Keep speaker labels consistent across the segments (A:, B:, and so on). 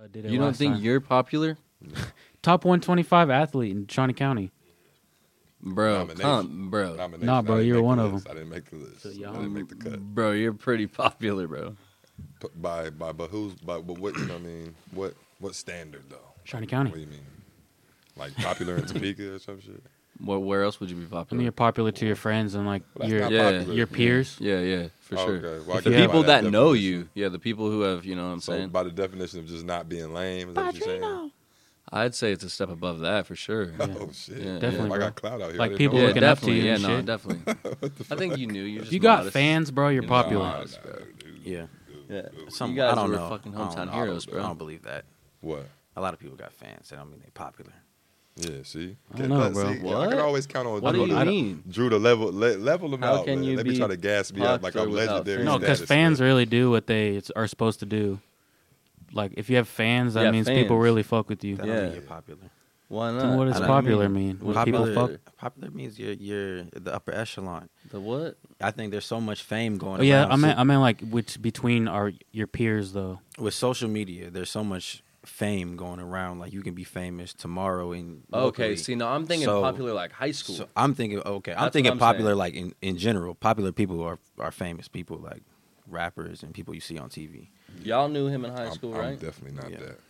A: I uh, did it.
B: You don't
A: last
B: think
A: time.
B: you're popular,
A: top 125 athlete in Shawnee County?
B: bro?
C: Nomination.
B: Come, bro,
C: Nomination.
A: Nah, bro,
C: I didn't
A: you're
C: make the
A: one of
C: list. I didn't make the list.
A: So
C: I
A: y'all-
C: didn't make the cut.
B: bro, you're pretty popular, bro.
C: P- By by, but who's by? But what you know? What I mean, what what standard though?
A: Shawnee
C: What do
A: County.
C: you mean? Like popular in Topeka or some shit?
B: What? Where else would you
A: I
B: be
A: mean,
B: popular?
A: you're popular to your friends and like
C: Well, that's
A: your
C: not
B: Yeah.
C: popular.
A: your peers.
B: Yeah, yeah, for
C: Oh,
B: sure.
C: okay. Well, I
B: the
C: guess by
B: people that, know
C: definition.
B: you, yeah, the people who have, you know, what I'm
C: So
B: saying.
C: by the definition of just not being lame, is that what you're saying?
B: I'd say it's a step above that for sure. Yeah,
C: Oh shit!
B: Yeah,
A: Definitely,
C: If I
A: bro.
C: got clout out
A: Like
C: here. I didn't
A: people
C: know
A: looking
C: that.
A: up to
B: definitely.
A: you
B: yeah,
A: and
B: no,
A: shit.
B: definitely. I think you knew. You're just
A: If you got
B: modest.
A: fans, bro, you're
B: You're not
A: popular.
B: modest, bro.
D: Yeah.
B: Yeah.
D: Some,
B: you guys
D: I don't
B: were
D: know.
B: fucking
D: I don't
B: hometown
D: know.
B: heroes,
D: I
B: bro.
D: don't believe that.
C: What?
D: A lot of people got fans. That don't mean they popular.
C: Yeah, see,
A: I
C: Get
A: don't know,
C: that,
A: bro.
C: See? I can
B: What?
C: always count on
B: What do
C: Drew.
B: you
C: I-
B: mean?
C: Drew to level le- level them
B: How
C: out.
B: can
C: man.
B: you
C: Let me
B: be
C: try to gas me up like I'm
B: popular without
C: legendary.
B: fans?
A: No, because
C: status,
A: fans
C: man.
A: really do what they it's, are supposed to do. Like if you have fans, that
B: Yeah,
A: means people
B: fans.
A: really fuck with you.
D: That
B: Yeah.
D: don't mean you're popular.
B: Why not?
A: Then what does
D: I don't
A: popular mean?
B: mean?
A: When people fuck.
D: popular means you're you're the upper echelon.
B: The what?
D: I think there's so much fame going.
A: Oh, yeah,
D: around.
A: I meant I meant like which between our your peers though.
D: with social media, there's so much fame going around. Like you can be famous tomorrow and
B: Okay,
D: locally.
B: see, no, I'm thinking
D: So-
B: popular like high school.
D: So I'm thinking, okay,
B: That's
D: I'm
B: what
D: thinking
B: I'm
D: popular,
B: saying.
D: like in, in general, popular people are are famous people, like rappers and people you see on TV.
B: Y'all knew him in high
C: I'm-
B: school,
C: I'm
B: right?
C: definitely not
D: Yeah.
C: that. Oh,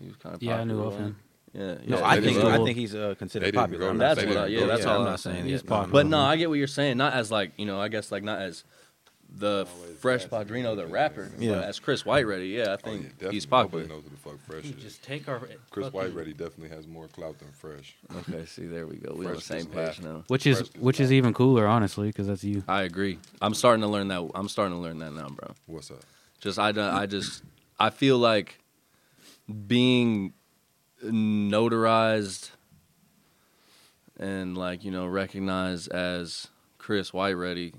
B: he was kind of
A: Yeah, I knew of
B: popular,
A: him.
B: Yeah, yeah.
D: No,
B: yeah,
D: I
C: they
D: think
C: didn't
D: I
C: go-
D: think he's uh,
C: they
D: considered
C: didn't
D: popular.
C: go
D: I'm
C: to-
D: not
B: That's
C: they
D: saying-
B: what. I,
C: didn't
B: yeah,
C: go
B: that's
C: to-
D: I'm
B: all
D: not
B: I'm
D: saying
B: saying.
D: he's
B: yeah.
D: popular.
B: But no, I get what you're saying. Not as like you know, I guess like not as the fresh Padrino, the rapper. Yeah.
D: Yeah.
B: But as Chris White ready, yeah, I
C: Oh, yeah,
B: think
C: definitely.
B: he's popular.
C: Nobody knows who the fuck Fresh is.
A: take our eh,
C: Chris White Ready definitely has more clout than Fresh.
B: Okay, see, there we go. We're on the
C: Fresh
B: same
C: is last.
B: page now.
A: which is
C: Fresh is
A: which is
C: not-
A: even cooler, honestly, because that's you.
B: I agree. I'm starting to learn that. I'm starting to learn that now, bro.
C: What's up?
B: Just I, don't- I just I feel like being notarized and like you know recognized as Chris White Ready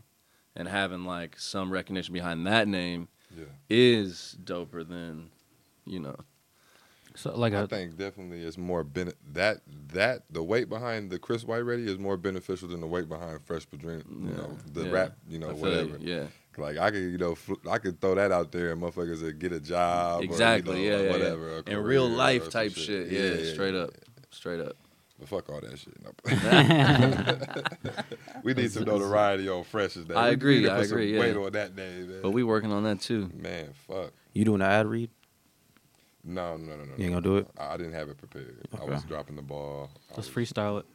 B: and having like some recognition behind that name
C: Yeah,
B: is doper than you know.
A: So like
C: I
A: a
C: think definitely it's more bene- that that the weight behind the Chris White Ready is more beneficial than the weight behind Fresh Padrino. You know, the
B: Yeah.
C: rap, you
B: I
C: know,
B: feel
C: whatever.
B: you, Yeah.
C: Like I could, you know, fl- I could throw that out there and motherfuckers that get a job, or, you
B: Exactly.
C: know,
B: yeah, yeah. yeah.
C: whatever. a
B: In
C: career
B: real
C: or
B: life
C: some
B: type shit. Yeah, straight up. Straight up.
C: But fuck all that shit. No. we need some notoriety on Fresh as that.
B: I
C: We
B: agree,
C: need to
B: I
C: put some
B: agree, yeah.
C: Weight on that name, man.
B: But we working on that too.
C: man, fuck.
D: You doing an ad read?
C: No, no, no, no.
D: You ain't
C: no.
D: gonna do it?
C: I I didn't have it prepared. I
D: Okay.
C: was dropping the ball. I
A: let's
C: was-
A: freestyle it.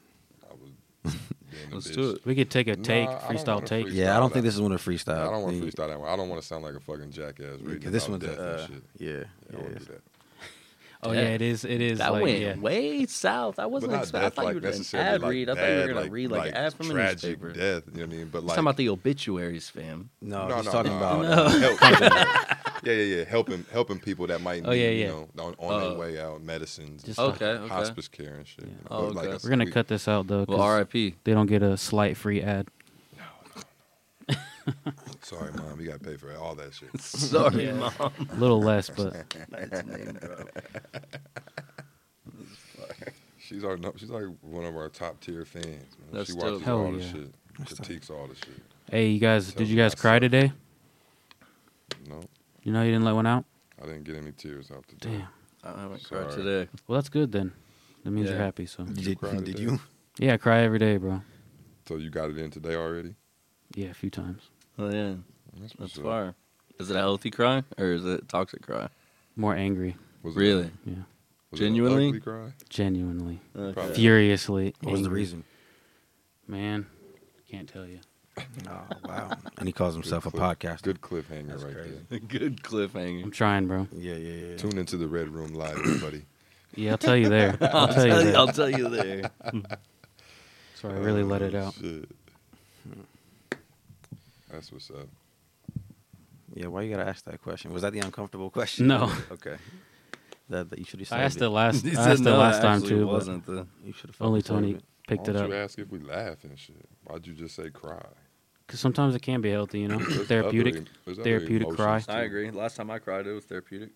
C: I was being a
B: Let's
C: bitch.
B: do it.
A: We could take a
C: Nah,
A: take
C: I don't
A: freestyle
C: wanna
A: take.
C: freestyle.
D: Yeah, I don't think
C: that.
D: this is one of the freestyle.
C: I don't want
D: Yeah,
C: to freestyle that one. I don't want to sound like a fucking jackass.
D: yeah,
C: reading
D: This
C: about
D: one's
C: death and
D: uh,
C: shit.
D: yeah,
C: I don't wanna
D: yeah.
C: do that.
A: Oh
B: Yeah.
A: yeah, it is. It is.
B: That
A: like,
B: went
A: yeah.
B: way south. I wasn't
C: not
B: expecting. I
C: death,
B: thought
C: like,
B: you were an
C: necessarily,
B: ad
C: like,
B: read. I thought you were
C: bad,
B: gonna
C: like-
B: read like,
C: like
B: an ad from a
C: tragic
B: newspaper. He's
C: Death, you know what I mean? But like,
B: talking about the obituaries, fam.
D: No,
C: no,
D: he's
C: no,
D: talking
C: no,
D: about. uh,
C: no. Help- yeah, yeah, yeah, helping helping people that might need,
A: Oh, yeah, yeah.
C: you know, on, on
B: Uh,
C: their way out, medicines,
A: Just
C: and
B: Okay, okay.
C: hospice care and shit. you know,
B: Oh,
C: but, like,
B: okay.
C: it's-
A: We're gonna
C: we-
A: cut this out though.
B: Well,
A: 'cause
B: R.I.P.
A: They don't get a slight free ad.
C: Sorry, mom, you gotta pay for all that shit.
B: Sorry,
A: Yeah.
B: mom.
A: A little less, but
C: She's our num- she's like one of our top tier fans. Man.
B: That's
C: she
B: dope.
C: watches
A: Hell
C: all the
A: yeah.
C: shit, critiques all the shit.
A: hey, you guys,
C: Tell
A: did you
C: me
A: guys
C: I
A: cry
C: suck.
A: today?
C: No,
A: You know you didn't let one out.
C: I didn't get any tears out today.
A: Damn.
B: I haven't cried
C: Sorry.
B: today.
A: Well, that's good then. That means you're
B: Yeah.
A: happy. So
D: Did,
C: cried
D: did
C: today?
D: you?
A: yeah, I cry every day, bro.
C: So you got it in today already?
A: Yeah, a few times.
B: Oh yeah, that's
C: what's up.
B: fire. Is it a healthy cry or is it a toxic cry?
A: More angry.
C: Was it-
B: Really?
A: Yeah,
C: was it an
B: Genuinely?
C: ugly cry?
A: genuinely,
B: Okay.
C: Probably.
A: furiously.
D: What was the
A: angry.
D: reason?
A: Man, can't tell you.
D: Oh wow! And he calls himself a
C: clip.
D: podcaster.
C: Good cliffhanger
D: That's
C: right
D: crazy.
B: Good
A: I'm
B: cliffhanger.
A: trying, bro.
D: Yeah, yeah, yeah.
C: there. Tune into the Red Room Live, everybody.
A: Yeah, I'll tell you there. I'll tell you
B: I'll
A: there.
B: tell you there.
A: So I really let it out.
B: Oh,
C: Shit. Hmm. That's what's up.
D: Yeah, why you gotta ask that question? Was that the uncomfortable question?
A: No,
D: Okay. That, that you should have
A: I asked
D: saved
A: it last.
B: He
A: I
B: said
A: asked it
B: no,
A: last
B: that
A: time
B: actually
A: too, but
B: Wasn't the
D: You should have
A: only Tony picked
C: Why
A: it
C: don't
A: up.
C: you ask if we laugh and shit? Why'd you just say cry?
A: Because sometimes it can be healthy, you know,
C: There's other
A: therapeutic.
C: em- there's other
A: therapeutic
C: emotions,
A: cry.
C: too.
B: I agree. Last time I cried, it was therapeutic.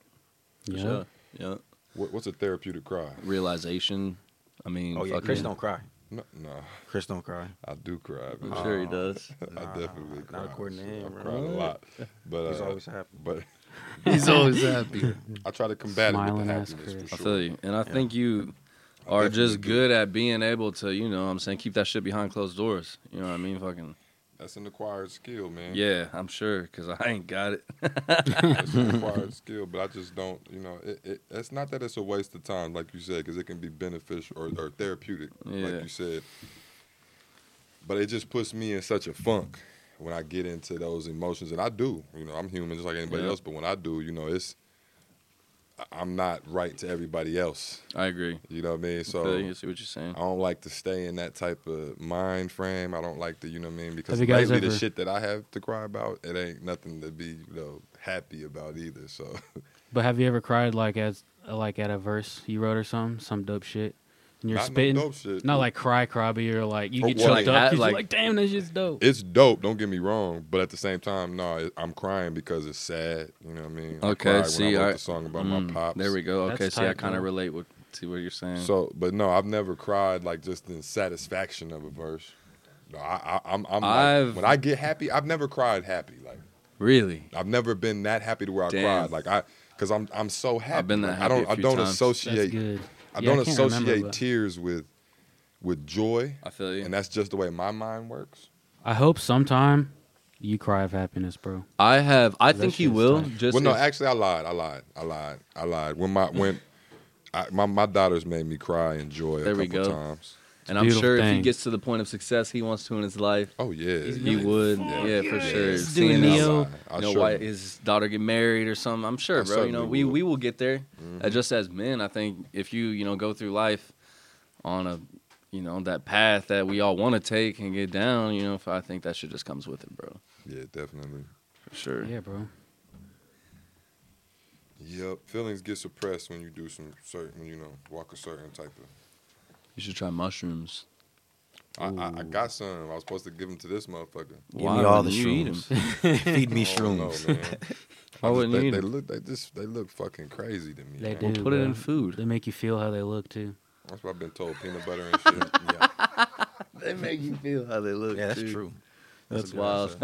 B: For
A: Yeah.
B: sure. Yeah.
C: What, what's a therapeutic cry?
B: Realization. I mean,
D: Oh yeah,
B: fucking-
D: Chris don't cry.
C: No, no,
D: Chris don't cry.
C: I do cry.
B: I'm
C: Man.
B: sure he
D: Oh.
B: does.
C: I
D: Nah,
C: definitely
D: not
C: cry.
D: according to
C: shit.
D: him,
C: I
D: bro.
C: cried a lot, but
D: He's
C: uh,
D: always happy.
C: but
E: He's always happy.
C: I try to combat it with
A: Smiling
C: the
A: ass
C: happiness.
A: Chris.
C: For
B: I
C: sure.
B: feel you, and I think you are
C: definitely
B: just
C: do.
B: good at being able to, you know, what I'm saying, keep that shit behind closed doors. You know what I mean? Fucking
C: That's an acquired skill, man.
B: yeah, I'm sure, cause I ain't got it.
C: That's an acquired skill, but I just don't. You know, it, it, it's not that it's a waste of time, like you said, because it can be beneficial or, or therapeutic,
B: Yeah.
C: like you said. But it just puts me in such a funk when I get into those emotions, and I do. You know, I'm human, just like anybody
B: Yeah.
C: else. But when I do, you know, it's I- I'm not right to everybody else.
B: I agree.
C: You know what I mean?
B: I
C: So.
B: feel you. I see what you're saying.
C: I don't like to stay in that type of mind frame. I don't like to, you know what I mean? Because
A: you
C: lately
A: guys
C: the
A: ever-
C: shit that I have to cry about, it ain't nothing to be, you know, happy about either. So
A: But have you ever cried like as like at a verse you wrote or something, some dope shit, and you're
C: Not no
A: spitting?
C: dope shit.
A: Not like cry cry, but you're like you
C: Oh,
A: get
C: well,
A: choked
C: like,
A: up.
B: hat,
A: 'cause
B: like-
A: you're like damn, that shit's dope.
C: it's dope, don't get me wrong, but at the same time, no, it, I'm crying because it's sad, you know what I mean? I
B: Okay,
C: cried when
B: see,
C: I wrote
B: I-
C: the song about
B: Mm,
C: my pops.
B: There we go.
A: That's
B: Okay, see, I
A: tight,
B: kind of
A: bro.
B: relate with to what you're saying.
C: So, but no, I've never cried like just in satisfaction of a verse. No, I, I, I'm, I'm
B: I've-
C: like, when I get happy, I've never cried happy. Like
B: really,
C: I've never been that happy to where I
B: Damn.
C: cried. Like I, because I'm, I'm so happy.
B: been that
C: Like,
B: happy
C: I don't,
B: a
C: I
B: few
C: don't
B: times.
A: That's
C: associate.
A: good.
C: I
A: Yeah,
C: don't
A: can't remember,
C: associate
A: but
C: tears with with joy,
B: I feel you.
C: and that's just the way my mind works.
A: I hope sometime you cry of happiness, bro.
B: I have. I
A: That
B: think he
A: shit's
B: will.
A: tight.
B: Just
C: well, no,
B: if-
C: actually, I lied. I lied. I lied. I lied. When my when I, my my daughters made me cry and joy a
B: There
C: couple
B: we go.
C: times.
B: and I'm
A: beautiful
B: sure if he
A: thing.
B: gets to the point of success he wants to in his life,
C: Oh yeah,
B: he would.
C: Yeah.
B: Yeah, for sure.
A: Let's do
B: Seeing
A: it,
B: his-
A: Neo.
C: I
B: you know,
C: sure-
B: why his daughter get married or something. I'm sure,
C: I
B: bro. You know,
C: certainly
B: we
C: will.
B: we will get there. Uh, just as men, I think if you you know go through life on a you know that path that we all want to take and get down, you know, if I think that shit just comes with it, bro.
C: yeah, definitely.
B: For sure.
A: Yeah, bro.
C: Yep, feelings get suppressed when you do some certain, when you know, walk a certain type of.
B: You should try mushrooms.
C: I, I, I got some. I was supposed to give them to this motherfucker.
D: Give me all the
B: wouldn't you eat 'em?
D: shrooms. Feed me
C: I don't know,
D: shrooms.
C: man.
B: Why wouldn't you
C: they,
B: eat
C: they
B: 'em?
C: look they just they look fucking crazy to me.
A: They
C: man.
A: do.
B: Well, put it
A: bro.
B: in food.
A: They make you feel how they look too.
C: That's what I've been told. Peanut butter and shit. yeah.
B: They make you feel how they look.
D: Yeah, that's
B: too.
D: true.
B: That's wild.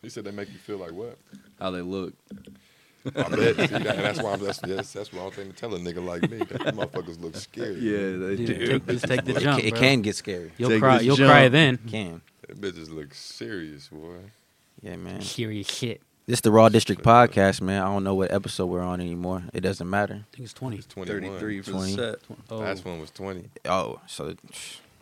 C: He said they make you feel like what?
B: how they look.
C: I bet. See, that- that's why I'm, that's, that's that's the wrong thing to tell a nigga like me. That Motherfuckers look scary.
B: they
A: Dude, take, just take the
D: It,
A: jump.
D: ca- it
A: bro.
D: can get scary.
A: You'll
B: Take
A: cry.
B: this
A: You'll
B: jump.
A: cry then.
D: It can.
C: Them bitches look serious, boy.
D: Yeah, man.
A: Hear your shit.
D: This the Raw District podcast, man. I don't know what episode we're on anymore. It doesn't matter.
A: I think it's twenty.
C: It's 21.
B: 33 for the
D: 20.
B: set.
A: Oh,
C: Last one was 20.
D: Oh, so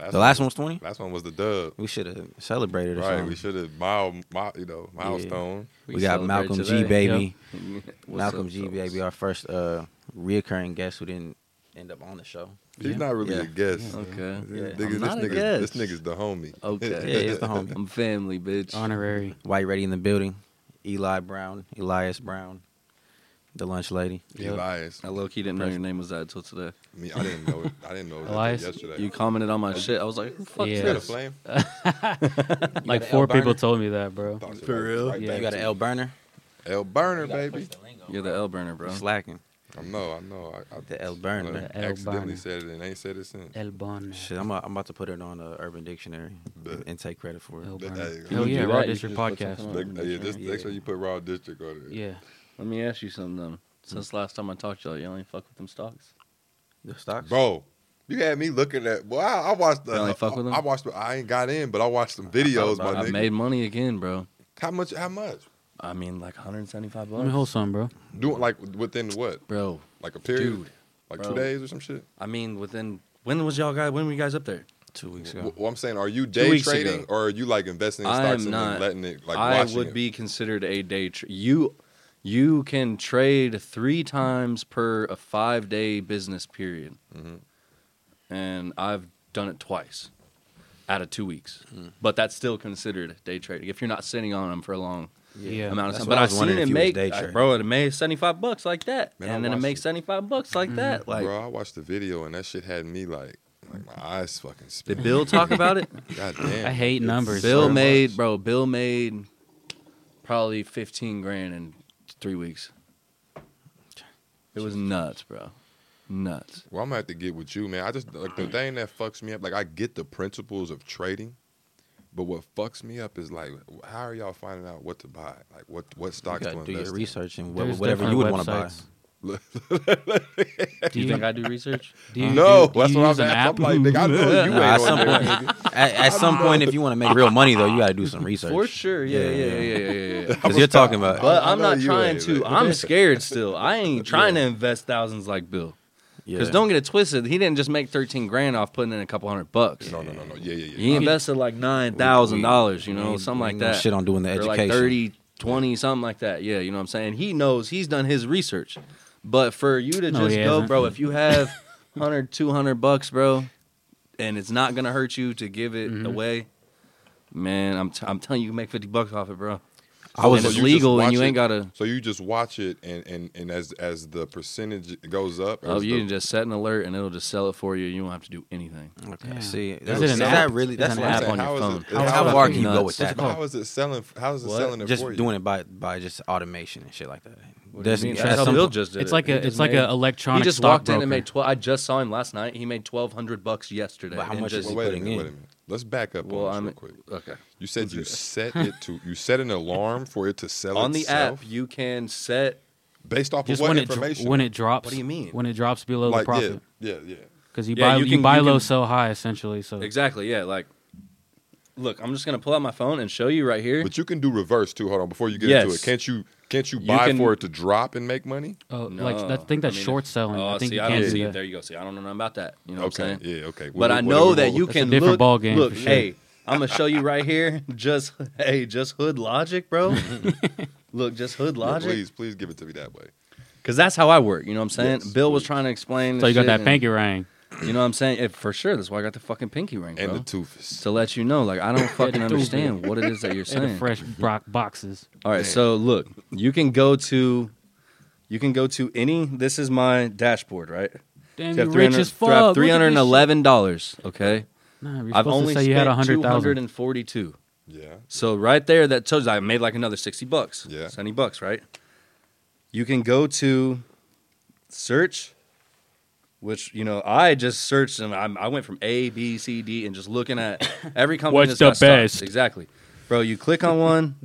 C: Last
D: the last one was twenty.
C: Last one was the dub.
D: We should have celebrated. Or
C: Right,
D: something.
C: we should have mile, mile, you know, milestone.
D: We, got
B: celebrate
D: Malcolm G,
B: today.
D: baby.
B: What's
D: Malcolm
B: up,
D: G,
B: fellas?
D: baby, our first uh, reoccurring guest who didn't end up on the show.
C: He's not really a
B: Yeah.
C: guest.
B: Okay.
C: This,
B: I'm
C: nigga,
B: not a
C: this, nigga, this
B: guest.
C: nigga's the homie.
D: Yeah,
B: Okay.
D: he's the homie.
B: I'm family, bitch.
A: honorary.
D: White Ready in the building. Eli Brown, Elias Brown, the lunch lady.
A: Yep.
C: Elias.
B: I low key didn't know your name was that until today.
C: Me, I didn't know it. I didn't know it until
A: Elias?
C: yesterday.
B: You commented on my shit. I was like, who the fuck
A: Yeah.
B: is
C: You got a
B: this?
C: flame?
A: Like
D: got an
A: four
D: L burner?
A: people told me that, bro.
C: Thought you
B: For
C: right-
B: real?
C: right
A: Yeah.
C: back
D: You got
C: to
D: an L burner?
C: you. L burner, baby.
B: You're the L burner, bro.
D: Slacking.
C: I know, I know. I, I,
D: The L
C: I
D: burner.
A: L
C: accidentally
A: burner.
C: said it and ain't said it since.
A: El Bon.
D: Shit, I'm, I'm about to put it on uh, Urban Dictionary
C: Bet.
D: and take credit for it.
A: El
C: There
A: Bon.
C: you go.
A: Hell
B: You
A: yeah,
B: do
A: Raw
B: that, you
A: District
B: should just put
A: podcast.
B: something
C: Make,
B: on
C: yeah,
B: the
C: just
B: picture.
C: make sure you put raw district on it.
A: Yeah.
B: Let me ask you something. though. Since last time I talked to y'all, y'all ain't fuck with them stocks.
D: The stocks?
C: Bro, you had me looking at. Well, I, I watched the.
B: Y'all ain't fuck with them?
C: I watched. The, I ain't got in, but I watched some videos,
D: Oh,
B: Bro,
C: my
B: I
C: nigga.
B: made money again, bro.
C: How much? How much?
B: I mean, like 175 bucks.
A: Let me hold some, bro.
C: Doing like within what?
B: Bro,
C: Like a period?
B: Dude,
C: like
B: bro.
C: two days or some shit?
B: I mean, within when was y'all guys? When were you guys up there?
D: Two weeks ago.
C: Well, well, I'm saying, are you day
B: weeks
C: trading
B: ago.
C: or are you like investing in
B: I am
C: stocks and
B: not.
C: then letting it like
B: I
C: watching
B: would
C: it?
B: be considered a day tra- you you can trade three times per a five day business period
D: Mm-hmm.
B: and I've done it twice out of two weeks
D: Mm.
B: but that's still considered day trading if you're not sitting on them for a long
A: Yeah.
B: amount of
D: That's
B: time
D: what
B: but
D: I
B: I've
D: was
B: seen
D: wondering
B: it
D: if you was
B: make
D: day
B: I-
D: trading.
B: bro it made 75 bucks like that
C: Man, I
B: and then it
C: watched
B: makes
C: it.
B: 75 bucks
D: Mm-hmm.
B: like that like
C: Bro, I watched the video and that shit had me like, like my eyes fucking
B: did
C: spinning.
B: Bill talk about it
C: God damn.
A: I hate
C: It's
A: numbers.
B: Bill
A: so
C: much.
B: made, bro. Bill made probably fifteen grand in three weeks. It was nuts, bro. Nuts.
C: Well, I'm gonna have to get with you, man. I just like the thing that fucks me up. Like I get the principles of trading, But what fucks me up is like, how are y'all finding out what to buy? Like, what what
D: You
C: stocks to
D: gotta
C: invest?
D: do your
C: in?
D: research and what,
A: There's
D: whatever you
A: different
D: would want to buy.
A: websites.
B: Do you think I do research?
A: do you,
C: no,
A: do you- do
C: that's
A: you
C: what I'm
A: use an
C: saying. I'm
A: app?
C: like, nigga, I know you
D: No, at
C: ain't
D: some
C: on there.
D: point, at, at some point, if you want to make real money though, you got to do some research.
B: For sure. Yeah, yeah, yeah, yeah, yeah. yeah, yeah.
D: Because you're talking about
B: But
C: I
B: I'm
C: know
B: not
C: you
B: trying
C: ain't,
B: to.
C: like-
B: I'm scared still. I ain't trying to invest thousands like Bill. Because
D: yeah.
B: don't get it twisted. He didn't just make 13 grand off putting in a couple hundred bucks.
C: No, no, no, no. Yeah, yeah, yeah.
B: He invested like $9,000, you know,
D: ain't-
B: something like
D: ain't no
B: that.
D: Shit on doing the
B: or
D: education.
B: like 30, 20, something like that. Yeah, you know what I'm saying? He knows he's done his research. But for you to
A: No,
B: just
A: he
B: go,
A: hasn't.
B: bro, if you have 100, 200 bucks, bro, and it's not going to hurt you to give it
A: Mhm.
B: away, man, I'm, t- I'm telling you, you can make 50 bucks off it, bro.
D: I was
B: and it's
C: you just
B: legal and
C: watch
B: you ain't
C: it-
B: got to.
C: So you just watch it, and and and as as the percentage goes up,
B: Oh,
C: as
B: you
C: the-
B: can just set an alert and it'll just sell it for you. You don't have to do anything.
D: Okay,
A: Yeah.
D: see,
A: Is
D: that's,
A: it an
D: is
A: app?
D: that really?
A: Is
D: That's
A: it an
D: like,
B: app
C: saying,
B: on your
C: how is
B: phone.
C: it-
D: how,
C: how
D: how
C: is it
D: far can you go
B: nuts?
D: with
A: What's it
D: that?
A: called?
C: how is it selling? How is it
B: What?
C: selling it
D: Just
C: for you?
D: doing it by by just automation and shit like that.
B: What do you
D: That's-
B: mean?
D: at
B: That's how
D: some
B: Bill
D: point-
B: just did
A: It's
B: it.
A: like
B: He
A: a it's
B: just
A: like
B: made-
A: an
B: He
A: electronic
B: just walked in
A: stockbroker.
B: and made twelve. I just saw him last night. He made twelve hundred bucks yesterday.
D: But how
B: and
D: much
B: just-
C: Well,
D: is he
C: wait a
D: putting
C: minute. Wait a
D: in?
C: minute. Let's back up
B: Well,
C: on this
B: I'm
C: real quick.
B: okay.
C: You said you set it to you set an alarm for it to sell
B: On the app,
C: itself
B: you can set.
C: based off
A: Just
C: of what
A: when it dro-
C: information.
A: when it drops.
B: What do you mean?
A: When it drops below the
C: like
A: profit,
C: yeah, yeah, yeah.
A: because you
B: Yeah,
A: buy
B: you
A: you,
B: can-
A: buy
B: you
A: low,
B: can-
A: sell high, essentially. So
B: Exactly. Yeah. Like, look, I'm just gonna pull out my phone and show you right here.
C: But you can do reverse too. Hold on, before you get into
B: Yes.
C: it, can't you can't you
B: You
C: buy
B: can-
C: for it to drop and make money?
A: oh, like
B: No,
A: that, I think that's
B: I mean,
A: short selling.
B: Oh,
A: I think
B: see,
A: you
B: I
A: can
B: don't
A: do
B: see.
A: that.
B: There you go. See, I don't know nothing about that. You know what
C: okay,
B: I'm saying?
C: yeah, okay. What
B: But
C: are-
B: I
C: what are
B: know
C: we
B: that
C: rolling
B: you
C: with?
A: That's a
B: can
A: different
B: look.
A: ball game,
B: look,
A: for sure.
B: hey, I'm gonna show you right here. Just hey, just hood logic, bro. look, just hood
C: Yeah,
B: logic.
C: please, please give it to me that way.
B: Because that's how I work. You know what I'm saying?
C: Yes,
B: Bill was
C: please.
B: trying to explain.
A: So
B: the
A: you got
B: shit
A: that
B: and-
A: pinky ring.
B: You know what I'm saying? It, for sure. That's why I got the fucking pinky ring,
C: And
B: bro.
C: the toothus.
B: to let you know, like I don't fucking
A: the
B: understand what it is that you're
A: and the
B: saying.
A: fresh brock boxes.
B: All right, so look, you can go to, you can go to any. This is my dashboard, right?
A: Damn,
B: So I
A: you
B: have
A: rich as fuck. Look at
B: Three hundred and
A: this
B: eleven dollars. Okay,
A: shit. Nah, you're
B: I've
A: supposed
B: only
A: to say you had a
B: spent
A: hundred
B: two hundred
A: thousand.
B: and forty-two.
C: Yeah.
B: So right there, that tells you I made like another sixty bucks.
C: Yeah.
B: seventy bucks, right? You can go to search, which you know I just searched and I'm, I went from A, B, C, D, and just looking at every company.
A: What's
B: that's got
A: the
B: stocks.
A: best?
B: Exactly, bro. You click on one,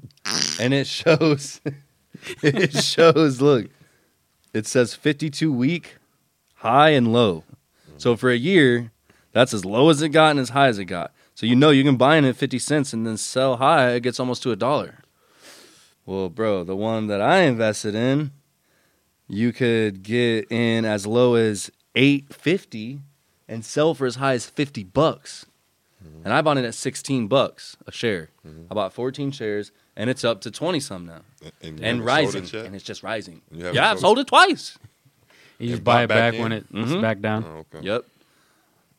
B: and it shows. it shows. Look, it says fifty-two week high and low. So for a year, that's as low as it got and as high as it got. So you know you can buy in at 50 cents and then sell high, it gets almost to a dollar. Well, bro, the one that I invested in, you could get in as low as 850 and sell for as high as 50 bucks. And I bought it at 16 bucks a share.
C: Mm-hmm.
B: I bought 14 shares and it's up to 20 some now.
C: And, you
B: and
C: haven't sold
B: rising.
C: it yet?
B: and it's just rising.
C: You
B: Yeah,
C: haven't
B: I've
C: sold
B: sold it twice.
A: You just
C: And
A: buy
C: bought
A: it
C: back
A: back when
C: in?
A: it, it's
B: Mhm.
A: back down.
C: Oh, okay.
B: Yep.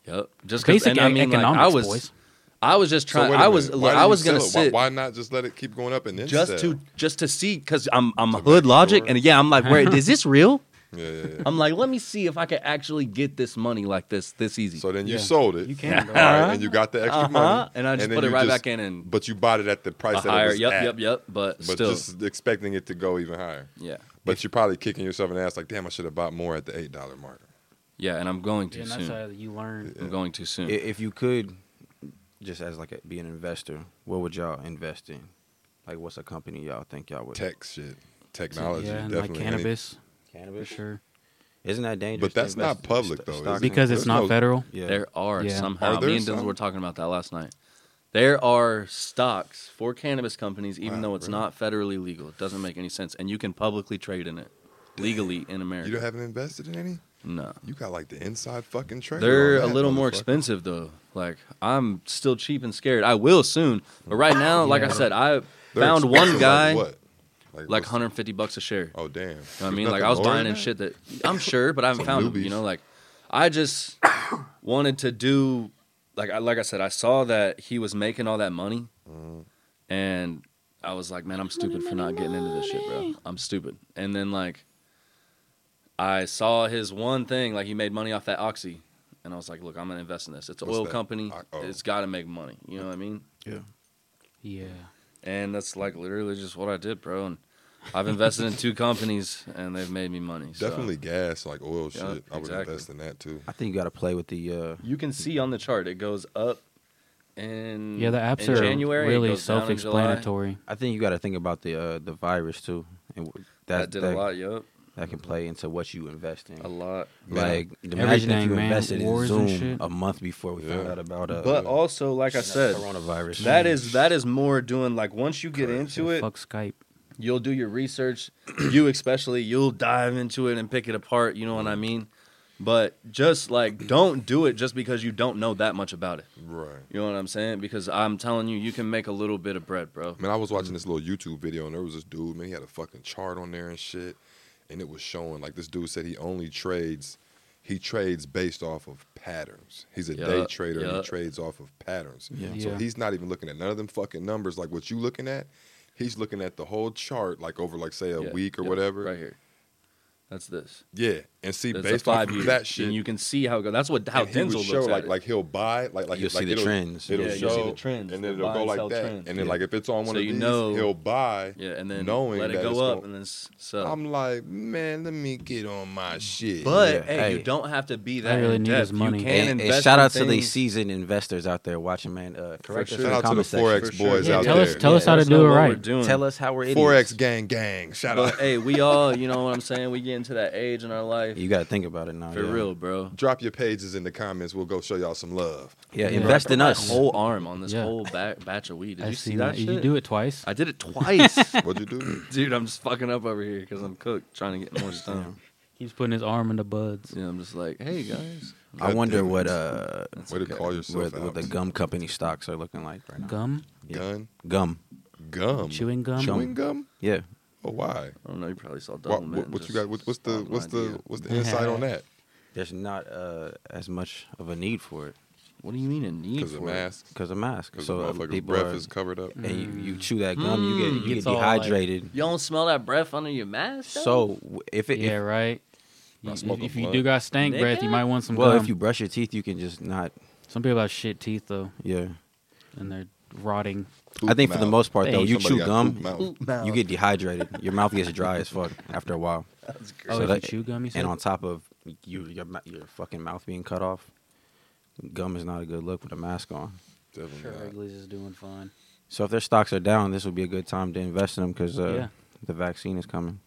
B: Yep. Just 'cause-
A: Basic
B: and I mean, like,
A: economics,
B: I was
A: boys.
B: I was just
C: So
B: trying.
C: wait a
B: I was.
C: minute,
B: Look,
C: why
B: I
C: did
B: was
C: you
B: gonna
C: sell it?
B: sit
C: Why, why not just let it keep going up and then
B: just
C: sell?
B: to just to see because I'm I'm
C: To
B: hood
C: make
B: logic
C: sure.
B: and yeah I'm like where is this real?
C: Yeah, yeah, yeah.
B: I'm like let me see if I can actually get this money like this this easy.
C: So then you
A: Yeah.
C: sold it.
A: You can,
C: All
A: bro.
C: right, and you got the extra
B: Uh-huh,
C: money.
B: and I just
C: then
B: put it
C: you
B: right back in and-
C: But you bought it at the price
B: a
C: that it
B: higher.
C: was
B: Yep,
C: at,
B: yep, yep. But,
C: But
B: still,
C: just expecting it to go even higher.
B: yeah,
C: But you're probably kicking yourself in the ass like, damn, I should have bought more at the eight dollar mark.
B: yeah, and I'm going too
A: And that's
B: soon.
A: how you learn.
B: I'm going too soon.
D: I- If you could, just as like a, be an investor, what would y'all invest in? Like, what's a company y'all think y'all would?
C: Tech shit, technology,
A: Yeah, and
C: definitely.
A: like
C: Any-
A: cannabis for
D: Cannabis.
A: sure
D: Isn't that dangerous?
C: But that's
D: to
C: not
D: invest in
C: public
D: st-
C: though, is
D: stocks
C: it?
D: and-
A: because
C: There's
A: it's not
C: no-
A: federal.
D: Yeah.
B: There are
A: Yeah.
B: somehow.
C: Are there
B: Me and Denzel
C: some?
B: were talking about that last night. There are stocks for cannabis companies, even
C: Wow,
B: though it's
C: really?
B: not federally legal. It doesn't make any sense, and you can publicly trade in it legally in America.
C: You don't haven't invested in any.
B: no.
C: You got like the inside fucking trade.
B: They're a little more expensive though. Like I'm still cheap and scared. I will soon, but right now, like I
A: Yeah.
B: said, I found one guy
C: Like,
B: like,
C: what? Like, what's-
B: 150 bucks a share.
C: Oh damn.
B: You know what I mean, like I was buying in shit that I'm sure, but I haven't
C: Some
B: found them. You
C: newbies.
B: know, like I just wanted to do like I like I said, I saw that he was making all that money,
C: Mm-hmm.
B: and I was like, man, I'm stupid for not getting into this shit, bro. I'm stupid. And then like I saw his one thing, like he made money off that oxy, and I was like, look, I'm gonna invest in this. It's an
C: What's
B: oil
C: that?
B: company.
C: O- oh.
B: It's got to make money. You know what I mean?
A: Yeah.
B: And that's like literally just what I did, bro. And I've invested in two companies, and they've made me money. so.
C: Definitely gas, like oil shit.
B: Yeah,
C: I would
B: exactly.
C: invest in that too.
D: I think you got to play with the. Uh,
B: You can see on the chart it goes up in
A: Yeah, the apps
B: in
A: are
B: January, it
A: really
B: goes down in July.
A: self-explanatory.
D: I think you got to think about the uh, the virus too, and w-
B: That,
D: that
B: did
D: that,
B: a lot. Yep,
D: that can play into what you invest in.
B: a lot.
D: Like imagine if
A: Everything,
D: you
A: man.
D: invested in
A: Wars and
D: Zoom
A: shit.
D: a month before we found
C: Yeah.
D: out about uh,
B: But also, like I said,
D: coronavirus.
B: that is that is more doing like once you get into it,
A: Fuck Skype.
B: you'll do your research. you especially, you'll dive into it and pick it apart. You know what I mean? But just like don't do it just because you don't know that much about it.
C: Right.
B: You know what I'm saying? Because I'm telling you, you can make a little bit of bread, bro.
C: Man, I was
B: Mm.
C: watching this little YouTube video and there was this dude, man, he had a fucking chart on there and shit. And it was showing like this dude said he only trades he trades based off of patterns. He's a day
B: Yeah,
C: trader and
B: yeah.
C: he trades off of patterns.
A: Yeah.
C: So
A: Yeah.
C: he's not even looking at none of them fucking numbers like what you looking at. He's looking at the whole chart like over like say a
B: Yeah,
C: week or
B: yeah,
C: whatever.
B: Right here. That's this.
C: Yeah. And see
B: That's a
C: based off
B: five
C: of
B: year.
C: that shit.
B: And you can see how it goes. That's what how
C: and he would
B: Denzel looks
C: show
B: at
C: like
B: it.
C: like he'll buy like like
D: You'll
C: like
D: see the
C: it'll-
D: trends.
C: It'll
B: Yeah,
C: show
B: you'll see the trends,
C: and
B: the
C: then it'll
B: buy
C: go
B: and
C: like
B: sell
C: that.
B: trends.
C: And then
D: Yeah.
C: like if it's on one
B: So
C: of
B: you
C: these,
B: know-
C: he'll buy.
B: yeah, and then
C: knowing
B: let it
C: that
B: go
C: it's
B: up
C: gon-
B: and then s- sell.
C: I'm like, man, let me get on my shit.
B: Mm. But
D: Yeah.
B: hey,
D: Hey.
B: you don't have to be that.
A: I really
B: in
A: need
B: depth.
A: his money.
B: You can
D: And, and
B: invest
D: shout
B: in
D: out to the
B: things.
D: seasoned investors out there watching, man. Uh, correct us
B: sure.
D: in
C: shout
D: the
C: out to the
D: comment
C: forex
B: For sure.
C: boys
A: Yeah,
C: out
A: tell
C: there.
A: us- tell us how
B: let
A: to do
B: know
A: it
B: what
A: right.
B: we're doing.
D: Tell us how we're idiots.
C: forex gang gang. Shout
B: But
C: out.
B: hey, we all, you know what I'm saying? We get into that age in our life.
D: You got to think about it now.
B: for
D: yeah.
B: real, bro.
C: Drop your pages in the comments. We'll go show y'all some love.
D: Yeah,
A: Yeah.
D: invest in
B: My
D: us.
B: whole arm on this
A: Yeah.
B: whole ba- batch of weed. Did
A: I've
B: you see
A: seen
B: that, shit?
A: You do it twice.
B: I did it twice.
C: What'd you do?
B: Dude, I'm just fucking up over here because I'm cooked trying to get more stuff.
A: He's putting his arm in the buds.
B: Yeah, I'm just like, hey guys.
D: I
C: God
D: wonder
C: damn it.
D: what uh,
C: Way to call
D: what,
C: yourself
D: what
C: out.
D: the gum company stocks are looking like right now.
A: Gum,
C: Gun,
D: Gum.
C: gum,
A: chewing gum.
C: chewing gum.
D: Yeah.
C: Oh, why?
B: I don't know. You probably saw
C: Why-
B: double
C: What,
B: mint.
C: what you
B: just
C: got? What, what's the
B: spot
C: what's
B: on
C: the
B: idea.
C: what's the insight on that?
D: There's not uh, as much of a need for it
B: What do you mean a need
C: Because the
B: for it?
C: masks.
D: because of masks.
C: Because
D: So
C: the
D: uh,
C: motherfucker's
D: people
C: breath
D: are,
C: is covered up.
D: and you, you chew that gum, you get you get
A: Mm. It's all like-
D: dehydrated.
B: You don't smell that breath under your mask? though?
D: so w- if it
A: Yeah,
D: if,
A: right. You-
C: I
A: if
C: smoke a
A: if you
C: blunt.
A: do got stank
B: Nigga?
A: breath, you might want some
D: well
A: gum.
D: if you brush your teeth, you can just not.
A: Some people have shit teeth though,
D: Yeah.
A: and they're rotting.
D: I think for the
C: Poop
D: most part though,
A: Dang.
D: you
C: Somebody
D: chew
C: got
D: gum,
C: poop mouth.
B: Poop mouth.
D: you get dehydrated. Your mouth gets dry as fuck after a while.
A: Oh,
D: So
A: if
D: that-
A: you chew gum, you said?
D: And on top of you, your mou- your fucking mouth being cut off, gum is not a good look with a mask on.
C: mouth.
A: sure,
C: Definitely not.
A: Wrigley's is doing fine.
D: So if their stocks are down, this would be a good time to invest in them because uh,
A: Yeah.
D: the vaccine is coming.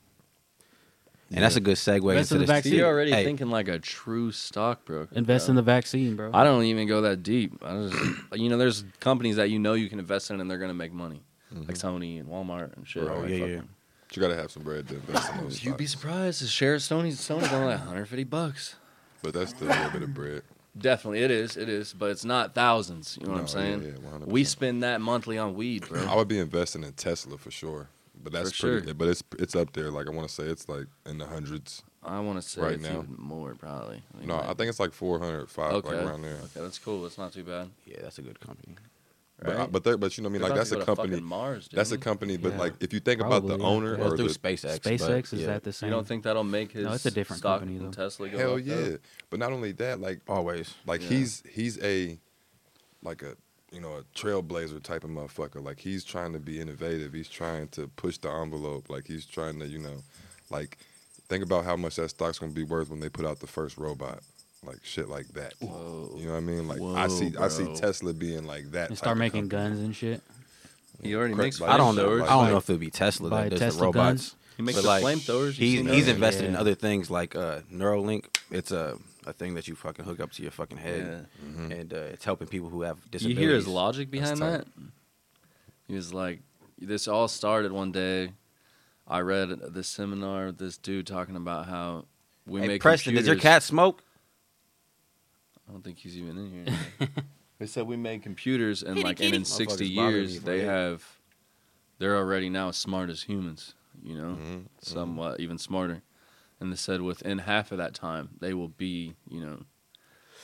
D: And that's a good segue
A: Invest
D: into
A: in the
D: this-
A: vaccine.
B: See, you're already
D: Hey,
B: thinking like a true stockbroker.
A: Invest
B: bro.
A: in the vaccine, bro.
B: I don't even go that deep. I just, you know, there's companies that you know you can invest in and they're gonna make money, like Sony and Walmart and shit.
D: Right,
B: Like,
D: yeah,
B: fuck
D: yeah.
B: them.
C: But you gotta have some bread to invest in those
B: You'd be
C: stocks.
B: surprised. The share of Sony's Sony's only like 150 bucks.
C: But that's still a little bit of bread.
B: Definitely, it is. It is, but it's not thousands. You know what I'm
C: No,
B: saying?
C: yeah, yeah, 100%.
B: we spend that monthly on weed, bro.
C: I would be investing in Tesla for sure, but that's
B: For
C: pretty.
B: sure.
C: But it's it's up there. Like I want to say it's like in the hundreds.
B: I want to say
C: Right
B: it's
C: now?
B: even more probably. I think
C: No,
B: like-
C: I think it's like 400, five,
B: okay.
C: like around there.
B: Okay, that's cool. That's not too bad.
D: yeah, that's a good company.
C: But I-
B: Right?
C: but they're- but you know what I mean.
B: They're
C: Like
B: about
C: that's
B: to
C: a
B: go to fucking
C: company.
B: Mars, dude.
C: That's a company. But
A: Yeah.
C: like if you think about
A: Probably,
C: the
A: yeah.
C: owner
D: Well,
C: or
D: it's through
C: the
D: SpaceX. but,
A: SpaceX is
D: yeah.
A: that the same?
B: You don't think that'll make his
A: No, it's a different
B: stock
A: company,
B: from
A: though.
B: Tesla go
C: hell
B: up, though?
C: yeah. But not only that, like
D: always?
C: like
B: Yeah.
C: he's he's a like a you know a trailblazer type of motherfucker. Like he's trying to be innovative. He's trying to push the envelope. Like he's trying to you know like think about how much that stock's gonna be worth when they put out the first robot. Like shit like that.
B: Whoa.
C: You know what I mean? Like I
B: Whoa,
C: see I see
B: bro.
C: Tesla being like
A: They
C: that. type
A: start
C: of
A: making
C: company.
A: guns and shit.
B: He already
C: Correct,
B: makes.
C: like-
D: I don't know.
C: Like-
D: I don't
C: like-
D: know if it'll be Tesla
A: By
D: that does
A: Tesla
D: the robots.
A: guns?
B: He makes
D: But,
B: the
D: like,
B: flamethrowers. You
D: He's
B: seen
D: he's
B: those?
D: invested in
A: Yeah.
D: other things like uh, Neuralink. It's a a thing that you fucking hook up to your fucking head,
B: Yeah.
C: Mm-hmm.
B: Mm-hmm.
D: and uh, it's helping people who have
B: You
D: disabilities.
B: hear his logic behind that?
D: tight.
B: He was like, "This all started one day. I read this seminar with this dude talking about how we
D: Hey,
B: make
D: Preston, did your
B: computers-
D: cat smoke?
B: I don't think he's even in here. they said we made computers, and like, and in sixty
D: Motherfuckers bothering me,
B: years, they
D: bro.
B: have, they're already now as smart as humans. You know,
C: Mhm,
B: somewhat even smarter. And they said within half of that time, they will be, you know,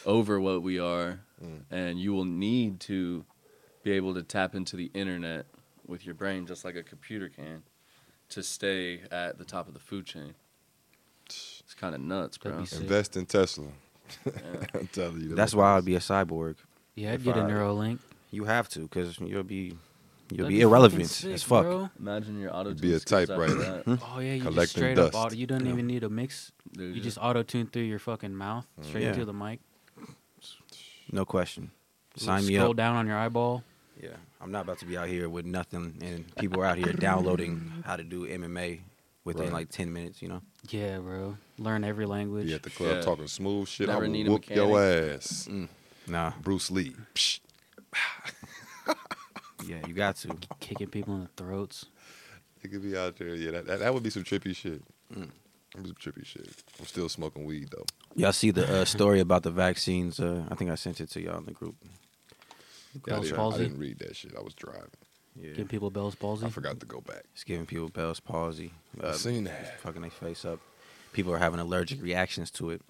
B: over what we are,
C: Mm.
B: and you will need to be able to tap into the internet with your brain, just like a computer can, to stay at the top of the food chain. It's kind of nuts,
A: That'd
B: bro.
A: be sick.
C: Invest in Tesla.
B: Yeah.
C: I'm telling you.
D: That's why I'd be a cyborg.
A: Yeah, I'd
D: If
A: get a
D: I-
A: Neuralink.
D: You have to, because you'll be you'll
A: That'd
D: be,
A: fucking
D: irrelevant
A: sick,
D: as fuck.
A: bro.
B: Imagine your auto
C: be a typewriter.
A: Oh yeah, you
C: Collecting
A: just straight
C: dust.
A: up auto. You don't
D: Yeah.
A: even need a mix. You
D: Mm,
A: just auto tune through your fucking mouth straight
D: Yeah.
A: into the mic.
D: No question. Sign me
A: scroll
D: up.
A: down on your eyeball.
D: Yeah, I'm not about to be out here with nothing, and people are out here downloading how to do MMA within
C: Right.
D: like 10 minutes. You know,
A: Yeah, bro. Learn every language.
C: Be at the club
B: Yeah.
C: talking smooth shit.
B: Never
C: I
B: need
C: will
B: a Mm.
C: whoop your ass.
D: Mm. nah,
C: Bruce Lee. Psh.
D: yeah, you got to.
A: Kicking people in the throats.
C: It could be out there. Yeah, that, that, that would be some trippy shit.
D: Mm.
C: That'd be some trippy shit. I'm still smoking weed though.
D: Y'all see the uh, story about the vaccines? Uh, I think I sent it to y'all in the group.
C: Yeah, I,
A: Bell's
C: didn't, I
A: palsy.
C: didn't read that shit. I was driving.
D: Yeah,
A: Give people Bell's palsy.
C: I forgot to go back.
D: it's giving people Bell's palsy.
C: I
D: Uh,
C: seen that.
D: fucking their face up. People are having allergic reactions to it.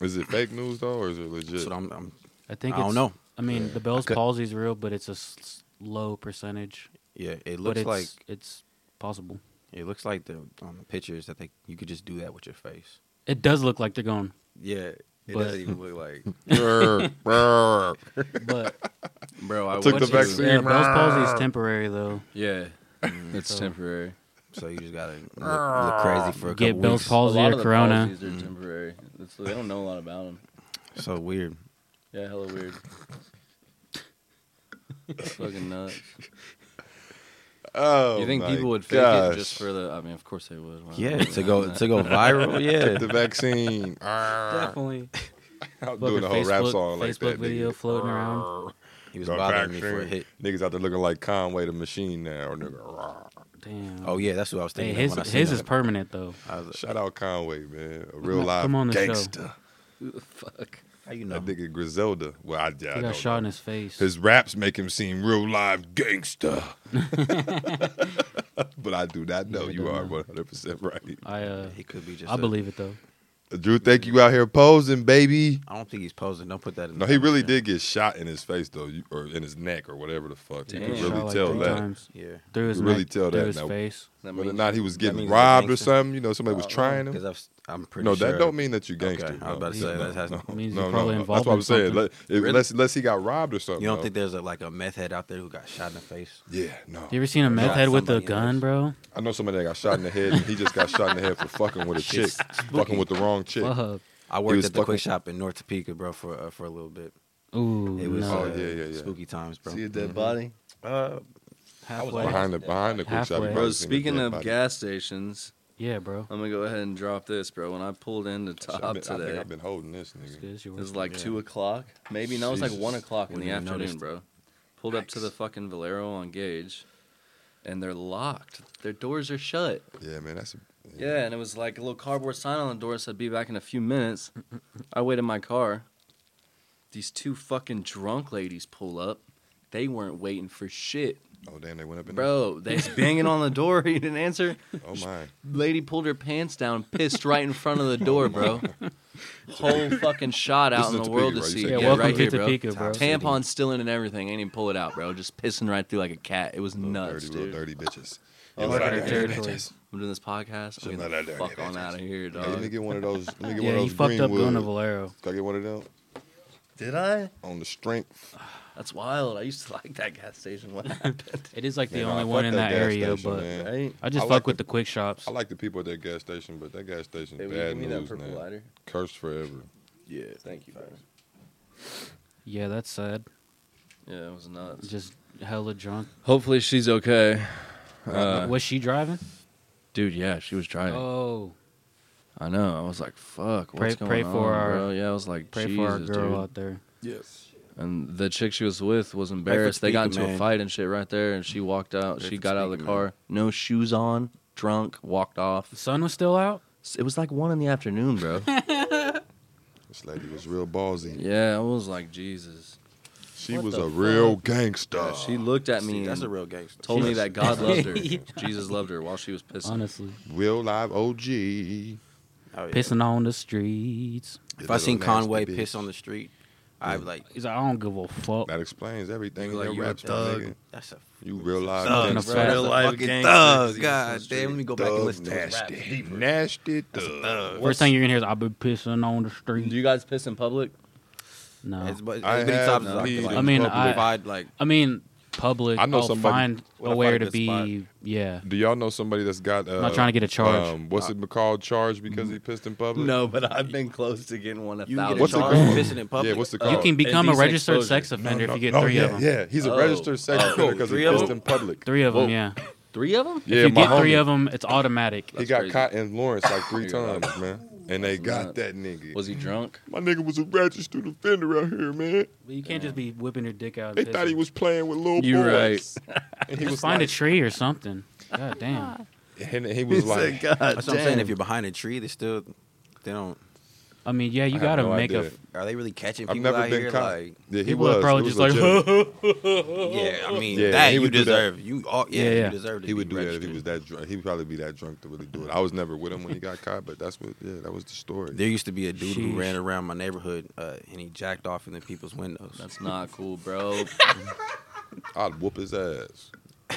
C: Is it fake news though, or is it legit?
D: That's what I'm. I'm
A: I think
D: I don't
A: it's-
D: know.
A: I mean, the Bell's
D: could-
A: palsy is real, but it's a s- s- low percentage.
D: yeah, it
A: but
D: looks
A: it's,
D: like
A: it's possible.
D: it looks like the on the pictures that they you could just do that with your face.
A: It does look like they're going,
D: Yeah, it
A: But-
D: doesn't even look like.
C: Brr, brr.
A: but
B: bro. I,
C: took
B: went
C: the
B: to-
C: vaccine.
A: yeah, Bell's palsy is temporary though.
B: Yeah, it's temporary.
D: So you just gotta look, look crazy for a
A: Get
D: couple
A: Bell's
D: weeks.
A: palsy or
B: the
A: corona.
B: palsies
C: Mm.
B: are temporary. It's, they don't know a lot about them.
D: So weird.
B: Yeah, hella weird. It's fucking nuts.
C: Oh,
B: you think
C: my
B: people would fake
C: gosh.
B: it just for the? I mean, of course they would. Why
D: Yeah,
B: would
D: to
B: they?
D: go to go viral.
C: the
D: Yeah,
C: vaccine? Arr.
A: Definitely.
C: I'm
A: Fucking
C: doing a whole
A: Facebook,
C: rap song like
A: Facebook
C: that.
A: video
C: nigga.
A: floating around.
C: Arr.
D: he was
C: The
D: bothering me for a
C: vaccine.
D: hit.
C: Niggas out there looking like Conway the Machine now. Nigga. Arr.
A: Damn.
D: Oh yeah, that's what I was
A: Hey,
D: thinking. of
A: his
D: when I seen
A: his
D: that.
A: is permanent though.
D: I was like,
C: Shout out Conway, man. A real
A: on-
C: live
A: come on the show.
C: gangster.
B: Who the fuck?
D: how you know?
C: That nigga Griselda. Well, I, yeah, I
A: He
C: don't
A: got shot in
C: know.
A: his face.
C: His raps make him seem real live gangster. but I do not know.
A: Yeah, I
C: You
A: don't
C: are
A: know.
C: 100% right.
A: I uh,
D: He could be just.
A: I
D: a-
A: believe it though.
C: Drew, think you out here posing, baby.
D: I don't think he's posing. Don't put that in.
C: No,
D: the
C: he really
D: caption.
C: did get shot in his face, though, you- or in his neck, or whatever the fuck. You
B: Damn.
C: could
B: Shot
C: really
A: Shot, like,
C: tell
A: three
C: that.
A: times
D: Yeah,
A: Through his
C: You really
A: neck,
C: tell
A: through
C: that
A: his
C: now.
A: face.
B: That
C: Whether or
B: means-
C: not he was
D: means
C: getting
D: he's a
C: robbed or
D: gangster.
C: something, you know, somebody was trying him.
D: because I've- I'm pretty
C: No,
D: sure.
C: that don't mean that you
D: Okay,
C: gangster.
D: I was about to
C: no.
D: say that has.
C: No,
A: means he's
C: no,
A: probably
C: no. That's
A: involved
C: what
A: in
C: I'm saying.
A: something.
C: Let- if- Unless, unless he got robbed or something.
D: You don't
C: though.
D: think there's a, like a meth head out there who got shot in the face?
C: Yeah, no.
A: You ever seen a meth
D: Shot
A: head with a
D: somebody in
A: gun,
D: the-
A: bro?
C: I know somebody that got shot in the head, and he just got shot in the head for fucking with a chick,
D: Shit's
C: fucking with the wrong chick.
A: Fuck.
D: I
C: was
D: worked at the
C: fucking-
D: quick shop in North Topeka, bro, for uh, for a little bit.
A: Ooh,
D: It was
A: no.
C: Oh,
D: uh,
C: yeah, yeah, yeah.
D: spooky times, bro. Mm-hmm.
B: See a dead body,
A: halfway.
C: Behind the behind the quick shot,
A: Halfway.
C: you
B: Uh, bro.
C: probably seen a
B: Speaking
C: dead
B: of
C: body.
B: gas stations,
A: Yeah, bro.
B: I'm gonna go ahead and drop this, bro. When I pulled into
C: Shit,
B: top
C: I've been, I
B: today,
C: think I've been holding this
A: It's
C: nigga.
A: good, it's your
B: It was
A: work.
B: like two o'clock, maybe. No, it was like
C: Jesus.
B: one o'clock in
D: Wouldn't
B: the
D: even
B: afternoon,
D: noticed.
B: bro. Pulled up to the fucking Valero on Gage, and they're locked. Their doors are shut.
C: Yeah, man, that's a,
B: Yeah, and it was like a little cardboard sign on the door that said "Be back in a few minutes." I wait in my car. These two fucking drunk ladies pull up. They weren't waiting for shit,
C: Oh damn, they went up in
B: bro. They was banging on the door. You didn't answer.
C: there? Oh my,
B: Lady pulled her pants down, pissed right in front of the door, bro. Whole fucking shot
C: This
B: out
C: is
B: in the
C: in
B: world to
C: Topeka, right?
B: see.
C: You
A: yeah,
C: said
B: Yeah,
A: welcome
B: right
A: to
B: here, bro.
A: Topeka, bro.
B: Tampon still in and everything. Ain't even pull it out, bro. Just pissing right through like a cat. It was
C: little
B: nuts,
C: dirty,
B: dude.
C: little dirty bitches.
B: Oh,
C: Little
B: sorry,
C: dirty
A: territory.
C: bitches.
B: I'm doing this podcast. I'm
C: Shouldn't
B: getting
C: let
B: the
C: that
B: fuck
C: dirty
B: on
C: bitches.
B: out of here,
C: Hey, let me
B: dog.
C: get one of those. Let me get one
A: Yeah,
C: of
A: he
C: those
A: fucked up going to
C: Greenwood.
A: Valero.
C: Can I get one of them
B: Did I?
C: on the strength?
B: That's wild. I used to like that gas station. What happened?
A: It is like the
C: Man,
A: only
C: I
A: one
C: fuck
A: in
C: that
A: that
C: gas
A: area,
C: station,
A: but
C: man.
B: Right?
A: I just
C: I
A: fuck
C: like
A: with the quick shops.
C: I like the people at that gas station, but that gas station
B: Hey, will you
C: bad
B: give me that
C: news
B: purple
C: now.
B: lighter?
C: Cursed forever.
B: Yeah. Thank you, bro.
A: yeah, that's sad.
B: Yeah, it was nuts.
A: Just hella drunk.
B: Hopefully she's okay. Uh,
A: was she driving?
B: Dude, yeah, she was driving.
A: Oh,
B: I know. I was like, fuck,
A: Pray-
B: what's going
A: pray
B: on,
A: for our-
B: bro? Yeah, I was like,
A: pray
B: Jesus,
A: for our girl
B: dude.
A: out there.
C: Yes.
B: And the chick she was with was embarrassed. They got
D: Speaker
B: into a
D: Man.
B: fight and shit right there, and she walked out.
D: Pray
B: she
D: for
B: got out of the
D: Speaker
B: car,
D: Man.
B: no shoes on, drunk, walked off.
A: The sun was still out.
B: It was like one in the afternoon, bro.
C: This lady was real ballsy.
B: yeah, I was like, Jesus.
C: She
B: What
C: was
B: the
C: a real
B: fuck?
C: gangster.
B: She looked at me
D: See, that's
B: and
D: a real gangster.
B: told me
A: Jesus.
B: that God loved her. Jesus loved her while she was pissing.
A: Honestly,
C: real live OG.
D: Oh, yeah.
A: pissing on the streets.
D: If I seen
C: Little nasty
D: Conway
C: bitch.
D: piss on the street, I'd be like,
A: He's like, I don't give a fuck.
C: that explains everything.
B: You
C: in
B: like
C: your
B: you a
C: rap,
B: thug.
C: nigga.
D: that's a
C: You real live
A: Thug,
C: gangster.
A: bro.
D: that's
A: Real
D: a
B: life
D: fucking
B: gangster.
D: thug.
B: See,
D: God
B: that's
D: damn, let me go back and listen to his rap.
C: nasty, nasty thug.
A: First thing you're gonna hear is I've been pissing on the street.
B: Do you guys piss in public?
A: no,
D: It's, but,
C: I
D: it's many
C: have
D: times as I
C: peed
D: can, like,
A: in I mean,
D: if
A: I-
D: I'd like,
A: I mean public.
C: I know
A: oh,
C: somebody-
A: find
F: What if I
A: aware to
F: get
A: be.
F: spot?
A: Yeah,
C: Do y'all know somebody that's got? Uh,
A: not trying to get a charge. Mm.
C: Um, what's it called? Charged because he pissed in public.
B: No, but I've been close to getting one a
D: You
B: thousand.
D: get
C: What's it
D: charged
C: called?
D: for pissing in public.
C: Yeah, what's the
B: Uh,
C: call?
A: you can become a
B: indecent
A: registered
B: exposure.
A: sex offender if you get
C: no,
A: three
C: yeah,
A: of them.
C: Yeah, he's a
B: Oh.
C: registered sex
B: Oh,
C: offender because he
D: three of
C: pissed
D: them?
C: in public.
A: Three of them.
B: Whoa.
A: Yeah.
B: Three of them?
C: Yeah,
A: if you
C: my
A: get three
C: homie.
A: of them, it's automatic.
C: He
B: That's
C: got
B: crazy.
C: caught in Lawrence like three times, man, and they
B: Nuts.
C: got that nigga.
B: Was he drunk?
C: My nigga was a registered offender out here, man.
A: But you can't just be whipping your dick out.
C: They
A: and
C: thought he
A: pissing.
C: was playing with little
B: You
C: boys. And he
A: Just
C: was
A: find
C: like,
A: a tree or something. God damn.
C: and he was like,
B: God
D: That's what I'm saying. If you're behind a tree, they still they don't.
A: I mean, yeah, you
C: have
A: gotta
C: no
A: make a.
C: idea.
A: f-
D: Are they really catching
C: I've
D: people
C: never
D: out
C: been
D: here?
C: caught.
D: Like,
C: yeah, he
A: people
C: was.
A: are probably
C: It was
A: just like,
C: legit.
D: yeah, I mean
C: Yeah,
D: that
C: he
D: you
C: would do that.
D: deserve. You all, yeah,
A: Yeah, yeah.
D: you deserve to
C: he
D: be
C: would do that if he
D: registered.
C: was that drunk. He would probably be that drunk to really do it. I was never with him when he got caught, but that's what. Yeah, that was the story.
D: There used to be a dude who
A: Sheesh.
D: ran around my neighborhood uh, and he jacked off in the people's windows.
B: That's not cool, bro.
C: I'd whoop his ass.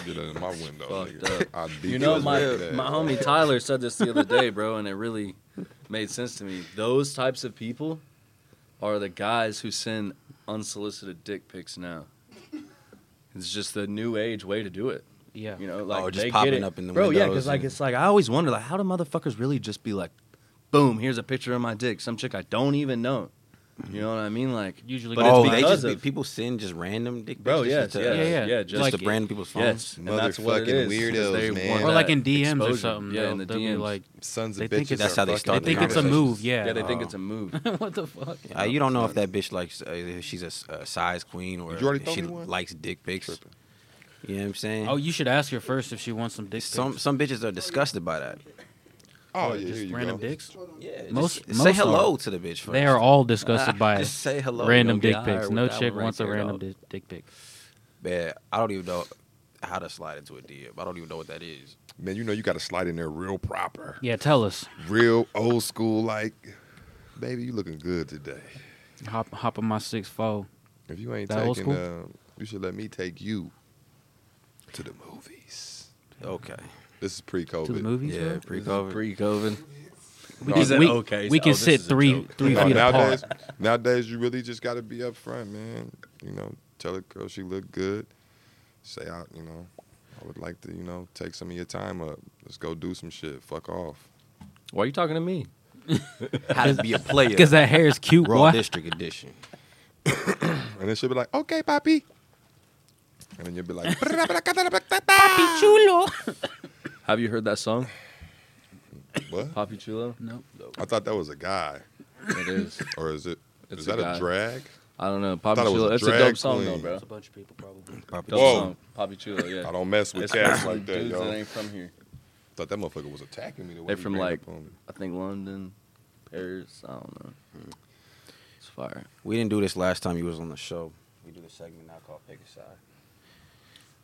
C: Get out of my window,
B: Fucked
C: nigga.
B: up.
C: I'd beat
B: you know,
C: his
B: my
C: ass.
B: my homie Tyler said this the other day, bro, and it really made sense to me. Those types of people are the guys who send unsolicited dick pics now. It's just the new age way to do it.
A: Yeah.
B: You know, like
D: Oh, just
B: they
D: popping
B: get it.
D: up in the
B: bro. Yeah,
D: windows
B: because like
D: and-
B: it's like I always wonder like how do motherfuckers really just be like, boom, here's a picture of my dick, some chick I don't even know. You know what I mean? Like
A: Usually
B: but
A: go-
B: it's
D: oh, they
B: because
D: just be-
B: of-
D: people send just random dick
B: Bro,
D: pictures
B: yes,
D: to
B: yes,
D: us.
A: Yeah, yeah.
B: yeah,
D: just
A: Like-
D: to brand people's phones.
B: Yes, and that's what it
C: Motherfucking
B: is. is
C: weirdos,
B: they
C: man.
B: want
A: Or like
B: that
A: in DMs or
B: exposure.
A: something.
B: Yeah,
A: they'll-
B: in the
A: they'll be
B: DMs.
A: like,
C: Sons of
A: They
C: bitches.
A: think it's-
D: That's how
C: are fucking
D: they
A: they
D: start the
A: think it's a
D: conversation.
A: move. Yeah. uh,
B: yeah, they think
D: Oh.
B: it's a move.
A: what the fuck? Oh,
D: Uh, you don't know if that bitch likes uh, if she's a s- a size queen or
C: Did you already
D: if
C: throw
D: she
C: me one?
D: likes dick pics.
C: Tripping.
D: You know what I'm saying?
A: Oh, you should ask her first if she wants some dick.
D: some
A: pics.
D: some bitches are disgusted by that.
C: Oh, yeah,
A: Just
C: here you
A: random
C: go.
A: dicks.
D: Yeah,
A: Most-
D: just say
A: most
D: hello
A: are.
D: to the bitch first.
A: They are all disgusted by
D: Just say hello.
A: random
D: You'll get
A: dick pics.
D: hired
A: No
D: with that
A: chick
D: one right
A: wants a
D: there,
A: random
D: dog.
A: di- dick pic.
D: Man, I don't even know how to slide into a DM. I don't even know what that is.
C: Man, you know you got to slide in there real proper,
A: Yeah, tell us.
C: real old school. Like, baby, you looking good today.
A: Hop, hop on my six four.
C: If you ain't
A: That old
C: taking,
A: school?
C: uh, you should let me take you to the movies.
D: Okay.
C: This is pre-COVID.
A: to the movies.
D: Yeah,
A: bro?
D: pre-COVID.
B: Pre-COVID.
A: We
C: No,
A: can,
C: Is it
A: we,
B: okay?
A: we
B: So-
A: can
B: oh, this
A: sit
B: is a
A: three
B: joke.
A: three
C: No,
A: feet
C: nowadays,
A: apart.
C: nowadays you really just got to be up front, man. You know, tell a girl she look good. Say out, you know, I would like to, you know, take some of your time up. Let's go do some shit. Fuck off.
B: Why are you talking to me?
D: How to be a player?
A: Because that hair is cute,
D: Raw
A: boy.
D: District Edition.
C: And then she'll be like, okay, papi. And then you'll be like,
B: Have you heard that song,
C: what?
B: Papi Chulo?
A: Nope.
C: I thought that was a guy,
B: It is.
C: or is it?
B: It's
C: Is
B: a
C: that a,
B: guy.
C: drag?
B: I don't know.
C: thought
B: Papi
C: it was
B: Chulo.
C: a
B: It's a
C: drag
B: dope song though,
C: queen.
B: bro.
A: It's a bunch of people probably.
D: Papi
B: Dope
C: Whoa.
B: song. Papi Chulo. Yeah.
C: I don't mess with
B: It's
C: cats
B: mostly
C: like that,
B: dudes
C: yo.
B: that ain't from here.
C: thought that motherfucker was attacking me. The way
B: They
C: he
B: from,
C: ran
B: like-
C: up on me.
B: I think London, Paris. I don't know. It's fire.
D: We didn't do this last time you was on the show. We do the segment now called Pick a Side.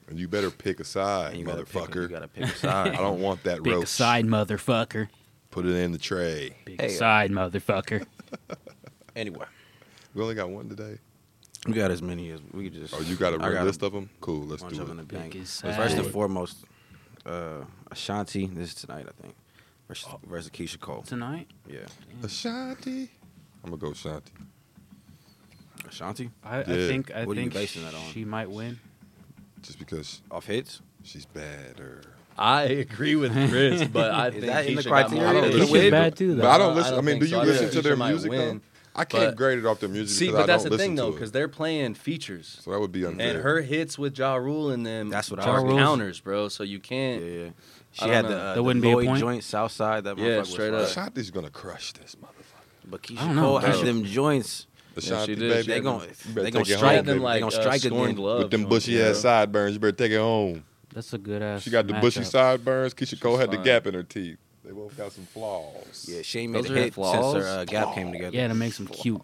C: And you better pick a side,
D: And you gotta pick a- you
C: motherfucker.
D: gotta pick a side.
C: I don't want that
A: Big
C: roast.
A: side motherfucker.
C: Put it in the tray.
A: Big
D: Hey, uh,
A: side motherfucker.
D: Anyway,
C: We only got one today.
D: we got as many as we could just.
C: Oh, you got a
D: I
C: real list
D: a
C: of them? Cool, let's
D: bunch
C: do
D: of 'em in
C: it.
D: the bank.
A: Pick a
D: First and
A: side.
D: foremost, uh, Ashanti. This is tonight, I think. Versus, versus Keisha Cole.
A: Tonight,
D: Yeah,
C: Ashanti. I'm gonna go Ashanti.
D: Ashanti
A: I, I
C: Yeah.
A: think I
D: What are you
A: think
D: basing that on?
A: she might win.
C: Just because
D: off hits.
C: she's better.
B: I agree with Chris, but I
D: Is
B: think
D: that in the
B: Keisha got
D: criteria?
B: more- I don't
A: Keisha's
D: Is
B: listen to
D: win?
B: it.
A: bad too, though.
C: But I don't
B: I
C: listen. I,
B: don't
C: mean,
B: think
C: do you
B: so. I
C: listen
B: think
C: to their
B: Keisha might
C: music? Though?
B: win,
C: I can't
B: but-
C: grade it off their music.
B: See,
C: 'cause
B: but
C: I
B: that's
C: don't
B: the
C: listen
B: thing
C: to
B: though,
C: it.
B: because they're playing features,
C: so that would be unfair.
B: and her hits with Ja Rule and them.
D: That's what I
B: are
A: was thinking.
B: counters, bro. So you
D: Yeah,
B: can't.
D: yeah.
B: I
D: She
B: don't
D: had
B: know.
D: the, uh,
A: That
D: the
A: wount be a
D: Lloyd
A: point?
D: joint Southside. That
B: Yeah,
D: motherfucker was
B: straight
D: fire.
B: up.
C: Ashanti's gonna crush this motherfucker.
D: But
A: I don't
D: Keisha
A: know,
D: Cole has
A: bro.
D: them joints.
C: Ashanti,
B: did.
C: baby,
D: They gon'
B: You
D: they gon'
C: take it
B: She had
D: strike
C: home,
D: them
C: baby.
D: like
B: uh,
D: gonna strike it
B: scorn
D: then.
B: gloves
C: with them
B: on,
C: bushy
B: you
C: ass
B: know?
C: sideburns. You better take it home.
A: That's a good ass.
C: She got the bushy
A: matchup.
C: sideburns. Keisha Cole had the
B: fine.
C: gap in her teeth. They both got some flaws.
D: Yeah, she ain't made
B: Those
D: a
B: are her
D: hit since
B: flaws?
D: her uh, Gap came together.
A: Yeah, to make some cute,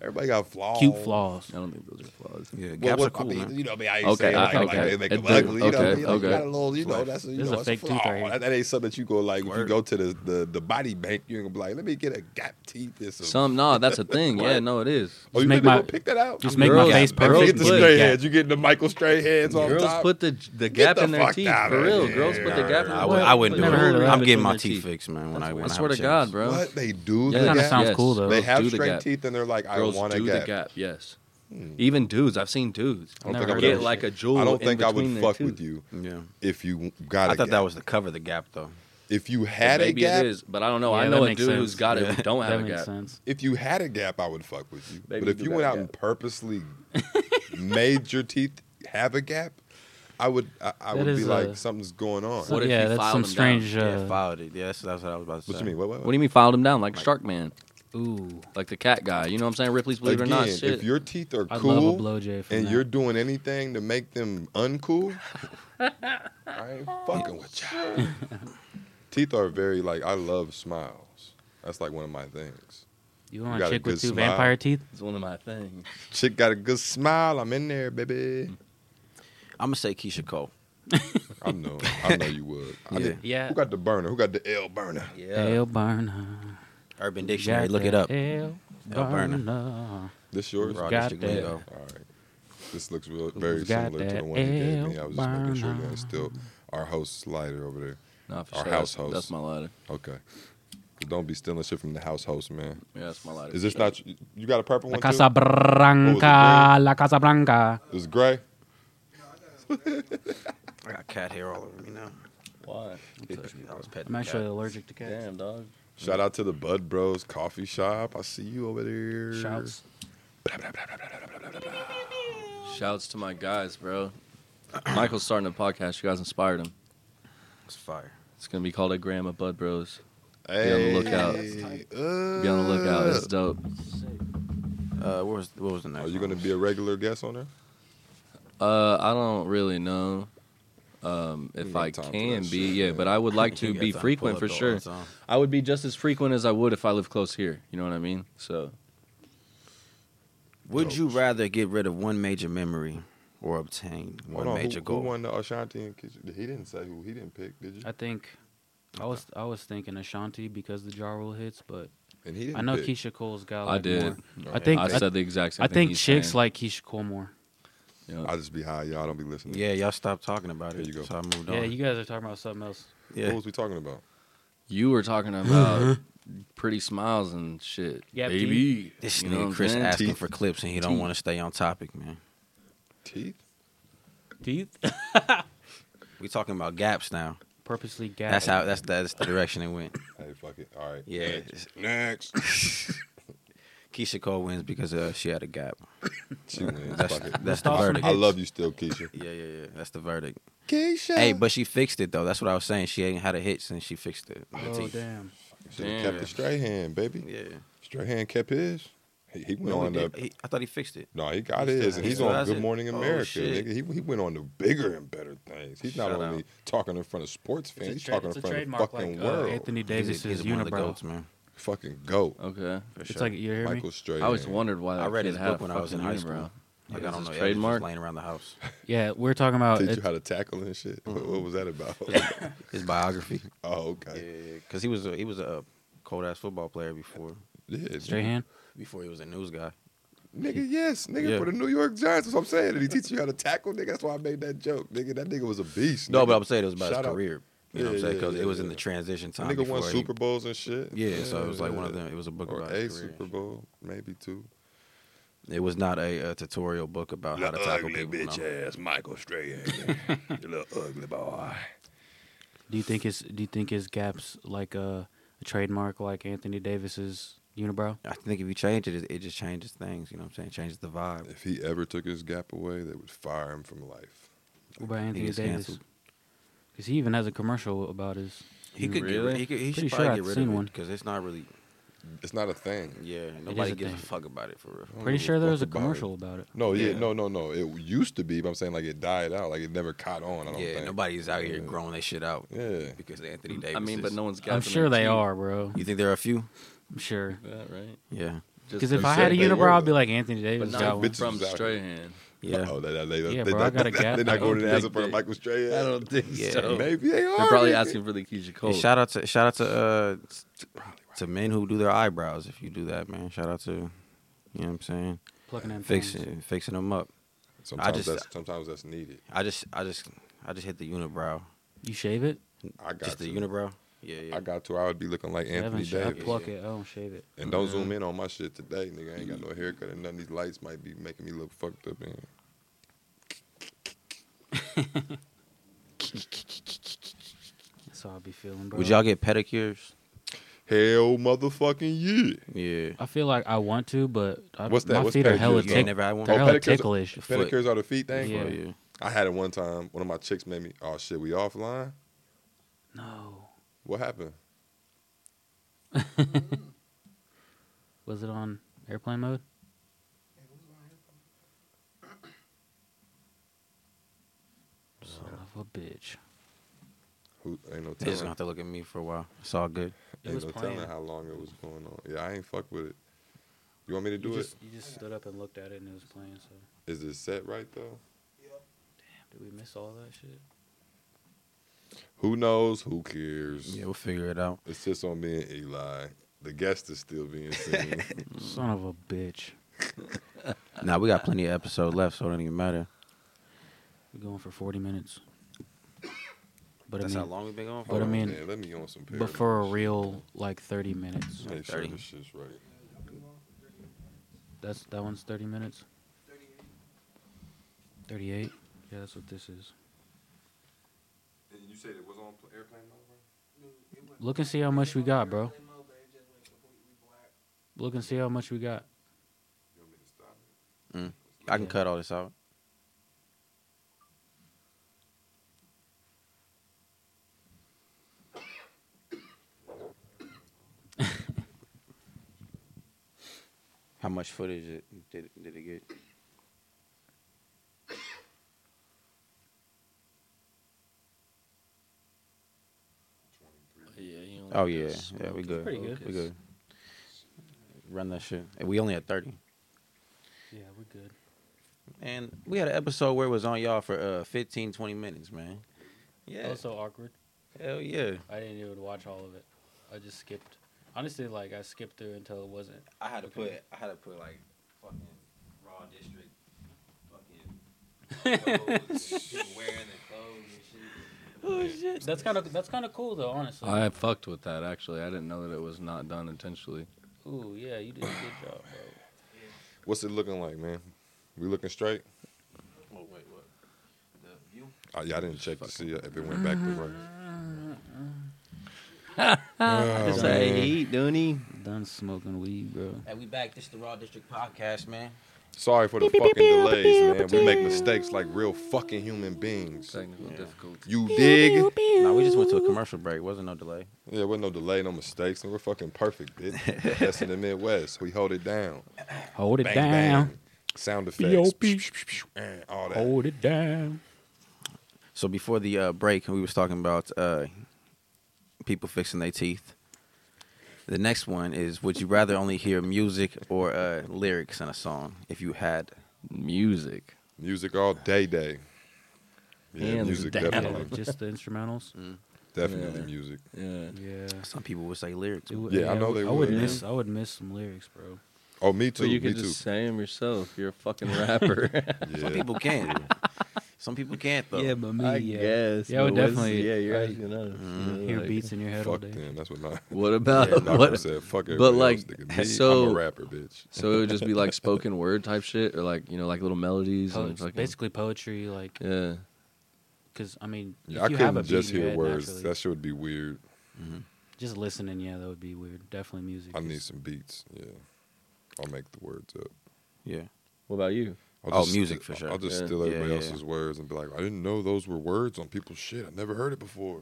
C: Everybody got
B: Oh.
C: flaws.
A: cute flaws.
B: I don't think those are flaws.
D: yeah,
C: Well,
D: Gaps
C: what,
D: are cool,
C: I mean,
D: man.
C: you know, I mean, I ain't
B: Okay,
C: saying like,
B: okay,
C: like
B: okay.
C: they make them
B: It did-
C: ugly. You know, what I
B: okay,
C: mean? like, you
B: okay.
C: got a little, you know, that's a, you
A: This is
C: know,
A: a
C: it's
A: fake tooth
C: flaw.
A: right here.
C: That ain't something that you go like. If you
D: Word.
C: go to the, the the body bank, you're gonna be like, let me get a gap teeth. Or some.
B: Some no, that's a thing. Yeah, no, it is.
C: oh, you
A: Just make
C: think they
A: my-
C: gonna pick that out?
A: Just make my
B: Girls-
A: face
B: If
C: Don't
A: perfect.
C: get
A: and
C: the
A: give me a
C: straight
A: gap.
C: heads. You getting the Michael straight heads on
B: Girls
C: top.
B: put the the gap
C: the
B: in their
C: fuck
B: teeth
C: outta
B: for real.
C: here.
B: Girls put the gap in their
D: I
B: teeth.
D: would, I wouldn't
A: Never
D: do
A: heard of
D: it.
A: that.
D: I'm
B: Between
D: getting my
B: their
D: teeth fixed, man. When I when
B: I
D: I
B: swear
D: have a
B: to God,
D: chance.
B: bro.
C: What they
B: Yeah,
C: do? The
A: That kinda
C: gap.
A: sounds
B: yes.
A: cool though.
C: They have
B: do the
C: straight
B: gap.
C: teeth and they're like, I
B: Girls
C: want a
B: do the
C: gap.
B: gap. Yes. Even dudes, I've seen dudes
C: I don't
A: Never heard
C: think I would
A: of
B: get
A: that
C: ever,
B: like a jewel.
C: I don't
B: in
C: think I would
B: between their
C: fuck
B: tooth.
C: with you
D: Yeah.
C: if you got.
D: I
C: a
D: thought that
C: gap.
D: was to cover the gap though.
C: if you had a
B: Maybe
C: gap.
B: it is, but I don't know.
A: Yeah,
B: I
A: that
B: know a
A: makes
B: dude who's
A: sense.
B: got it
D: Yeah.
B: who don't
A: That
B: have a
A: makes
B: gap.
A: sense.
C: If you had a gap, I would fuck with you.
B: Maybe
C: but if
B: you
C: you
B: got
C: went
B: a
C: out
B: gap.
C: and purposely made your teeth have a gap, I would. I, I
A: That
C: would be
A: is a-
C: like something's going on.
A: So-
B: What if
A: yeah,
B: you
A: that's
B: filed
A: some
B: them
A: strange. Uh,
D: yeah, filed it. Yeah, that's, that's what I was about to
C: what
D: say.
C: you mean? What, what,
B: What do you mean filed him down like Shark Man,
A: ooh,
B: like the cat guy? You know what I'm saying? Ripley's Believe
C: Again,
B: It or Not.
C: if
B: Shit.
C: your teeth are
A: I love a
C: cool
A: blowjay. from
C: and
A: that.
C: you're doing anything to make them uncool, I ain't fucking with you. teeth are very like I love smiles. That's like one of my things.
A: you want
C: got
A: a
C: a
A: chick with
C: good
A: two
C: smile.
A: vampire teeth?
B: It's one of my things.
C: Chick got a good smile. I'm in there, baby.
D: I'm gonna say Keisha Cole.
C: I know. I know you would. I
D: Yeah.
C: did-
A: Yeah.
C: Who got the burner? Who got the L burner?
A: Dale Burner.
D: Urban Dictionary.
A: Got
D: Look it
A: that
D: up.
A: Dale
D: Dale Burner.
A: Burner.
C: This yours?
D: Raw
A: got
D: District
A: that.
D: lingo.
C: All right. This looks real, very
A: Who's got
C: similar to
A: that
C: the one he gave me.
A: L
C: I was just making sure you
A: burner?
C: guys still our host slider over there.
B: Nah, for
C: Our
B: sure.
C: house
B: that's,
C: host.
B: That's my lighter.
C: Okay. 'Cause Don't be stealing shit from the house host, man.
B: Yeah, that's my lighter.
C: Is this not you you got a purple
A: La
C: one?
A: Casa
C: Too?
A: Branca. La Casa Branca.
C: It's gray.
D: I got cat hair all over me now.
B: Why?
D: I was petting
A: I'm
D: the
A: actually
D: cat.
A: allergic to cats.
B: Damn, dog.
C: Shout out to the Bud Bros Coffee Shop. I see you over there.
A: Shouts.
B: Shouts to my guys, bro. Michael's starting a podcast. You guys inspired him.
D: It's fire.
B: It's gonna be called a Gram of Bud Bros.
C: Hey.
B: Be on the
C: lookout.
B: Be on the lookout. It's dope.
D: Uh, what was what was the next?
C: Are you
D: one?
C: Oh, gonna be a regular guest on there?
B: Uh, I don't really know um,
C: ain't
B: if
C: got
B: I
C: time for
B: can
C: that
B: be.
C: shit,
B: yeah,
C: man.
B: but I would like to
D: You
B: be
D: got
B: frequent
D: pull
B: for
D: up all
B: sure.
D: the time.
B: I would be just as frequent as I would if I lived close here. You know what I mean? So
D: Would you rather get rid of one major memory or obtain one
C: Hold on,
D: major
C: who,
D: goal?
C: Who won the Ashanti and Kitchen? He didn't say who he didn't pick, did you?
A: I think I was I was thinking Ashanti because the jar rule hits, but
C: and he didn't
A: I know
C: pick.
A: Keisha Cole's got.
B: I
A: Like
B: did.
A: More. I think I,
B: I said the exact same
A: I
B: thing.
A: think
B: he's
A: chicks
B: saying.
A: like Keisha Cole more.
B: Yeah.
C: I just be high, y'all don't be listening.
D: Yeah, y'all stopped talking about it.
C: There you go.
D: So I moved on.
A: Yeah, you guys are talking about something else.
D: yeah.
C: What was we talking about?
B: You were talking
D: Uh-huh.
B: about pretty smiles and shit.
A: Yeah,
B: baby.
D: This
B: You know what
D: nigga
B: I'm
D: Chris
B: saying?
D: asking
C: Teeth.
D: for clips and he don't want to stay on topic, man.
C: Teeth?
A: Teeth
D: We talking about gaps now.
A: purposely gap.
D: That's how. That's that's the direction it went.
C: Hey, fuck it. All right.
D: Yeah.
C: Next.
D: Keisha Cole wins because uh, she had a gap.
C: She wins.
D: That's
C: Fuck it.
D: that's the
A: Awesome.
D: verdict.
C: I love you still, Keisha.
D: Yeah, yeah, yeah. That's the verdict.
C: Keisha.
D: Hey, but she fixed it though. That's what I was saying. She ain't had a hit since she fixed it. The
A: Oh
D: teeth.
A: damn!
C: Should have kept the straight hand, baby.
D: Yeah.
C: Straight hand kept his. He, he went
D: No, he
C: on the.
D: did- he- I thought he fixed it.
C: no, he got
D: he still
C: his,
D: has
C: and
D: it.
C: he's
D: Still
C: on
D: has
C: Good
D: it.
C: Morning
D: Oh,
C: America.
D: shit.
C: nigga. He, he went on to bigger and better things. He's not
D: Shut
C: only
D: up.
C: talking in front of sports fans, he's talking in front of the fucking
A: like uh,
C: world.
A: Anthony
D: He's a-
A: Davis
D: he's
A: is
D: one of the
A: unibrow.
D: goats, man.
C: Fucking go.
B: Okay.
D: For
A: It's
D: sure.
A: like you hear me?
C: Michael Straight.
B: I always
C: hand.
B: wondered why.
D: I
B: that
D: read
B: kid
D: his
B: had a
D: book when I was in
B: fucking unibrow.
D: high school. Like
B: Yeah,
D: I
B: it's
D: don't know.
B: a
D: y'all was
B: trademark.
D: Just laying around the house.
A: Yeah, we're talking about.
C: Teach you
A: it-
C: how to tackle and shit. What,
D: Mm-hmm.
C: what was that about?
D: His biography.
C: oh,
D: Yeah,
C: okay.
D: because he was a, he was a cold ass football player before
C: Yeah,
A: Straight hand.
D: before he was a news guy.
C: Nigga, yes, nigga,
D: Yeah.
C: for the New York Giants. That's what I'm saying. Did he teach you how to tackle, nigga? That's why I made that joke, nigga. That nigga was a beast.
D: No,
C: nigga.
D: but I'm saying it was about
C: Shout
D: his
C: out.
D: career. You know what I'm
C: Yeah,
D: saying?
C: yeah,
D: Because
C: yeah,
D: it was in
C: yeah.
D: the transition
C: The
D: time.
C: nigga won
D: before he-
C: Super Bowls and shit.
D: Yeah, so it was like one of them. It was a book
C: Or
D: about
C: a
D: his career.
C: Super Bowl, maybe two.
D: It was not a, uh tutorial book about how to tackle people. no.
C: ass Michael Strahan, you little ugly boy.
A: Do you think it's Do you think his gaps like a, a trademark like Anthony Davis's unibrow?
D: I think if you change it, it, it just changes things. You know what I'm saying? Changes the vibe.
C: If he ever took his gap away, they would fire him from life.
A: What about Anthony
D: gets
A: Davis?
D: canceled.
A: Because he even has a commercial about his.
D: He
A: uni-
D: could get rid. He, could, he
A: Pretty
D: should
A: sure
D: probably
A: I've
D: get rid
A: seen
D: of
A: one.
D: one because it's not really.
C: It's not a thing.
D: Yeah, nobody
A: a
D: gives
A: thing.
D: a fuck about it for real.
C: I don't
A: Pretty
C: give a
A: sure there
C: fuck
A: was a
C: about it.
A: commercial about it.
C: No, yeah,
D: Yeah.
C: no, no, no. It used to be, but I'm saying like it died out. Like it never caught on. I don't
D: Yeah,
C: think.
D: nobody's out here
C: Yeah.
D: growing that shit out.
C: Yeah.
D: because Anthony Davis.
B: I mean, but
D: is-
B: no one's got.
A: I'm sure they are, bro.
D: You think there are a few?
A: I'm sure.
B: That, right?
D: Yeah,
B: Just
A: Because
B: the-
A: if I
C: said
A: had a
C: they were,
A: unibrow, I'd
C: though.
A: be like Anthony Davis
B: but
A: got
B: not
A: one.
C: bitches
B: from
C: was out
B: straight hand.
D: yeah.
C: Oh, they, they, they,
A: Yeah,
C: they,
A: bro, I got a gap.
C: They're
A: I
C: not going
A: don't
C: to answer
B: think
C: for
B: they-
C: Michael Strahan.
B: I don't think
D: Yeah.
B: so.
C: Maybe they are.
B: They're probably
C: nigga.
B: asking for the Keisha Cole.
D: And shout out to shout out to uh to men who do their eyebrows. If you do that, man, shout out to you know what I'm saying.
A: Plucking them things.
D: Fixing fixing them up.
C: Sometimes
D: just-
C: that's sometimes that's needed.
D: I just I just I just hit the unibrow.
A: You shave it?
C: I got
D: Just the
C: you.
D: unibrow. Yeah, yeah.
C: I got to, I would be looking like
A: Anthony
C: Anthony
A: I
C: Davis.
A: pluck it. I don't shave it.
C: And don't zoom in on my shit today, nigga. I ain't got no haircut and none of these lights might be making me look fucked up in.
A: That's how I be feeling, bro.
D: Would y'all get pedicures?
C: Hell motherfucking yeah.
D: Yeah.
A: I feel like I want to, but I,
C: What's that?
A: my
C: What's
A: feet are
C: pedicures,
A: hella
C: though?
D: You
A: tick-
D: ain't never had one?
A: they're
C: Oh,
A: hella
C: pedicures are-
A: ticklish.
D: Foot.
C: Pedicures are the feet thing?
A: Yeah.
D: Oh, yeah.
C: I had it one time. One of my chicks made me, oh shit, we offline?
A: No.
C: What happened?
A: Was it on airplane mode? Son
D: Oh.
A: of a bitch.
C: Who ain't no
D: They just gonna
C: telling.
D: have to look at me for a while. It's all good.
A: It was
C: Ain't no telling
A: playing.
C: how long it was going on. Yeah, I ain't fuck with it. You want me to do
A: You
C: it? Is
A: just, you just stood up and looked at it and it was playing. So
C: it set right though?
A: did we miss all that shit?
C: Who knows? Who cares?
D: Yeah, we'll figure it out.
C: It's just on me and Eli. The guest is still being seen.
A: Son of a bitch.
D: Nah, we got plenty of episode left, so it don't even matter.
A: We're going for forty minutes. But
D: That's
A: I
D: how
A: mean,
D: long we've been going for.
A: But I
C: Hold on,
A: mean,
C: man, let me on some.
A: but for a real like thirty minutes.
C: Make sure
D: 30.
C: this shit's right.
A: That's that one's thirty minutes. Thirty-eight. Yeah, that's what this is.
C: And you said it was on airplane mode.
A: Look and see how much we got, bro. Look and see how much we got.
D: I can cut all this out. How much footage it, did it- did it get?
B: Yeah, you know,
D: Oh yeah, yeah, we good.
A: pretty good.
D: We good. Run that shit. And we only at thirty,
A: Yeah, we're good.
D: and we had an episode where it was on y'all for uh 15, 20 minutes, man.
A: That
D: Yeah,
A: was Oh, so awkward.
D: hell yeah.
A: I didn't even watch all of it. I just skipped. Honestly, like I skipped through until it wasn't.
D: I had to
A: Okay.
D: put I had to put like fucking raw district fucking clothes and people wearing their clothes and shit.
A: Oh shit! That's kind of that's kind of cool though, honestly.
B: I fucked with that actually. I didn't know that it was not done intentionally.
A: Ooh, yeah, you did a good job, bro.
C: What's it looking like, man? We looking straight?
D: Oh wait, what? The view?
C: Oh, yeah, I didn't check to see if it went back to right. Ah,
B: It's like, he eat, don't he?
A: Done smoking weed, bro.
D: Hey, we back. This is the Raw District podcast, man.
C: Sorry for the fucking delays, man. We make mistakes like real fucking human beings.
B: Technical difficulty.
C: You dig?
D: No, we just went to a commercial break. Wasn't no delay.
C: Yeah, with no delay, no mistakes, and we're fucking perfect, bitch. That's in the Midwest. We hold it down.
A: Hold it
C: Bang
A: down.
C: bang. Sound effects.
A: B.O.P..
C: and All that.
A: Hold it down.
D: So before the uh, break, we was talking about uh, people fixing their teeth. The next one is: Would you rather only hear music or uh, lyrics in a song if you had?
B: Music.
C: Music all day, day. Yeah,
B: Hands
C: music
B: down.
C: definitely,
A: just the instrumentals.
C: definitely
B: Yeah.
C: music.
B: Yeah.
A: Yeah.
D: Some people would say lyrics.
A: It would-
C: Yeah, I know
A: would-
C: they
A: I
C: would,
A: would
C: yeah.
A: miss. I would miss some lyrics, bro.
C: Oh, me too.
B: Well, you
C: me
B: could
C: too.
B: just say 'em yourself. You're a fucking rapper.
C: yeah.
D: Some people can't. Some people can't though.
A: but
B: I guess.
A: Yeah, I would
B: but what's-
A: definitely-
B: Yeah, you're
A: I
B: asking us. you know,
A: Hear
B: like,
A: beats in your head all
C: Fuck
A: day.
C: them. That's what not.
B: What about
C: Malcolm
B: what?
C: said. Fuck
B: but,
C: everybody
B: like,
C: else, nigga. Me, I'm
B: so-
C: a rapper, bitch.
B: So it would just be like spoken word type shit, or like you know, like little melodies
A: Po-
B: and fucking,
A: basically poetry, like
B: yeah.
A: because I mean,
C: Yeah, I
A: if you have a
C: couldn't
A: beat
C: just
A: in your
C: hear
A: head
C: words.
A: naturally,
C: That shit would be weird.
A: just listening, yeah, that would be weird. Definitely music.
C: I
A: is-
C: need some beats. Yeah, I'll make the words up.
D: Yeah.
B: What about you?
C: I'll
D: Oh, music for sure.
C: I'll just
B: Yeah.
C: steal
D: Yeah,
C: everybody
D: yeah,
C: else's words and be like, I didn't know those were words on people's shit. I never heard it before.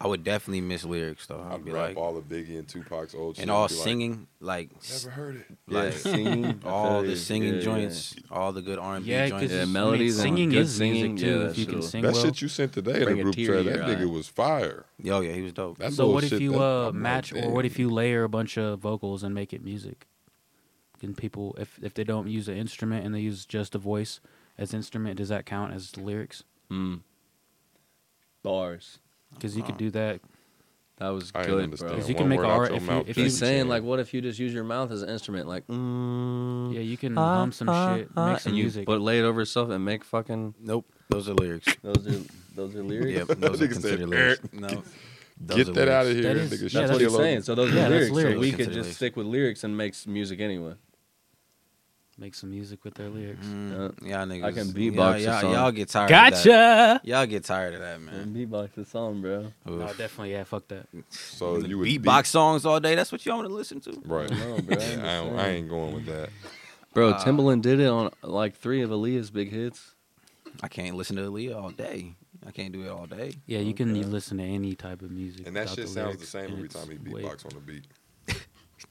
D: I would definitely miss lyrics though. I'd
C: I'd
D: be
C: rap
D: like,
C: all of Biggie and Tupac's old shit
D: and all
C: be like,
D: singing, like, s-
C: Never heard it.
D: like
B: singing,
D: all the
B: Yeah,
D: singing
B: yeah.
D: joints, all the good R and B
A: Yeah,
D: joints.
A: because
B: Yeah,
A: yeah,
B: melodies
A: I
B: and
A: mean, singing
B: good
A: is
B: singing,
A: music
B: yeah,
A: too.
B: that
A: if you can
B: shit'll-
A: sing
C: that
A: well,
C: shit you sent today in the
B: Bring a
C: group
B: tear to
C: chat,
B: your
C: that nigga
B: eye.
C: was fire.
D: Yo, Oh, yeah, he was dope.
C: That
A: so
C: little
A: what if
C: shit,
A: you
C: that-
A: uh,
C: I'm like,
A: match, or what
C: damn.
A: if you layer a bunch of vocals and make it music? Then people, if if they don't use an instrument and they use just a voice as instrument, does that count as lyrics?
B: Mm. Bars.
A: Because you could
C: Uh-huh.
A: do that.
B: That was
C: I ain't
B: good,
C: understand
B: bro.
A: Because you
C: one
A: can make
C: word
A: a
C: out
A: art
C: your
A: if you-
C: mouth,
A: if
C: bitch.
A: you-
B: He's saying like, what if you just use your mouth as an instrument, like, mm,
A: Yeah, you can
B: ah,
A: hum some
B: ah,
A: shit,
B: ah,
A: make some
B: and you
A: music.
B: but lay it over yourself and make fucking
D: Nope, those are lyrics.
B: those are those are lyrics.
D: yeah, those are
C: Nigga said,
D: considered lyrics. No, Those
C: Get
D: are
C: that out of
D: lyrics.
C: here,
A: That is-
C: nigga.
A: yeah,
C: Shut
B: That's
A: that's
B: what
C: your
B: he's
C: little-
B: saying. So those
A: Yeah,
B: are
A: that's
B: lyrics. So we
A: lyrics.
B: could just stick with lyrics and make s- music anyway.
A: Make some music with their lyrics.
D: Mm, y'all niggas.
B: I can
D: y'all-
B: beatbox a
D: Y'all,
B: song.
D: y'all get tired. Of that.
A: Gotcha.
D: Y'all get tired of that, man.
B: Beatbox the song, bro.
A: No,
D: Oof.
A: definitely. Yeah, fuck that.
C: Mm,
D: Oh,
C: So you would
D: beatbox songs all day. That's what y'all want to listen to.
C: beat- right?
B: No, bro, I
C: Yeah, I, don't- I ain't going with that.
B: Bro,
D: Uh,
B: Timbaland did it on like three of Aaliyah's big hits.
D: I can't listen to Aaliyah all day. I can't do it all day.
A: Yeah, you can
B: Okay.
A: listen to any type of music.
C: And that
A: without
C: shit
A: the
C: sounds the
A: lyrics,
C: same
A: and
C: every
A: it's
C: time he
A: way-
C: beatbox on the beat.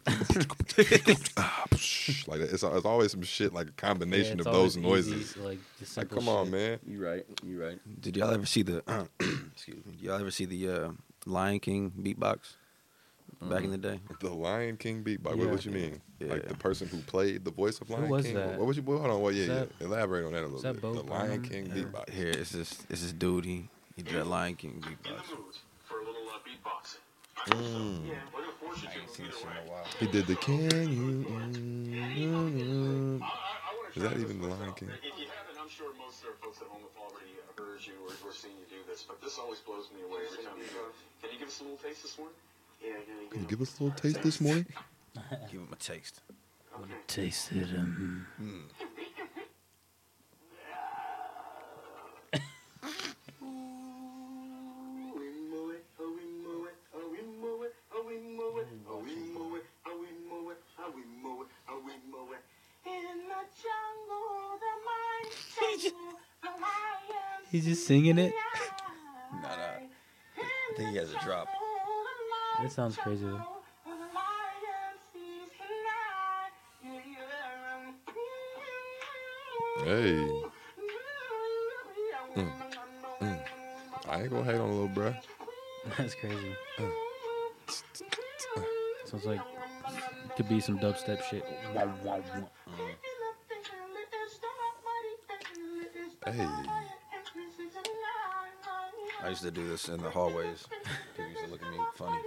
C: like that. It's, it's always some shit like a
A: Yeah,
C: combination
A: it's
C: of those
A: always easy,
C: noises.
A: Like, the
C: Like,
A: simple
C: come on,
A: shit.
C: man.
B: You right. You right.
D: Did y'all ever see the? excuse me. Y'all ever see the uh, Lion King beatbox back in the day?
C: The Lion King beatbox. What,
A: Yeah.
C: what you mean? Like
D: Yeah.
C: the person who played the voice of Lion
A: was
C: King?
A: that?
C: What was you? Well, hold on. Well, yeah,
A: Was
C: yeah.
A: that-
C: Elaborate on that a little
A: was that
C: bit.
A: Bo
C: the Lion
A: Burnham?
C: King
A: Or-
C: beatbox.
D: Here, it's this. It's this dude. He he did a Lion King
F: in the
D: beatbox.
F: mood for a little uh, beatboxing. I hope
C: Mm.
F: so. We're gonna force you
D: I
F: to
D: ain't seen this shit
F: either way.
D: in a while.
C: He did the Can you? mm, mm,
F: I,
C: mm.
F: I, I wanna
C: Is
F: try
C: that
F: this
C: even the
F: myself.
C: Lion King?
F: If you haven't, I'm sure most of our folks at home have already uh, heard you or, or seen you do this, but this always blows me away every time you do it. Can you give us a little taste this morning? Yeah,
C: Can you give us a little taste this morning?
D: Give him a taste.
A: Taste it. Um, he's just singing it.
D: Nah, nah. I think he has a drop.
A: That sounds crazy. though.
C: Hey. Mm. I ain't gonna hate on little bruh.
A: That's crazy. Sounds like could be some dubstep shit.
C: Mm. Hey.
D: I used to do this in the hallways. People used to look at me funny.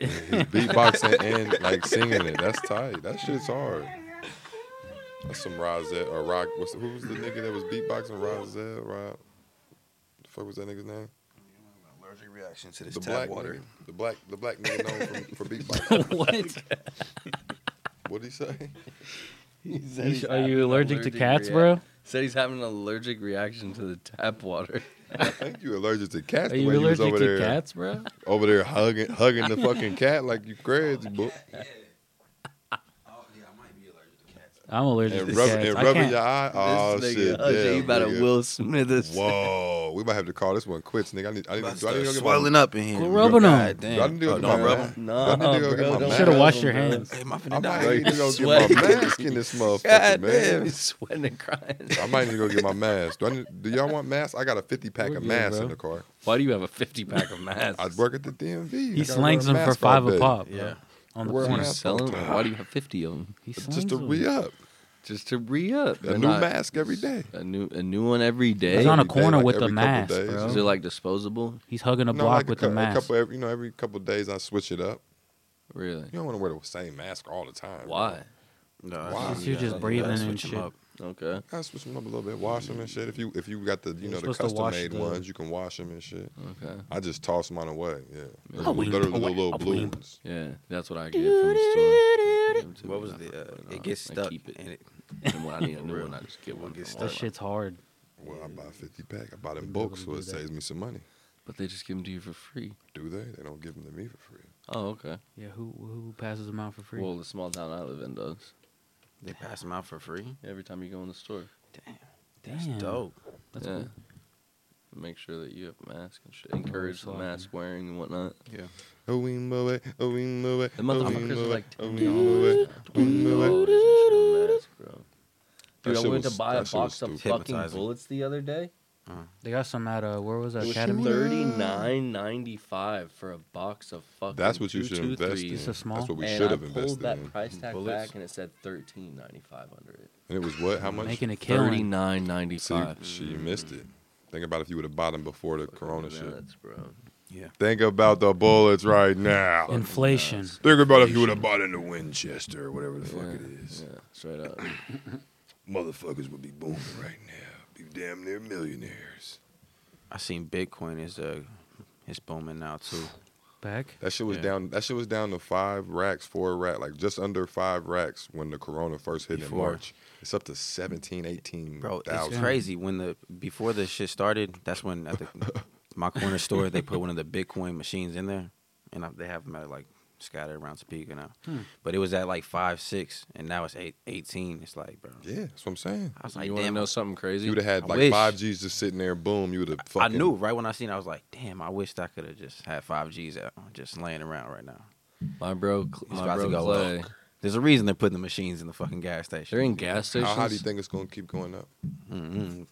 C: His beatboxing and like singing it. That's tight. That shit's hard. That's some Rozette or Rock. What's, who was the nigga that was beatboxing? Rozette, Rob. The fuck was that nigga's name?
D: Allergic reaction to this
C: the
D: tap
C: black
D: water.
C: Nigga, the black, the black nigga known for, for beatboxing.
A: what?
C: What did he say?
B: He said
A: You
B: he's
A: sh- are you
B: having
A: allergic
B: an
A: to cats,
B: reac-
A: bro?
B: Said he's having an allergic reaction to the tap water.
C: I think you allergic to cats.
A: Are
C: the
A: you
C: way you was
A: allergic
C: over
A: to
C: there,
A: cats, bro?
C: over there hugging, hugging the fucking cat like you crazy, bro.
D: Oh, yeah, I might be allergic to cats.
A: I'm allergic
C: And
A: to
C: rubbing,
A: cats.
C: and
A: I
C: rubbing
A: can't-
C: your eye. Oh
B: this
C: shit!
B: nigga, oh, shit,
C: damn,
B: you about
C: nigga.
B: to Will Smith this.
C: Whoa, we might have to call this one quits, nigga. I need, I need,
D: About
C: do I
D: to
C: need to
D: start
C: go get
D: swelling
C: my,
D: up in here.
A: Go rub it on.
D: God
C: do I need
D: damn.
C: to go
D: Oh,
C: get
D: don't
C: my
D: rub
C: mask?
D: him.
B: No,
C: Do I need to go get my
B: bro,
A: You
C: mask?
A: should have washed
B: Bro,
A: your
B: bro.
A: hands.
D: Hey, my
C: I
D: finna
C: might
D: die.
C: need to go get
B: Sweating.
C: my mask in this motherfucker,
D: God
C: man.
D: damn.
B: He's sweating and crying.
C: I might need to go get my mask. Do, I need, do y'all want masks? I got a 50 pack
A: We're
C: of
A: good,
C: masks
A: bro.
C: in the car.
B: Why do you have a 50 pack of masks?
C: I work at the DMV.
A: He slings them for five a pop. bro,
D: Yeah.
A: On the
B: What
C: Where
B: are you
A: corner.
C: mask.
B: selling? them? Why do you have 50 of them?
A: He slings
C: Just to
A: them.
C: re up.
B: Just to re up.
C: A new mask every day.
B: A new, a new one every day.
A: He's on a
C: Every day,
A: corner
C: like
A: with
C: every
A: a
C: couple
A: mask,
C: days.
A: bro.
B: Is it like disposable?
A: He's hugging a
C: No,
A: block
C: like
A: with
C: a,
A: a,
C: cou-
A: mask.
C: A couple, every, you know, every couple of days I switch it up.
B: Really?
C: You don't want to wear the same mask all the time.
B: Why?
D: No,
C: Wow.
D: that's-
A: You're just
D: yeah,
A: breathing
D: that's
A: and
D: what you
A: shit.
D: up.
B: Okay.
C: I switch them up a little bit, wash them and shit. If you if you got the
A: You're
C: you know the
A: supposed to wash
C: custom made
A: the-
C: ones, you can wash them and shit.
B: Okay.
C: I just toss mine away. Yeah,
A: Oh,
B: Yeah.
C: Those
A: Away,
C: little,
A: away,
C: little, little blue
A: away.
C: ones.
B: Yeah, that's what I get from the store.
D: What was the? Uh, it gets
B: I
D: stuck.
B: keep it.
D: And it,
B: And when I need a new one, I just get one.
D: It gets
B: from
A: That
B: Walmart.
A: shit's hard.
C: Well, I buy a fifty pack. I buy them books, so
A: do
C: it
A: that.
C: saves me some money.
B: But they just give them to you for free.
C: Do they? They don't give them to me for free.
B: Oh, okay.
A: Yeah, who who passes them out for free?
B: Well, the small town I live in does.
D: they pass them out for free.
B: Every time you go in the store,
D: Damn, that's
A: Damn,
D: dope.
A: That's
B: yeah.
A: cool.
B: Make sure that you have a mask and shit. Encourage the
A: slacking.
B: mask wearing and whatnot.
D: Yeah.
C: Oh, we move it. Oh, we move it.
B: The motherfuckers are like
C: oh,
B: ten
C: we move
B: dollars.
C: it. we move it.
B: mask, bro.
C: That
B: Dude, I
C: shit
B: went
C: was-
B: to buy
C: that
B: a
C: shit
B: box
C: was
B: of
C: stupid.
B: fucking
D: Hypnotizing.
B: bullets the other day.
A: They got some at uh, where was that
B: It was
A: academy?
B: thirty nine ninety five for a box of fucking.
C: That's what you
B: two,
C: should
B: two,
C: invest in.
B: threes.
A: Just a
C: That's
A: small?
C: what we
B: And
C: should
B: I
C: have
B: pulled
C: invested
B: that
C: in.
B: price tag
D: Bullets.
B: back, and it said thirteen ninety five under it. Mm-hmm.
C: And it was what? How much?
A: Making a
B: Thirty
A: killing.
B: nine ninety
C: See,
B: five.
C: she missed it. Think about if you would have bought them before the Corona shit.
B: bro.
C: Think about the bullets right now.
A: Inflation.
C: Think about if you would have bought into Winchester or whatever the fuck it is.
B: Yeah, straight up.
C: Motherfuckers would be booming right now. Be damn near millionaires.
D: I seen Bitcoin is uh, it's booming now too.
A: Back.
C: That shit was
B: Yeah.
C: down. That shit was down to five racks, four rack, like just under five racks when the corona first hit
D: Before.
C: in March. It's up to 17, 18
D: Bro, it's
C: thousand.
D: crazy when the before the shit started. That's when at the my corner store they put one of the Bitcoin machines in there, and I, they have them at like scattered around Topeka now. But it was at like five six, and now it's eight, 18. It's like, bro,
C: Yeah, that's what I'm saying.
D: I was
B: you
D: like,
B: want to
D: damn.
B: know something crazy?
C: You would have had
D: I
C: like
D: wish.
C: five G's just sitting there. Boom, you would have
D: I
C: fucking.
D: knew right when I seen. it, I was like, damn. I wish I could have just had five G's out, just laying around right now.
B: my bro, Cl-
D: It's
B: my
D: about to
B: bro
D: go
B: Clay.
D: up. There's a reason they're putting the machines in the fucking gas station.
B: They're in gas stations.
C: How high do you think it's gonna keep going up?
D: Mm-hmm.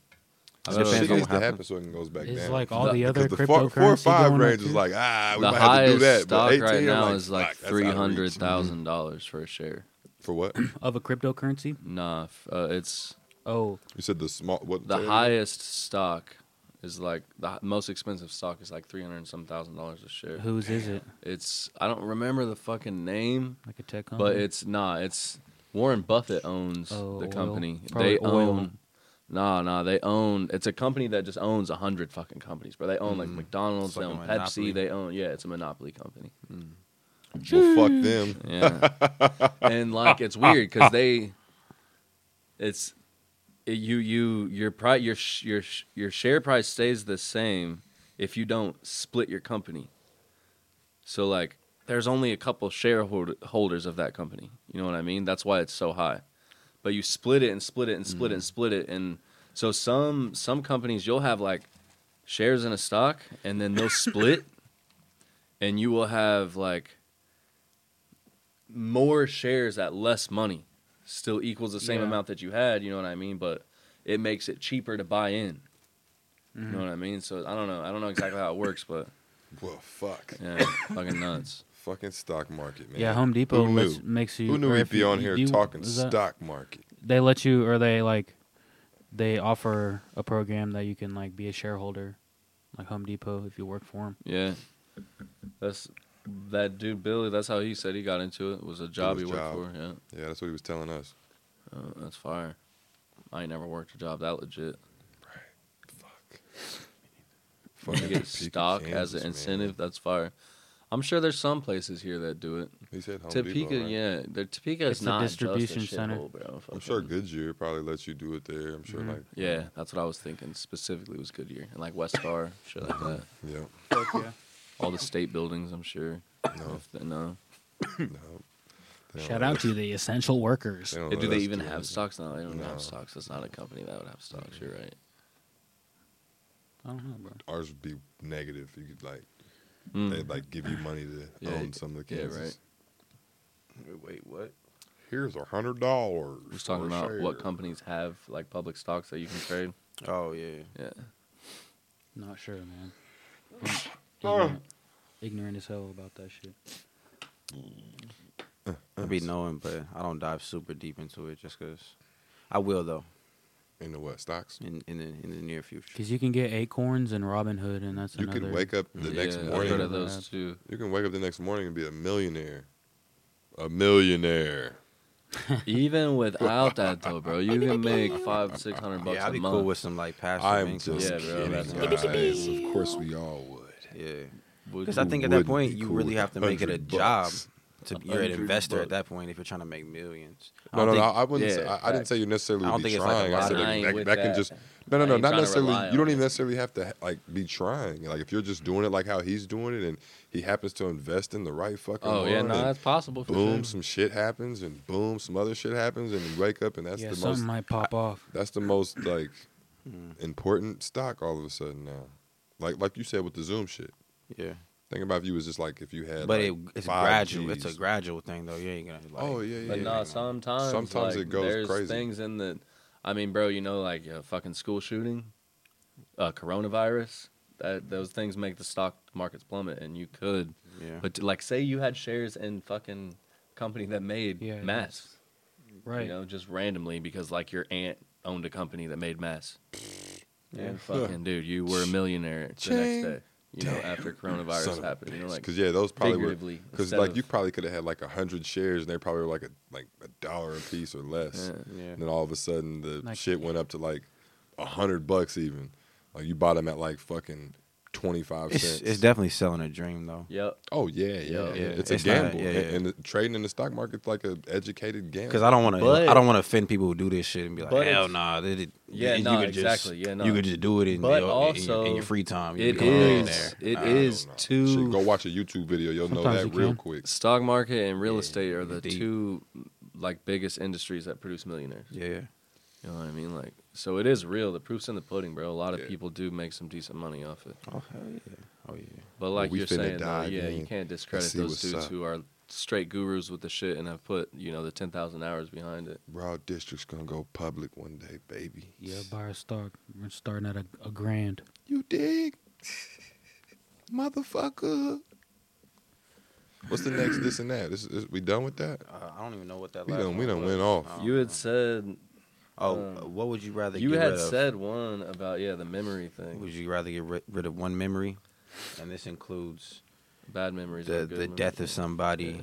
B: I bet
D: It depends
C: Shit
D: on
C: needs
D: what
C: to happen
D: happens.
C: so it can goes back
A: It's
C: down.
A: like all the
B: The-
C: Because
A: other
C: the four,
A: cryptocurrency
C: four or five
A: going up
C: range
A: too.
C: is like ah, we
B: the
C: might have to do
B: highest
C: that.
B: stock
C: but 18,
B: right
C: I'm
B: now
C: like,
B: is like
C: fuck, that's out of reach.
B: three hundred thousand dollars for a share.
C: For what?
A: of a cryptocurrency.
B: Nah, f- uh, it's
A: Oh,
C: You said the small. What
B: the
C: say that again?
B: highest stock is like the hi- most expensive stock is like three hundred and some thousand dollars a share.
A: whose is it?
B: It's I don't remember the fucking name,
A: Like a tech company.
B: but it's not. It's Warren Buffett owns
A: Oh,
B: the
A: oil.
B: company.
A: Probably
B: they
A: oil.
B: own. Nah, nah, they own. It's a company that just owns a hundred fucking companies, bro. They own
A: Mm.
B: like McDonald's,
D: It's like
B: they
D: a
B: own
D: monopoly.
B: Pepsi, they own. Yeah, it's a monopoly company.
C: Well, fuck them.
B: Yeah. and like it's weird because they, it's, it, you you your price your sh- your sh- your share price stays the same if you don't split your company. So like there's only a couple shareholders of that company. You know what I mean? That's why it's so high. But you split it and split it and split it and split it and so some some companies you'll have like shares in a stock and then they'll split and you will have like more shares at less money still equals the same
A: Yeah.
B: amount that you had you know what i mean but it makes it cheaper to buy in
A: Mm-hmm.
B: you know what i mean so i don't know i don't know exactly how it works but
C: Well, fuck.
B: yeah fucking nuts
C: Fucking stock market, man.
A: yeah, Home Depot
C: Who
A: lets,
C: knew?
A: makes you.
C: Who knew
A: or
C: we'd
A: if
C: be
A: you-
C: on
A: you
C: here
A: do-
C: talking
A: is that-
C: stock market?
A: They let you, or they like, they offer a program that you can like be a shareholder, like Home Depot, if you work for them.
B: yeah that's that dude billy that's how he said he got into it was a job
C: was
B: he
C: job.
B: worked for yeah
C: Yeah, that's what he was telling us.
B: Oh, that's fire i ain't never worked a job that legit
C: Fuck.
B: you
C: Fucking
B: get
C: Topeka,
B: stock as
C: Kansas,
B: an
C: man.
B: incentive that's fire i'm sure there's some places here that do it
C: He said Home
B: Topeka,
C: Depot, right?
B: yeah, the Topeka is
A: It's a
B: not
A: distribution
B: just a
A: center.
B: shithole, bro.
C: I'm sure
B: Fucking-
C: Goodyear probably lets you do it there. I'm sure, like,
B: Mm-hmm. Yeah, that's what I was thinking. Specifically, was Goodyear and like West Star, shit like that.
C: yeah,
B: All the state buildings, I'm sure.
C: no,
B: If they- no.
C: no. They don't
A: Shout
C: let
A: out
C: us-
A: to the essential workers.
C: they don't
B: Do
C: let
B: they
C: us
B: even
C: do
B: have
C: it.
B: stocks? No, they don't
C: Oh, No.
B: have stocks. That's not a company that would have stocks. You're right.
A: I don't know, bro.
C: Ours would be negative. You could like
B: Mm.
C: they'd like give you money to
B: Yeah,
C: own some of the
B: yeah,
C: Kansas.
B: right.
D: Wait, what?
C: Here's a hundred dollars.
B: We're just talking
C: for a
B: about what
C: share.
B: companies have like public stocks that you can trade.
D: Oh yeah.
B: Yeah,
A: Not sure, man. I'm
C: Oh.
A: ignorant, ignorant as hell about that shit.
D: I be knowing, but I don't dive super deep into it just because. I will though
C: in the what stocks.
D: in in the, in the near future.
A: Because you can get acorns and Robin Hood, and that's
C: You
A: another.
C: can wake up the
B: Mm. yeah,
C: next
B: I've heard of
C: morning.
B: those too.
C: You can wake up the next morning and be a millionaire. A millionaire.
B: Even without that though, bro, you can make five, six hundred bucks
D: Yeah, I'd
B: a
D: be
B: month.
D: cool with some like passive
C: I'm
D: income.
C: just
B: Yeah, bro,
C: kidding,
B: that's
C: guys. Of course, we all would.
D: yeah.
B: Would
D: Because
B: you-
D: I think
C: Wouldn't
D: at that
C: be
D: point you
C: cool
D: really
C: with
D: have to make it a
C: 100
D: job.
C: bucks.
D: To, you're an
B: 100
D: investor at
B: bucks.
D: that point if you're trying to make millions. I
C: No, no,
D: don't
C: no.
D: think-
C: I wouldn't. say,
B: yeah,
C: I, I didn't say you necessarily
D: I
C: would
D: don't
C: be
D: think it's like a
C: trying. I said
D: lottery.
B: I ain't
C: that, that,
B: with
C: can
B: that.
C: just. No, no,
B: I
C: no.
B: ain't
C: Not
B: tryna
C: necessarily.
B: rely
C: You don't
B: on
C: even
B: it.
C: necessarily have to like be trying. Like if you're just doing it like how he's doing it, and he happens to invest in the right fucking.
B: Oh yeah,
C: one,
B: no,
C: and
B: that's possible. For
C: boom,
B: sure.
C: some shit happens, and boom, some other shit happens, and you wake up, and that's
A: yeah,
C: the
A: something
C: most.
A: might pop off.
C: That's the most like important stock all of a sudden now. Like like you said with the Zoom shit.
D: yeah.
C: Think about if you was just like if you had.
D: But
C: like,
D: it, it's
C: five
D: gradual. It's
C: Gs.
D: a gradual thing though. You ain't gonna like.
C: oh yeah, yeah.
B: But
C: yeah.
B: no, sometimes
C: Sometimes
B: like,
C: it goes
B: there's
C: crazy.
B: Things in the, I mean, bro, you know, like a fucking school shooting, uh, coronavirus. That those things make the stock markets plummet, and you could.
D: Yeah.
B: But like, say you had shares in fucking company that made
A: Yeah,
B: masks,
A: Right.
B: you know, just randomly because like your aunt owned a company that made masks. Yeah, fucking dude, you were a millionaire the
C: Ching.
B: next day. You know, after coronavirus happened, you know, like
C: Because yeah, those probably were.
B: figuratively
C: Because
B: instead
C: like
B: of-
C: you probably could have had like a hundred shares, and they probably were like a like a dollar a piece or less.
B: Yeah.
D: Yeah.
C: And then all of a sudden the
A: Like-
C: shit went up to like a hundred bucks even. Like you bought them at like fucking twenty five
D: It's,
C: cents.
D: it's definitely selling a dream though.
B: Yep.
C: oh yeah, yeah, yeah.
B: Yeah,
C: It's,
D: it's
C: a
D: not-
C: gamble,
D: yeah,
C: And-
D: yeah.
C: and the- trading in the stock market's like an educated gamble.
D: Because I don't want to,
B: But-
D: I don't want to offend people who do this shit and be like,
B: But
D: hell
B: it's-
D: nah, they did,
B: Yeah,
D: you
B: no,
D: could just-
B: exactly. Yeah, no.
D: you could just do it in,
B: But
D: your, in your- in,
B: also,
D: your free time. You
B: It
D: become a
B: is.
D: millionaire.
B: It
D: I don't
B: is
C: know. Shit, go
B: too.
C: watch a YouTube video. You'll know
A: Sometimes
C: that
A: you
C: real
A: can.
C: quick.
B: Stock market and real estate are the
D: indeed.
B: two like biggest industries that produce millionaires.
D: Yeah,
B: You know what I mean? Like, so it is real. The proof's in the pudding, bro. A lot of
C: Yeah.
B: people do make some decent money off it.
D: oh hell yeah, oh yeah.
B: But
C: Well,
B: like
C: we
B: you're
C: finna
B: saying, though,
C: dive
B: yeah, you
C: in
B: can't discredit
C: see
B: those
C: what's
B: dudes
C: up.
B: who are straight gurus with the shit and have put you know the ten thousand hours behind it.
C: Raw district's gonna go public one day, baby.
A: Yeah, buy a stock. We're starting at a, a grand.
C: You dig? Motherfucker. What's the next this and that? This, is we done with that?
D: Uh, I don't even know what that.
C: We
D: last
C: done- we
D: one
C: done
D: was.
C: went off.
D: I don't
B: You had
D: know.
B: said
D: Oh,
B: um,
D: uh, what would you rather?
B: you
D: get
B: had
D: rid of?
B: said one about yeah the memory
D: Would
B: thing,
D: you rather get rid, rid of one memory, and this includes
B: bad memories,
D: the
B: and good
D: the death of
B: memories.
D: somebody,
B: Yeah.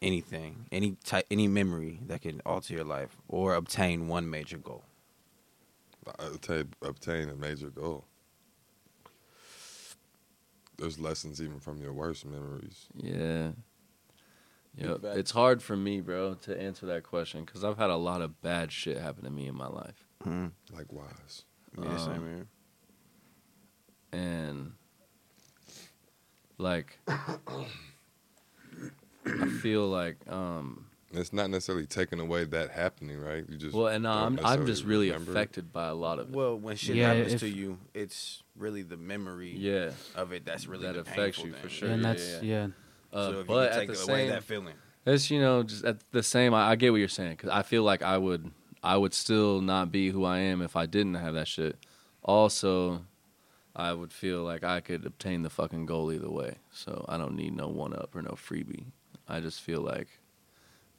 D: anything, any type, any memory that can alter your life, or obtain one major goal?
C: I'll tell you, obtain a major goal. There's lessons even from your worst memories.
B: Yeah. Yep.
C: fact.
B: It's hard for me, bro, to answer that question because I've had a lot of bad shit happen to me in my life.
D: Hmm.
C: Likewise.
D: Yeah, same
B: Um,
D: here.
B: and like I feel like um
C: And it's not necessarily taking away that happening, right? You just
B: well and uh,
C: don't
B: I'm I'm just
C: necessarily
B: really
C: remember it.
B: affected by a lot of it.
D: Well, when shit
A: Yeah,
D: happens
A: if-
D: to you, it's really the memory
B: yeah.
D: of it that's really
B: That
D: the
B: affects
D: painful
B: you for
D: thing.
B: sure.
A: and
B: yeah,
A: that's yeah.
B: Uh,
D: so if
B: but
D: you
B: at
D: can
B: the
D: take away
B: same
D: that feeling,
B: It's you know just at the same. I, I get what you're saying because I feel like I would I would still not be who I am if I didn't have that shit. Also, I would feel like I could obtain the fucking goal either way. So I don't need no one up or no freebie. I just feel like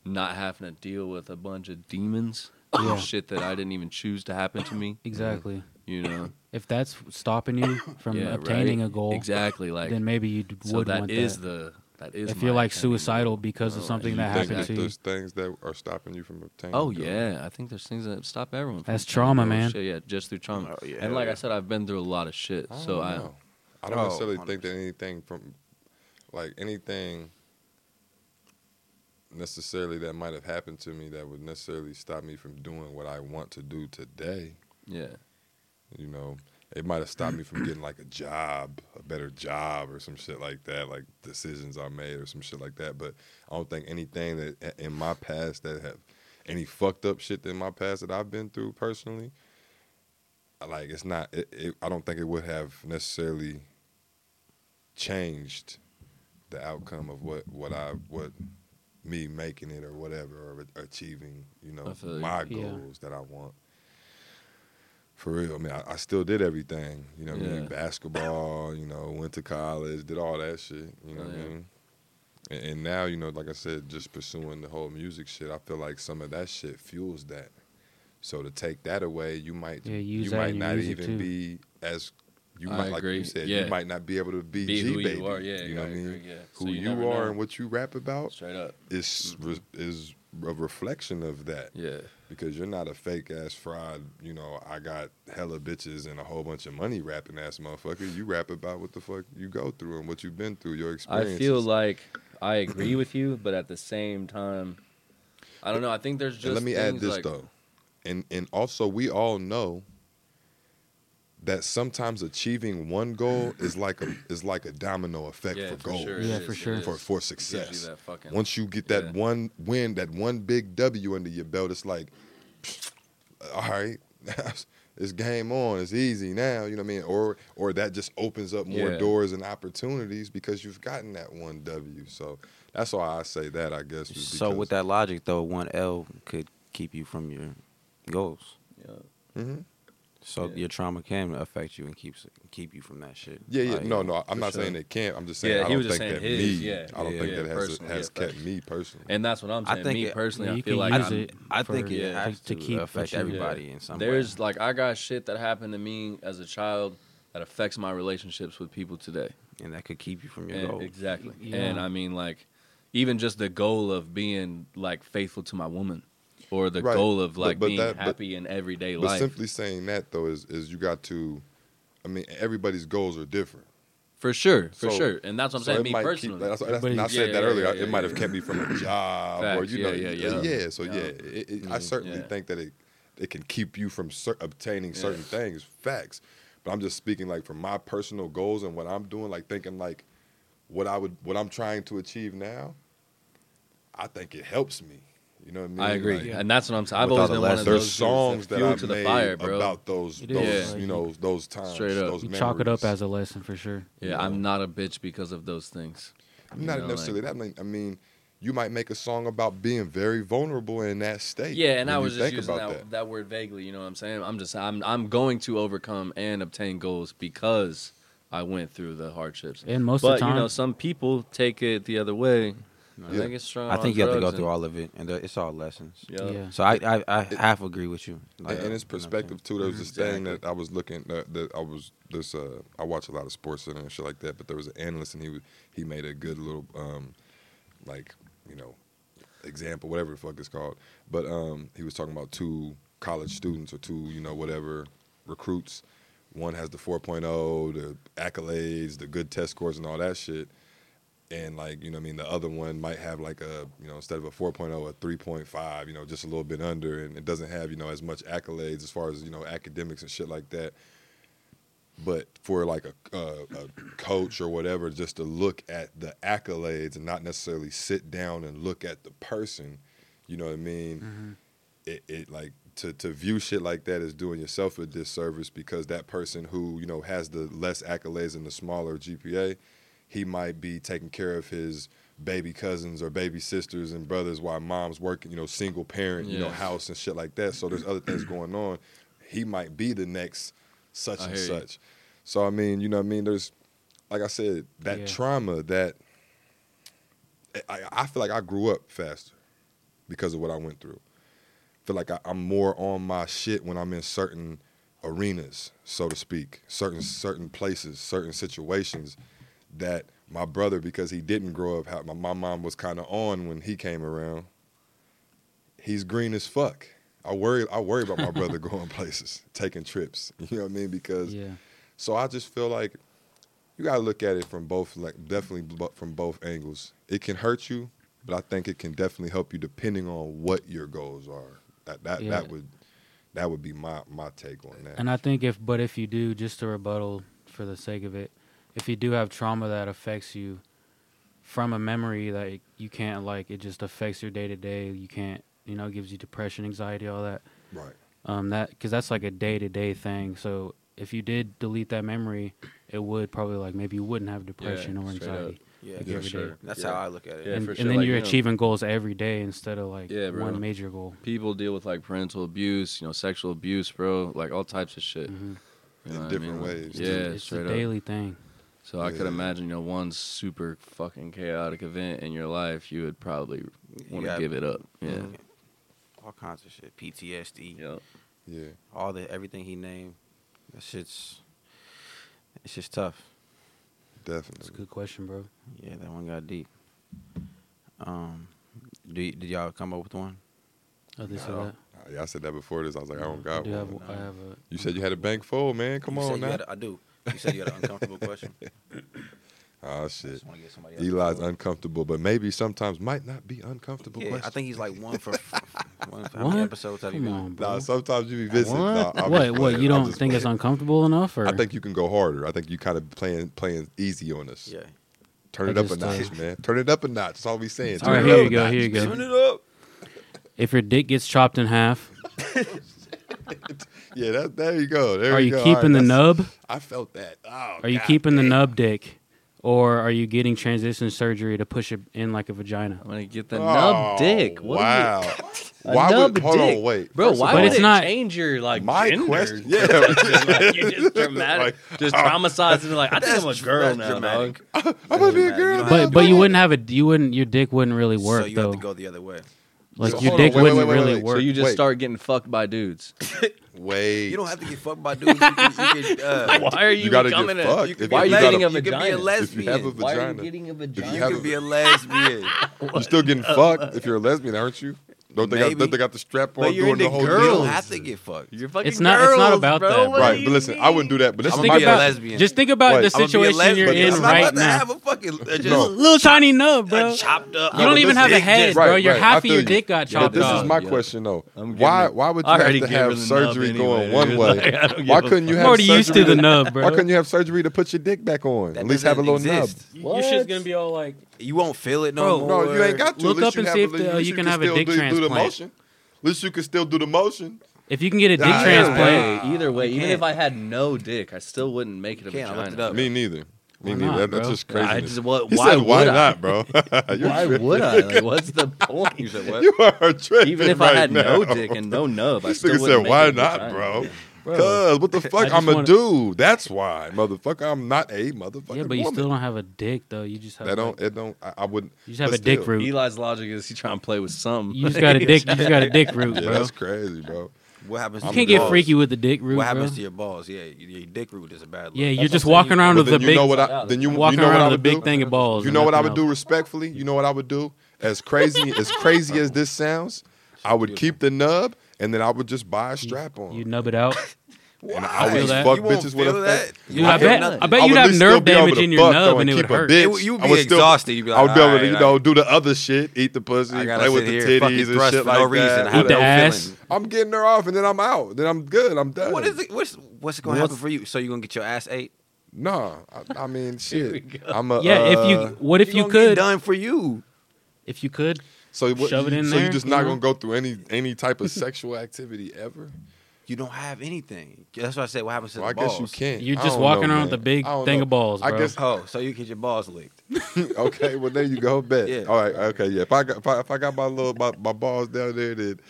B: not having to deal with a bunch of demons,
A: Yeah.
B: shit that I didn't even choose to happen to me.
A: Exactly.
B: You know,
A: If that's stopping you from
B: Yeah,
A: obtaining
B: right?
A: a goal,
B: Exactly. Like
A: then maybe you d-
B: so
A: would
B: that
A: want
B: is
A: that.
B: the that is.
A: if you're
B: my
A: like
B: ending goal.
A: suicidal because of
B: Oh,
A: something
C: You
A: that
C: think
A: happened
C: that
A: to you.
C: there's things that are stopping you from obtaining.
B: Oh
C: a goal?
B: yeah, I think there's things that stop everyone. from
A: That's
B: obtaining
A: trauma,
B: goals.
A: man.
B: Shit, yeah, just through trauma.
D: Oh, yeah,
B: and like
D: yeah.
B: I said, I've been through a lot of shit,
C: I don't
B: so I
C: know. I don't
D: Oh,
C: necessarily think that anything from like anything necessarily that might have happened to me that would necessarily stop me from doing what I want to do today.
B: yeah,
C: You know, it might have stopped me from getting like a job, a better job or some shit like that, like decisions I made or some shit like that, but I don't think anything that in my past that have any fucked up shit in my past that I've been through personally, like it's not. It, it, I don't think it would have necessarily changed the outcome of what what I what me making it or whatever or achieving you know
B: I feel you.
C: my
A: Yeah.
C: goals that I want. For real, I mean, I, I still did everything. You know, what I mean,
B: Yeah.
C: basketball. You know, went to college, did all that shit. You know what
B: Yeah.
C: I mean. And, and now, you know, like I said, just pursuing the whole music shit, I feel like some of that shit fuels that. So to take that away, you might
A: Yeah, use
C: you
A: that
C: might
A: in your
C: not
A: music
C: even
A: too.
C: be as you
B: I
C: might like
B: agree,
C: you said
B: yeah.
C: you might not be able to be,
B: be
C: G
B: who
C: baby.
B: you are. Yeah,
C: you know
B: I
C: what I
B: agree,
C: mean.
B: yeah. So
C: Who you,
B: never
C: are
B: know.
C: and what you rap about
B: straight up. Mm-hmm.
C: is re- is a reflection of that
B: Yeah,
C: because you're not a fake ass fraud. You know, I got hella bitches and a whole bunch of money rapping ass motherfucker. You rap about what the fuck you go through and what you've been through, your
B: I
C: experience.
B: feel like I agree with you, but at the same time, I don't know. I think there's just.
C: and let me add
B: things
C: this
B: like-
C: though, and and also we all know that sometimes achieving one goal is like a is like a domino effect
B: Yeah,
C: for,
B: for
C: goals.
B: sure. it
A: Yeah,
B: is,
A: for
B: it
A: sure.
B: is.
C: for for
B: It gives you
C: success.
B: that fucking-
C: Once you get that
B: Yeah.
C: one win, that one big W under your belt, it's like, all right, it's game on. It's easy now. You know what I mean? Or or that just opens up more
B: Yeah.
C: doors and opportunities because you've gotten that one W. So that's why I say that. I guess. is
D: So with that logic though, one L could keep you from your goals.
B: Yeah.
C: hmm
D: So
B: Yeah.
D: your trauma can affect you and keeps keep you from that shit.
C: Yeah, yeah.
D: Like,
C: No, no.
B: for
C: I'm not saying
B: sure.
C: it can't. I'm just saying
B: Yeah,
C: I
B: he
C: don't
B: was
C: think
B: just
C: that
B: saying his,
C: me.
B: yeah.
C: I don't
D: Yeah,
C: think
D: yeah,
C: that has
B: personally,
C: has
B: yeah,
C: kept
B: facts.
C: me personally.
B: And that's what I'm
D: I
B: saying.
D: think
B: me
D: it-
B: personally,
A: Yeah,
B: I
A: you
B: feel
A: can
B: like
A: use
B: I'm,
A: it.
D: I
A: for-
D: think it
B: yeah,
D: has
A: to
D: to,
A: keep what
D: affect
A: you-
D: everybody in some
B: There's
D: way.
B: like I got shit that happened to me as a child that affects my relationships with people today.
D: and that could keep you from your
B: And-
D: goals.
B: Exactly.
A: Yeah.
B: And I mean, like, even just the goal of being like faithful to my woman, or the
C: Right.
B: goal of
C: But-
B: like
C: but
B: being
C: that- but-
B: happy in everyday
C: But
B: life.
C: simply saying that though is is you got to, I mean, everybody's goals are different.
B: for sure, for
C: So-
B: sure. And that's what I'm
C: So
B: saying.
C: it
B: Me
C: might keep-
B: personally,
C: that's- that's-
A: But
C: and I
A: it-
C: said
B: yeah,
C: that
B: yeah,
C: earlier.
B: yeah,
C: it
B: yeah,
C: might have
B: yeah.
C: kept me from a job, or
B: Facts,
C: you
B: yeah,
C: know,
B: yeah, yeah.
C: So
B: Yeah. Mm-hmm.
C: yeah, it, it, I certainly
B: yeah.
C: think that it it can keep you from cer- obtaining certain
B: Yeah.
C: things, facts. But I'm just speaking like from my personal goals and what I'm doing, like thinking like what I would, what I'm trying to achieve now. I think it helps me. You know what I mean?
B: I agree,
C: Like,
B: and that's what I'm saying. I've
D: Without
B: always
D: a
B: been one of
D: lesson.
C: there's
B: those
C: songs that
B: fuel
C: I've
B: to the
C: made
B: fire, bro.
C: about those,
A: It
C: those
B: is.
C: you know, those times,
B: Straight up.
C: those
A: You chalk it up
C: memories.
A: as a lesson for sure.
B: yeah, I'm not a bitch because of those things. You
C: Not
B: know,
C: necessarily
B: like-
C: that. I mean, I mean, you might make a song about being very vulnerable in that state.
B: Yeah, and
C: when
B: I
C: you
B: was just
C: think
B: using that,
C: about
B: that word vaguely. You know what I'm saying? I'm just I'm I'm going to overcome and obtain goals because I went through the hardships.
A: And most
B: but
A: of the time,
B: you know, some people take it the other way. I
C: Yeah.
B: think it's strong.
D: I think you have to go through all of it, and uh, it's all lessons.
B: Yeah.
A: Yeah.
D: So I I, I half agree with you.
C: And, and it's
D: you know what I'm
C: perspective too. There was this thing
B: Exactly.
C: that I was looking that, that I was this. Uh, I watch a lot of sports and shit like that. But there was an analyst, and he was he made a good little um, like you know example, whatever the fuck it's called. But um, he was talking about two college students or two you know whatever recruits. One has the 4.0, the accolades, the good test scores, and all that shit. And like you know, what I mean, the other one might have like a you know instead of a 4.0, a 3.5, you know, just a little bit under, and it doesn't have you know as much accolades as far as you know academics and shit like that. But for like a, a, a coach or whatever, just to look at the accolades and not necessarily sit down and look at the person, you know what I mean? It, it like to to view shit like that is doing yourself a disservice because that person who you know has the less accolades and the smaller GPA, he might be taking care of his baby cousins or baby sisters and brothers while mom's working, you know, single parent, you know,
B: Yeah.
C: house and shit like that. So there's other things going on. He might be the next such
B: I
C: and
B: hear you.
C: such. So I mean, you know what I mean? There's like I said, that
A: Yeah.
C: trauma that I, I feel like I grew up faster because of what I went through. feel like I, I'm more on my shit when I'm in certain arenas, so to speak, certain certain places, certain situations that my brother, because he didn't grow up, how my, my mom was kind of on when he came around. He's green as fuck. I worry. I worry about my brother going places, taking trips. You know what I mean? Because
A: yeah,
C: so I just feel like you gotta look at it from both, like definitely bo- from both angles. It can hurt you, but I think it can definitely help you depending on what your goals are. That that
A: Yeah.
C: that would that would be my my take on that.
A: and I think if but if you do, just to rebuttal for the sake of it, if you do have trauma that affects you from a memory that you can't like, it just affects your day to day. You can't, you know, gives you depression, anxiety, all that.
C: right.
A: um that because that's like a day-to-day thing so if you did delete that memory it would probably like maybe you wouldn't have depression or
B: straight up.
A: anxiety
D: Yeah,
A: like,
D: yeah,
A: every
B: sure.
A: day.
D: That's
B: Yeah.
D: how I look at it.
B: Yeah,
A: and,
B: for
A: and
B: sure,
A: then
B: like,
A: you're
B: you know-
A: achieving goals every day instead of like
B: Yeah, bro.
A: one major goal
B: People deal with like parental abuse, you know, sexual abuse, bro, like all types of shit.
A: Mhm.
B: You
C: In
B: know what I
C: different
B: mean? Like,
C: ways, too.
B: Yeah,
A: it's
B: straight
A: a
B: up.
A: daily thing
B: So I could
C: Yeah.
B: imagine, you know, one super fucking chaotic event in your life, you would probably want to
D: Yeah.
B: give it up. Yeah.
A: Mm.
D: All kinds of shit, PTSD,
B: Yep.
C: Yeah.
D: all the everything he named. That shit's it's just tough.
A: it's a
C: Definitely.
A: good question bro
D: Yeah, that one got deep. Um, do y- did y'all come up with one?
A: oh this
C: No,
A: or that
C: Uh, Yeah, I said that before this. I was like, I don't
A: I
C: got
A: Mm-hmm. do have,
C: one.
A: I have a
C: You said you had a bank full, man. Come
D: You said
C: on
D: you
C: now.
D: had a- I do. You said you had an uncomfortable question. I
C: oh shit.
D: just wanna get somebody else
C: Eli's
D: to-
C: uncomfortable, but maybe sometimes might not be uncomfortable.
D: Yeah,
C: question.
D: I think he's like one for one. For, how many
A: What?
D: episodes have you
A: come
D: been?
A: on
D: on?
A: bro
C: Nah, sometimes you be visiting. Nah,
A: what
C: I'm
A: what,
C: just
A: what
C: playing.
A: you
C: I'm
A: don't
C: just
A: think it's
C: playing.
A: uncomfortable enough or
C: I think you can go harder. I think you kind of playing playing easy on us.
D: Yeah.
C: Turn
A: I
C: it up a
A: just, uh,
C: notch, man. Turn it up a notch. That's all we saying.
A: all
C: Turn
A: right
C: it
A: here
C: up
A: you
C: a
A: go
C: notch.
A: here you go
D: it up.
A: if your dick gets chopped in half
C: Yeah, that, there you go. There
A: are
C: you
A: you
C: go. All right,
A: keeping the
C: that's-
A: nub
C: I felt that. Oh,
A: Are you
C: God
A: keeping the
C: damn.
A: nub dick, or are you getting transition surgery to push it in like a vagina?
B: I'm gonna get the
C: Oh,
B: nub dick. What is it?
C: wow. Why
B: nub
C: would hold
B: dick.
C: on? Wait,
B: Bro,
C: First of
B: why
A: all-
B: would
A: But it's
B: it
A: not-
B: change your like
C: My
B: gender?
C: question.
B: Just
C: Yeah.
B: like, you just dramatic,
C: Like,
B: just traumatized and like I think I'm a
D: That's-
B: girl
D: that's
B: now.
D: dramatic.
B: dog.
C: I'm gonna be a girl.
D: But-
C: now.
A: But but you
C: Come
A: wouldn't have a you wouldn't your dick wouldn't really work
D: so you
A: though.
D: have to go the other way.
A: Like
C: So
A: your
C: hold on,
A: dick
C: wait, wait,
A: wouldn't
C: wait, wait,
A: really
C: wait.
A: work.
B: So you just
C: Wait.
B: start getting fucked by dudes.
C: on. Wait.
D: You don't have to get fucked by dudes. You can, you can, uh,
B: Why are you,
C: You gotta get
B: becoming a?
C: fucked.
D: you
C: If
D: can
B: Why are
D: be
B: you
D: a
B: dating
D: lesbian.
B: a
D: You can be a
B: vagina?
C: If you have a
D: lesbian.
B: Why are you
C: vagina,
B: getting a
C: you
B: vagina?
D: You
C: have
D: can be a lesbian.
C: you're still getting fucked. If you're a lesbian, aren't you? Don't they, got,
D: Maybe.
C: don't they got the strap on
D: But you're
C: doing
D: into
C: the whole
D: girls. You
C: deal?
D: don't have to get fucked.
B: You're fucking
A: It's not- it's not
B: girls,
A: about
B: bro.
A: that,
B: What
A: bro.
B: do
C: Right,
B: you
C: but listen,
B: mean?
C: I wouldn't do that. But this
D: I'm
C: is
A: Think
C: my
D: gonna be a
A: about-
C: best.
D: lesbian.
A: Just think about
C: Wait,
A: the
C: I'm
D: I'ma be a
A: situation you're
D: lesbian.
A: in
D: I'm not
A: right
D: about to
A: now.
D: have a fucking uh, just
C: No.
A: Little tiny nub,
D: a
A: bro.
D: chopped up.
A: You don't
C: but
A: even
C: this
A: have a
C: dick
A: head,
C: just-
A: bro.
C: Right,
A: Your
C: right. I
A: half of
C: feel
A: your
C: you.
A: dick got
B: Yeah,
A: chopped
C: But this
A: off.
C: is my
B: Yeah.
C: question though.
B: I'm giving
C: Why
B: it-
C: why
B: I
C: would you have
B: already
C: to
B: gave her
C: have
B: the nub
C: surgery
B: anyway,
C: going
B: dude.
C: one way?
B: Like, I don't
C: why
B: give a
C: couldn't you
A: I'm
C: have
A: already
C: surgery?
A: used to the nub, bro.
C: Why couldn't you have surgery to put your dick back on?
D: That
C: At least have a
D: doesn't
C: little
D: exist.
C: nub.
A: Your shit's gonna be all like.
D: You won't feel it
A: Bro,
D: no
C: No,
D: more.
C: you ain't got to.
A: Look
C: At least
A: up
C: you
A: and
C: have
A: see
C: a
A: if the-
C: little- at
A: uh,
C: least
A: you can have a
C: still
A: dick
C: do, do the
A: transplant.
C: motion. At least you can still do the motion.
A: If you can get a dick
C: Yeah, yeah,
A: transplant,
B: Hey, either way, even
D: can't.
B: if I had no dick, I still wouldn't make it a
D: Can't, I
B: vagina.
D: looked it up.
C: Me neither. Me
A: Why
C: neither.
A: not,
C: That- that's
A: bro?
C: just
B: I
C: crazy.
B: just what?
C: He
B: why
C: said, "Why
B: would
C: not, bro? You're
B: I? Why
C: tripping.
B: would I? Like, what's the point?
D: You said what?
C: You are tripping
B: Even if
C: right
B: I had
C: now.
B: no dick and no nub, I
C: This
B: still
C: nigga
B: wouldn't
C: said,
B: make
C: "Why
B: it a
C: not,
B: vagina."
C: bro?" Cuz what the fuck?
A: just
C: I'm a
A: wanna-
C: dude. That's why, motherfucker. I'm not a motherfucker.
A: yeah, but you still don't have a dick though. You just have.
C: That don't.
A: like-
C: It don't. I, I wouldn't.
A: You just have
C: but
A: a dick
C: still.
A: root.
B: Eli's logic is he trying to play with something.
A: You just got a dick. You just got a dick root,
C: Yeah,
A: bro.
C: that's crazy, bro.
D: What happens?
A: You
D: to
A: can't get
D: your balls?
A: freaky with the dick root,
D: What happens to
A: bro.
D: your balls? Yeah, your your dick root is a bad look.
A: Yeah, you're
B: That's
A: just
B: what I'm
A: walking
B: saying.
A: around
C: But
A: with
C: then
A: the
C: you
A: big,
C: know what I. Then you, you
A: walking
C: know what I
A: around with a
C: would
A: big
C: do.
A: thing of balls.
C: You
A: and
C: know what I
A: nothing
C: would do
A: else.
C: respectfully? You know what I would do? As crazy as crazy as this sounds, I would keep the nub and then I would just buy a strap on.
A: You nub it out.
C: and I
A: feel
C: would just
A: that.
C: fuck
D: You won't
C: bitches with
D: feel
C: a
D: that.
C: fat-
D: You
A: Dude, I
D: feel
A: bet.
D: nothing.
A: I bet
C: I
A: you'd
C: would at
A: have
C: least
A: nerve
C: still be able
A: damage
C: to
A: in your
C: fuck, though,
A: nub, and it would
C: keep a
A: hurt.
C: bitch.
D: It would- you'd
C: I
D: be
C: would still-
D: exhausted. You'd be like,
C: I would be able to,
D: "Alright,
C: you know, do the other shit, eat the pussy,
D: I gotta
C: play with
D: sit
C: the
D: here and fucking
C: titties and
D: thrust
C: shit
D: for no
C: like
D: reason. I
C: that.
D: have
A: Eat the
D: no
A: ass.
D: feeling.
C: I'm getting her off and then I'm out. Then I'm good. I'm done.
D: What is it? What's what's going to happen for you? So you gonna get your ass ate?
C: Nah, I, I mean shit. I'm a
A: Yeah, if
C: uh,
A: you. What if
D: You
A: you
D: gonna get
A: could?
D: done for you.
A: If you could.
C: so what,
A: shove it
C: you-
A: in
C: so
A: there,
C: you're just
A: you
C: not
A: know?
C: gonna go through any any type of sexual activity ever.
D: You don't have anything. That's why I said what happens to
C: Well, I
D: the
C: guess
D: balls.
C: you can't.
A: You're
C: I
A: just
C: don't
A: walking
C: know,
A: around with
C: man.
A: a big
C: I don't
A: thing
C: know.
A: of balls,
C: I
A: bro.
C: guess
D: Oh, so you get your balls licked.
C: okay, well there you go. Bet.
D: Yeah.
C: All right. Okay. Yeah. If I got if I, if I got my little my, my balls down there, then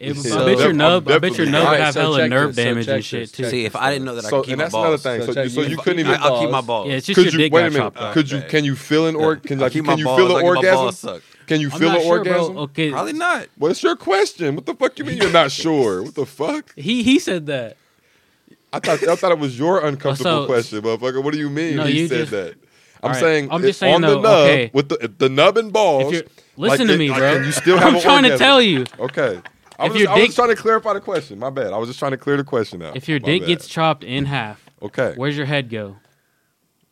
A: It,
C: Yeah.
A: I
B: So-
A: bet your
B: I'm
A: nub. I bet your
C: definitely-
A: nub would
B: Alright,
A: have
B: so
A: hella
B: check
A: nerve
B: this, so
A: damage
B: check
A: and shit
B: this,
A: too.
B: check
D: See, if I didn't know that, I
C: So-
D: could keep
C: and
D: my
C: that's another
D: balls.
C: thing. So
B: check
C: you- so
B: this.
C: you couldn't
D: I,
C: even-
D: I'll keep my
B: Balls.
D: balls.
A: Yeah, it's just
C: could
A: your
C: you
A: dick
C: wait
A: got
C: a minute?
A: chopped off.
C: Could you can you feel an or can
D: I
C: like
D: keep
C: can
D: my
C: you
D: balls.
C: feel
D: I
C: an
D: get my balls
C: orgasm?
D: sucked.
C: Can you
A: I'm
C: feel
A: not
C: an
A: sure, bro.
C: orgasm?
A: Okay,
D: Probably not.
C: Well, it's your question. What the fuck you mean you're not sure? What the fuck?
A: he he said that.
C: I thought I thought it was your uncomfortable
A: So-
C: question, motherfucker. What do you mean
A: No,
C: he
A: you
C: said
A: just-
C: that? I'm
A: Alright,
C: saying
A: I'm just
C: it-
A: saying,
C: on the
A: though,
C: nub
A: okay.
C: with the the nub and
A: If
C: balls.
A: you're listen
C: like,
A: to me,
C: like,
A: bro.
C: can you still have
A: I'm
C: an
A: trying to
C: orgasm?
A: tell you.
C: Okay. I
A: If
C: was,
A: your
C: I was
A: dick-
C: just trying to clarify the question. My bad. I was just trying to clear the question out.
A: If your
C: My
A: dick
C: bad.
A: gets chopped in half,
C: okay,
A: where's your head go?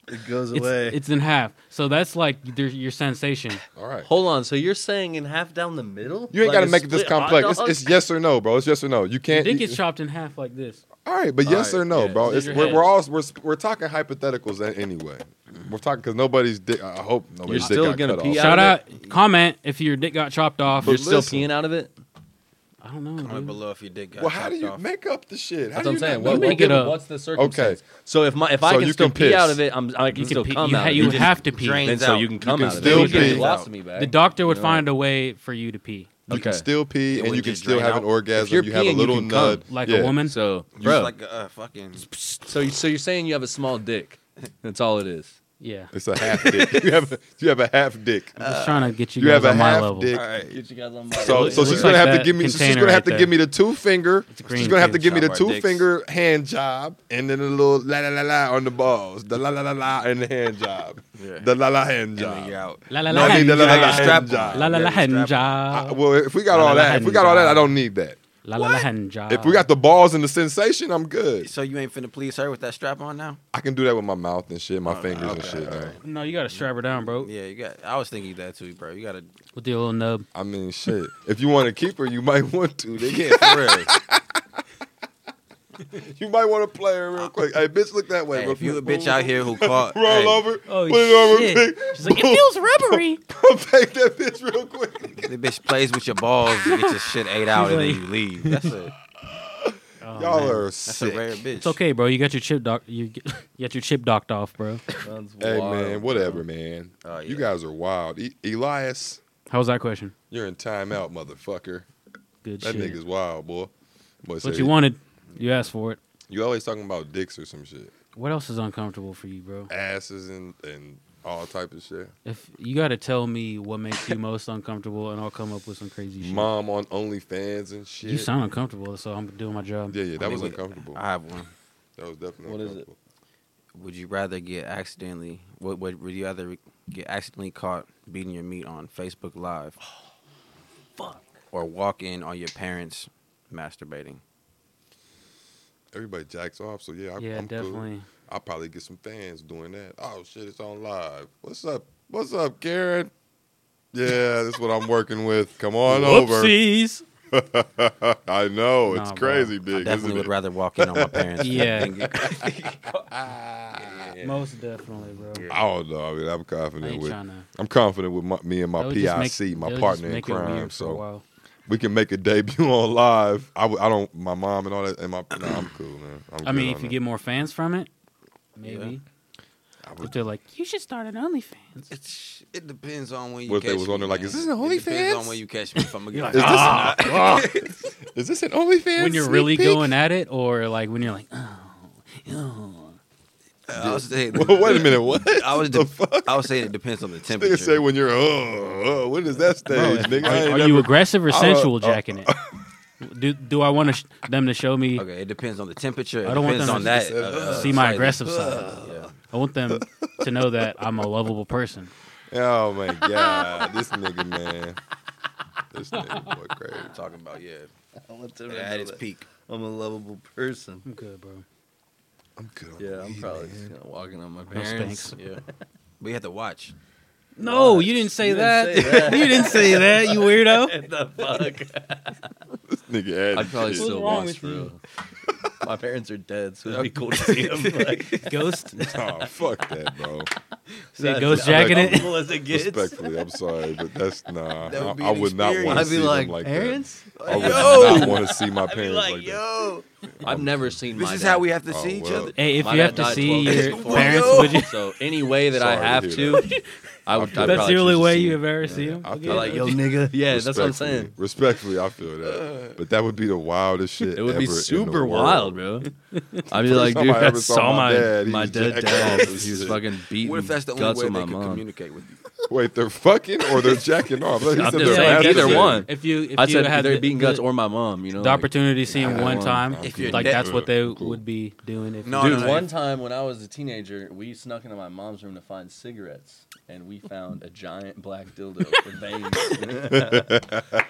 B: It goes
A: It's, it's in half. So that's like your, your sensation.
C: all right.
B: Hold on. So you're saying in half down the middle?
C: You ain't
B: Like
C: got to
B: a
C: make it this
B: split hot
C: complex. It's,
B: dog?
C: it's yes or no, bro. It's yes or no. You
A: Your
C: can't.
A: dick
C: you-
A: gets chopped in half like this.
C: all right, but yes
B: All right,
C: or no,
B: yeah.
C: bro.
A: Use
C: It's,
A: your
C: we're,
A: head.
C: we're all we're, we're talking hypotheticals a- anyway. We're talking because nobody's dick. I hope nobody's dick
B: still
C: got
B: gonna
C: cut
B: pee
C: off.
B: Yeah,
A: Shout
B: I
A: out, comment if your dick got chopped off.
B: You're still
C: listen.
B: peeing out of it?
A: I don't know.
D: Comment
A: Dude.
D: below if your dick got
C: Well, how do
D: chopped
C: you
D: off.
C: make up the shit?
B: That's
C: How do
B: what I'm
C: you
B: saying.
C: not
B: What,
C: know?
A: make
B: what can-
A: it up.
B: What's the circumstance? So if my if I
C: So
B: can
C: you
B: still
C: can
B: pee out
C: piss.
B: of it, I'm I can,
A: You
B: still
A: pee-
B: come
A: you,
B: out.
A: ha-
B: of it.
A: you
B: It
A: would
B: just-
A: have to pee.
D: drain-
B: Then
D: It's
B: so
D: out.
B: you can come
C: can
B: out of
C: still
B: it. You get
C: pee.
B: Colostomy bag.
A: The doctor would
B: You know.
A: find a way for you to pee,
C: You can
B: Okay.
C: still pee
D: It
C: and
D: would
C: you can
D: just
C: still
D: drain
C: have
D: out.
C: an orgasm.
B: If you're
C: you have a
B: peeing, you
C: little
B: can come,
C: nut.
A: like
C: Yeah.
A: a woman.
B: So,
D: You're
B: bro.
D: just like a fucking.
B: so you so you're saying you have a small dick. That's all it is.
A: yeah, I'm
C: It's a half dick. You have a, you have a half dick.
A: just trying to get you,
C: you
A: guys
C: have a
A: on my
C: half
A: level.
C: dick.
B: Get you guys on my
C: So,
A: It
C: so
A: looks
C: she's
A: like
C: gonna have
A: that
C: to give me. So she's
A: container
C: gonna have
A: right
C: to
A: there.
C: give me the two finger.
A: a
C: She's
A: green
C: gonna have to
A: cube.
C: give me the
D: Sound
C: two
D: right,
C: finger hand job and then a little la la la la on the balls. The la la la la and the hand job.
D: Yeah.
C: The la la hand
D: And then
C: job.
D: you're out.
A: La la
C: No,
A: la
C: I need
A: hand
C: the la la la
A: job.
C: hand
D: Strap
C: job.
D: on.
A: La la la
D: Yeah,
A: hand
D: strap
C: I-
A: job.
C: well, if we got
A: La la
C: all
A: la
C: that, if we got all that, I don't need that.
A: La la la hand job.
D: Uh.
C: If we got the balls and the sensation, I'm good.
D: So you ain't finna please her with that strap on now?
C: I can do that with my mouth and shit, my
A: Uh,
D: Oh,
C: fingers and
D: okay,
C: shit.
D: all
C: man.
D: right.
A: no, you gotta strap her down, bro.
D: Yeah, you got. I was thinking that too, bro. You gotta.
A: With the little nub.
C: I mean, shit. If you want to keep her, you might want to. They
D: Yeah, for real.
C: You might want to play her real quick. Hey, bitch, look that way.
D: Hey,
C: real
D: if you a
C: quick.
D: bitch out here who caught.
C: roll
D: hey,
C: over,
A: Oh,
C: put it over,
A: shit.
C: quick.
A: She's like, it feels rubbery.
C: Fake that bitch real quick.
D: The bitch plays with your balls, you get your shit ate out, and then
A: like-
D: you leave. That's a
A: Oh,
C: Y'all
A: man.
C: are
D: that's
C: sick.
D: a rare bitch.
A: It's okay, bro. You got your chip doc. You get, you got your chip docked off, bro.
C: Hey man, whatever, man.
D: Oh,
C: You
D: yeah.
C: guys are wild. E- Elias,
A: How was that question?
C: you're in timeout, motherfucker.
A: Good
C: That
A: shit.
C: nigga's wild, boy. Boy,
A: what
C: say-
A: you wanted. You asked for it.
C: You always talking about dicks or some shit,
A: What else is uncomfortable for you, bro?
C: asses and and all type of shit.
A: If you got to tell me what makes you most uncomfortable, and I'll come up with some crazy shit.
C: Mom on OnlyFans and shit.
A: you sound uncomfortable, so I'm doing my job.
C: yeah, yeah, that
D: I mean,
C: was
D: we-
C: uncomfortable.
D: I have one.
C: that was definitely
B: What is it?
C: uncomfortable.
D: Would you rather get accidentally? Would, would, would you rather get accidentally caught beating your meat on Facebook Live? fuck. or walk in on your parents masturbating?
C: Everybody jacks off, so yeah, I,
A: yeah,
C: I'm cool.
A: definitely.
C: I'll probably get some fans doing that. Oh shit, it's on live. What's up? What's up, Karen? Yeah, this is what I'm working with. Come on
A: Whoopsies.
C: over. I know it's
A: Nah, bro.
C: crazy
D: I
C: big.
D: definitely
C: isn't
D: would
C: it?
D: rather walk in on my parents.
A: Yeah.
D: than get-
A: Most definitely, bro.
C: I don't know. I mean, I'm
A: I
C: confident
A: ain't
C: with.
A: trying to.
C: I'm confident with my, me and my PIC, my partner in crime. So we can make a debut on live. I, w- I don't. My mom and all that. And my. Nah, I'm cool, man. I'm
A: I
C: good
A: mean,
C: on
A: if you
C: that.
A: get more fans from it, maybe.
C: I
A: If
C: would-
A: they're like, you should start an OnlyFans.
D: It's- it depends on when you
C: What if
D: catch
C: they was
D: me,
C: on there like,
D: man.
C: "Is this an
D: It depends
C: OnlyFans?"
D: on when you catch me. If I'm gonna
C: Is this, Ah. is this an OnlyFans?
A: when you're
C: sneak
A: really
C: peek?
A: going at it, or like when you're like, oh, oh.
D: I was saying,
C: Well, wait a minute. What?
D: I was
C: the
D: de-
C: fuck?
D: I was saying it depends on the
C: Nigga
D: temperature.
C: say when you're oh, oh when is that stage, nigga? I ain't
A: are, are
C: never-
A: you aggressive or
C: don't-
A: sensual jacking it? Do do I want to sh- them to show me?
D: okay, it depends on the temperature. It
A: I don't want
D: depends
A: them
D: on
A: to
D: that.
C: just-
D: uh,
A: see my
D: slightly.
A: aggressive side.
D: Yeah.
A: I want them to know that I'm a lovable person.
C: Oh my god, this nigga man, this nigga boy crazy.
D: Talking about yeah,
E: I want them to
D: at
E: know
D: its
E: that
D: peak.
E: I'm a lovable person.
A: I'm good, bro.
C: I'm good. On
B: Yeah,
C: the
B: I'm
C: weed,
B: probably
C: man.
B: just gonna walking on my
A: No
B: parents.
A: spanks.
D: Yeah, we have to watch.
A: No, you didn't say that.
E: say that.
A: you didn't say that. You weirdo.
E: the fuck?
C: nigga added
B: I'd probably
A: What's
C: shit.
B: still
A: wrong
B: watch
A: with
B: for
A: you?
B: real.
E: My parents are dead, so it'd be cool to see them. Like,
A: Ghost. Is
C: Nah, fuck that, bro.
A: it ghost jacking
E: as
A: it?
E: cool as it gets.
C: Respectfully, I'm sorry, but that's nah.
D: That would be
C: I, I
D: an
C: would not want to
E: I'd
C: see
E: be
C: them
E: like,
C: like that.
E: parents?
C: I would
D: Yo!
C: not want to see my
E: I'd be
C: parents
E: like,
C: like, that.
E: yo.
B: I've never seen.
D: This
B: my
D: is
B: dad.
D: how we have to
C: Oh,
D: see each
C: well.
D: other.
A: Hey, if
B: My
A: you have
B: dad
A: to
B: died
A: see
B: 12 days
A: your
B: before.
A: parents,
D: Yo!
A: would you?
B: So any way that I
C: Sorry to
B: have
C: hear
B: to, I would.
A: That's
B: I'd probably
A: the only
B: choose to
A: way
B: see
A: you
B: it.
A: have ever seen him.
C: I
A: Okay.
C: feel
B: Like yo,
A: That's
B: nigga. Yeah, that's what I'm
C: Respectfully-
B: saying.
C: Respectfully, I feel
E: Uh.
C: that, but that would be the wildest shit.
B: It would be
C: ever in the
B: super
C: world.
B: wild, bro. I'd be like,
C: time
B: dude,
C: I
B: I
C: ever saw
B: saw
C: my
B: my
C: dad, he
B: my
C: was
B: dead
C: jacked
B: dad.
C: off and
B: He was
C: shit.
B: fucking beating
D: What if that's the only
B: guts
D: way
B: on
D: they
B: my
D: can
B: mom.
D: communicate with you?
C: Wait, they're fucking or they're jacking off. He
B: I'm
C: said
B: just
C: they're
B: saying,
C: masturbating.
B: either one.
A: If you if
B: I
A: you
B: said
A: had
B: they're
A: the-
B: beating guts
A: the-
B: or my mom. You know,
A: the
B: like-
A: opportunity seen
B: either
A: one
B: one.
A: time,
D: If you're
A: like
D: dead-
A: that's what they
C: Cool.
A: would be doing. If
D: No,
A: you-
B: Dude, one time when I was a teenager, we snuck into my mom's room to find cigarettes, and we found a giant black dildo with veins.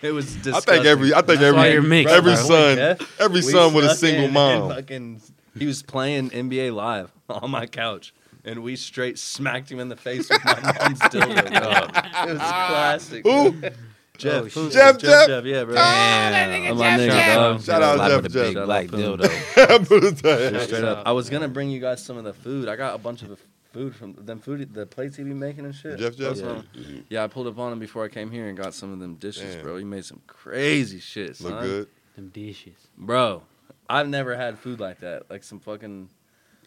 B: it was disgusting.
C: I think every I think
A: That's why
C: every
A: you're mixed,
C: every
A: bro.
C: son
B: Like, yeah.
C: every
B: We
C: son with a
B: snuck
C: single
B: in and
C: mom.
B: fucking- he was playing NBA Live on my couch, and we straight smacked him in the face with my mom's dildo. dog. It was classic.
C: Who?
B: Jeff,
A: Oh,
B: who was
C: Jeff,
B: it?
C: Jeff?
B: Jeff, Jeff, yeah, bro.
D: Damn.
B: I'm my nigga, dog.
C: Shout out
D: Live
C: Jeff
D: with a
C: Jeff.
D: big black
B: Shout out
D: dildo.
C: That's
B: Straight up.
A: out.
B: I was gonna bring you guys some of the food. I got a bunch of the food from them food the plates he be making and shit.
C: Jeff Jeff.
B: That's what I'm- Yeah, I pulled up on him before I came here and got some of them dishes,
C: Damn.
B: bro. He made some crazy shit, son.
C: Look good.
A: them dishes.
B: Bro, I've never had food like that. Like some fucking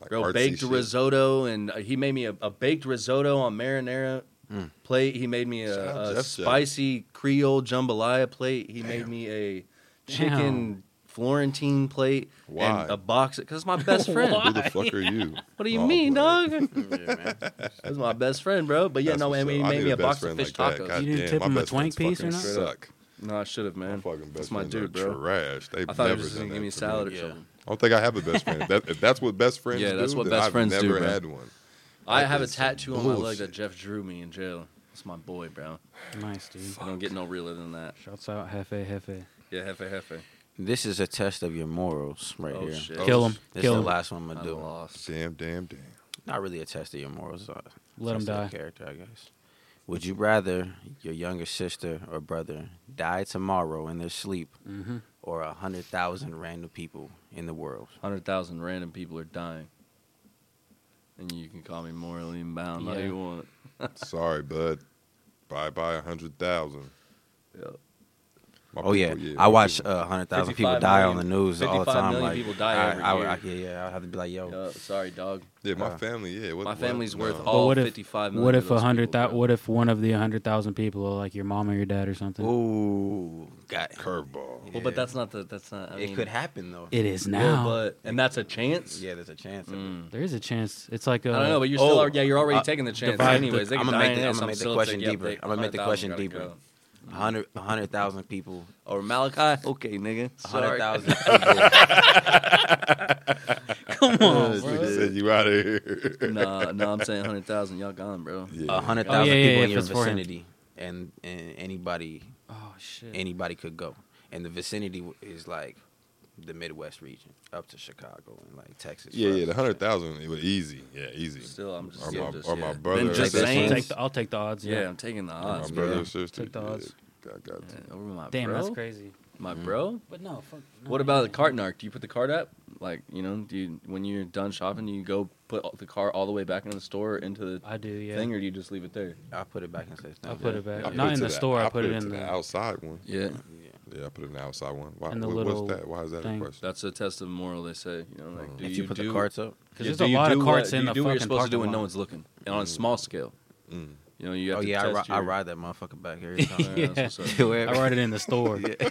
C: Like
B: bro
C: artsy
B: baked
C: shit.
B: risotto and uh, he made me a, a baked risotto on marinara
D: Mm.
B: plate. He made me
C: Hmm. Shout out
B: a, a
C: Jeff Jeff.
B: spicy Creole jambalaya plate. He made me a chicken Florentine plate
C: Why?
B: and a box because it's my best friend.
C: Who the fuck are you?
B: What do you
C: Oh,
B: mean,
C: bro.
B: dog? That's my best friend, bro. But yeah,
C: That's
B: no,
C: what's
B: and
C: up.
B: he
C: I
B: made
C: need
B: me a
C: best
B: box of
C: friend
B: fish
C: like that.
B: tacos.
C: God
A: You didn't
C: damn,
A: tip
C: my
A: him a
C: best friends
A: twink piece or
C: fucking
A: nothing?
C: Suck.
B: No, I should have, man.
C: My fucking best
B: That's my
C: friends are
B: dude, bro.
C: Trash. They
B: I thought he
C: never
B: was just
C: done
B: gonna
C: that
B: give me a
C: for
B: salad or
D: Yeah.
B: something.
C: I don't think I have a best friend. If that, if that's what best friends
B: Yeah,
C: do,
B: that's what
C: then
B: best
C: I've
B: friends do,
C: never
B: bro.
C: had one.
B: I
C: That
B: have a
C: is some
B: tattoo on my leg
C: bullshit.
B: that Jeff drew me in jail. That's my boy, bro.
A: Nice, dude.
B: I don't get no realer than that.
A: Shouts out Hefe Hefe.
B: Yeah, hefe hefe.
D: This is a test of your morals right
B: Oh
D: here.
B: shit.
C: Oh,
A: Kill him.
D: This is
A: Kill
D: the
A: him.
D: last one I'm
B: I
D: gonna do.
B: lost.
C: Damn, damn, damn.
D: Not really a test of your morals. uh,
A: Let him
D: test of your
A: die.
D: Character, I guess. Would you rather your younger sister or brother die tomorrow in their sleep,
A: Mm-hmm.
D: or a hundred thousand random people in the world?
B: Hundred thousand random people are dying. And you can call me morally inbound all
A: Yeah.
B: you want.
C: Sorry, bud. Bye, bye. A hundred thousand.
B: Yeah.
C: My
D: Oh yeah,
C: people,
D: I
C: my
D: watch
C: people.
D: uh, hundred thousand people
B: 55
D: die on the
B: million-
D: news all the
B: 55
D: time.
B: million
D: Like
B: people die
D: I-
B: every
D: I would-
B: year.
D: I- yeah, yeah, I have to be like, yo,
B: Yo, sorry, dog.
C: yeah, my
D: uh,
C: family. Yeah, what,
B: My
C: what?
B: family's
C: No.
B: worth
A: But
B: all
A: what if-
B: fifty-five million.
A: What
B: of
A: if a
B: those
A: hundred
B: people,
A: thousand?
B: bro.
A: What if one of the hundred thousand people are like your mom or your dad or something?
D: ooh, got
C: curveball.
B: Well, but that's not the. That's not. I
D: it
B: mean,
D: could happen though.
A: It is
B: well,
A: now.
B: but and that's a chance.
D: yeah, there's a chance. of it.
B: Mm.
A: there is a chance. It's like a.
B: I don't know, but you're
D: oh,
B: still yeah, you're already
D: uh,
B: taking the chance.
A: divide
B: Anyways,
A: the-
B: they
D: I'ma
B: can
D: make
B: die
D: the-
B: in
D: I'ma
B: this,
D: make the
B: still
D: question
B: taking- yeah,
D: deeper.
B: they-
D: I'ma make the
B: 100,000
D: question
B: gotta
D: deeper. Oh,
B: go.
D: A hundred, a hundred thousand people,
B: Or Malachi, okay, nigga.
D: a
B: Sorry.
D: hundred thousand people.
A: Come on,
C: This
A: bro.
C: nigga said you out of here.
B: nah, nah, I'm saying hundred thousand. Y'all gone, bro.
C: Yeah.
D: a hundred
A: Oh,
D: thousand
A: yeah, yeah,
D: people
A: yeah,
D: in
A: if
D: your
A: it's for him.
D: vicinity, and, and anybody
A: Oh shit.
D: Anybody could go, and the vicinity w- is like the Midwest region up to Chicago and like Texas.
C: Yeah,
D: for
C: yeah,
D: us.
C: the hundred thousand, it was easy. Yeah, easy.
B: Still, I'm just.
C: Or
B: yeah,
C: my-
B: just
C: or
B: yeah.
C: my
B: Then
C: brother or
B: just
A: I'll, take
C: saying-
B: saying,
A: the, I'll take the odds.
B: yeah, I'm taking the
C: My
B: odds,
C: brother
B: bro.
C: or sister.
A: Take the odds.
C: Yeah, got, got
B: Yeah, over my
A: Damn,
B: bro.
A: that's crazy.
B: My
C: Mm.
B: bro.
A: But no, fuck. no,
B: What
A: I
B: about the
A: can't.
B: cart narc? Do you put the cart up? Like, you know, do you when you're done shopping, do you go put all- the car all the way back into the store into the
A: I do, yeah.
B: thing, or do you just leave it there?
D: I put it back and say
A: I put it back.
C: I put
A: Not
C: it
A: in
C: to
A: the store. I put it
C: to
A: in
C: the,
A: the.
C: outside one.
B: Yeah,
C: Yeah, I put it in the outside one. Why,
A: In the
C: what-
A: little
C: what's that? Why is that
A: thing.
C: a question?
B: that's a test of moral. They say, you know,
C: Mm.
B: like do
D: If you, put
B: do,
D: the carts up,
A: Because
B: yeah,
A: there's
B: do
A: a
B: you
A: lot
B: do
A: of carts
B: what,
A: in
B: do
A: the
B: you do what
A: fucking
B: you're supposed to do
A: parking
B: when no
A: lot.
B: one's looking, and on a small scale.
C: Mm.
B: You know, you have
D: oh
B: to
D: yeah, I, ri-
B: test
D: I
B: your-
D: ride that motherfucker back every time.
B: Yeah, that's what's up.
A: I write it in the store. yeah.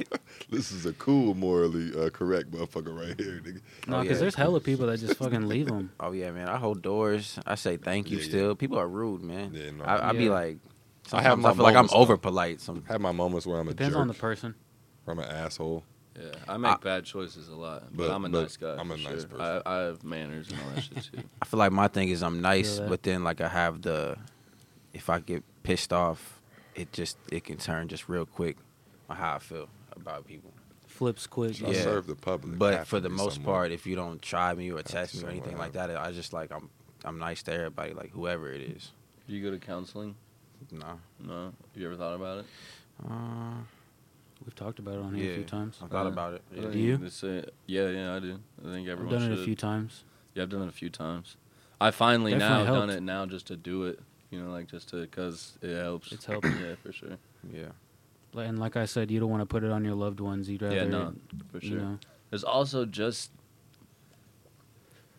C: This is a cool, morally uh, correct motherfucker right here, nigga.
A: No,
D: Oh,
A: because
D: yeah.
A: there's hella people that just fucking leave them.
D: Oh yeah, man. I hold doors. I say thank you.
C: Yeah, yeah.
D: still, people are rude, man.
C: Yeah, no.
D: I, I be
A: Yeah.
D: like,
C: I
D: sometimes I,
C: have my
D: feel like I'm
C: moments, though.
D: over polite. Some
C: I have my moments where I'm a
A: Depends
C: jerk,
A: on the person.
C: where I'm an asshole.
B: Yeah, I make
D: I-
B: bad choices a lot, but,
C: But-
B: I'm a
C: but
B: nice guy.
C: I'm
B: for
C: a nice
B: sure.
C: person.
B: I, I have manners and all that shit too.
D: I feel like my thing is I'm nice,
A: that.
D: but then like I have the, if I get pissed off, it just it can turn just real quick, on how I feel about people.
A: Flips quick.
C: I
D: Yeah.
C: serve the public.
D: But
C: Have
D: for
C: to
D: the
C: be
D: most
C: someone.
D: part, if you don't try me or
C: to
D: text me or
C: someone
D: anything like
C: else.
D: that, I just like I'm I'm nice to everybody, like whoever it is.
B: Do you go to counseling?
D: No,
B: No. You ever thought about it?
D: uh,
A: We've talked about it on here a few times.
D: I thought
B: Uh,
D: about it.
B: I
D: Yeah.
B: think
A: Uh-huh. Do you?
B: it's a- yeah, yeah, I do. I think
A: I've
B: everyone
A: done
B: should.
A: it a few times.
B: Yeah, I've done it a few times. I finally now
A: Definitely
B: done
A: helped.
B: it now just to do it. You know, like just to because it helps.
A: It's helped.
B: Yeah, for sure.
D: yeah.
A: Like- And like I said, you don't want to put it on your loved ones. You'd rather,
B: yeah, no, for
A: you
B: sure.
A: know,
B: There's also just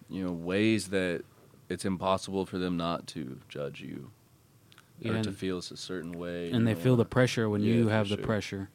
B: you know ways that it's impossible for them not to judge you
A: Yeah,
B: or to
A: and,
B: feel it's a certain way.
A: and
B: you
A: they
B: know,
A: feel the
B: uh,
A: pressure when
B: Yeah,
A: you
B: for
A: have the
B: sure.
A: pressure.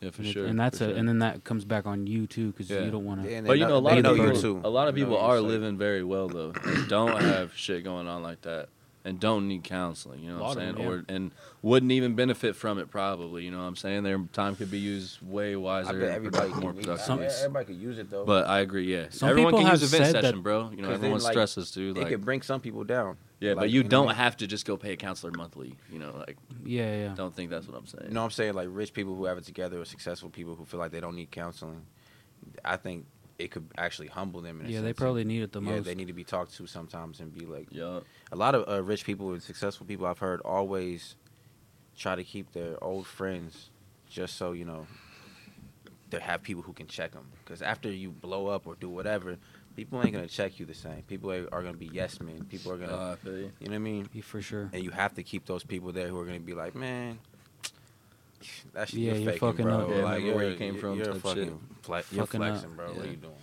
B: yeah for
A: and it-
B: sure.
A: and that's
B: for
A: a,
B: sure.
A: and then that comes back on you too, because
B: Yeah.
A: you don't want to.
D: And
B: But
D: they
B: you know, a
D: they
B: lot of
D: know you
B: people,
D: too.
B: a lot of
D: They know
B: people
D: you,
B: are
D: so-
B: living very well though, and don't have shit going on like that, and don't need counseling. You know
A: Lot
B: what I'm
A: of
B: saying?
A: them,
B: Or and wouldn't even benefit from it probably. You know what I'm saying? Their time could be used way
D: I
B: wiser,
D: bet
B: and
D: everybody
B: more
D: can use,
B: productive.
A: Some-
D: everybody could use it though.
B: but I agree, yeah.
A: Some
B: everyone
A: people
B: can use a
A: have
B: vent
A: said that-
B: session, bro. You know,
D: 'cause then,
B: everyone
D: like,
B: stresses too.
D: it
B: Like,
D: could bring some people down.
B: yeah, but
D: like,
B: you
D: know
B: don't
D: what I mean?
B: have to just go pay a counselor monthly. You know, like
A: Yeah, yeah.
B: don't think that's what I'm saying.
D: You know what I'm saying? Like rich people who have it together or successful people who feel like they don't need counseling. I think it could actually humble them. In a
A: yeah,
D: sense.
A: they probably need it the
D: yeah,
A: most.
D: they need to be talked to sometimes and be like.
B: Yeah,
D: A lot of uh, rich people and successful people I've heard always try to keep their old friends just so you know they have people who can check them. Because after you blow up or do whatever, people ain't gonna check you the same. People are, are gonna be yes men. People are gonna,
B: uh, I feel you.
D: you know what I mean?
A: Yeah, for sure.
D: and you have to keep those people there who are gonna be like, man, that shit,
A: Yeah,
D: you're,
A: you're
D: faking,
A: fucking
D: bro.
A: up.
B: Yeah,
D: like,
B: remember
D: you're,
B: where you came from
D: You're
B: type
D: fucking, fle- you're
A: Fucking up.
D: flexing, bro. What are
B: Yeah.
D: you doing?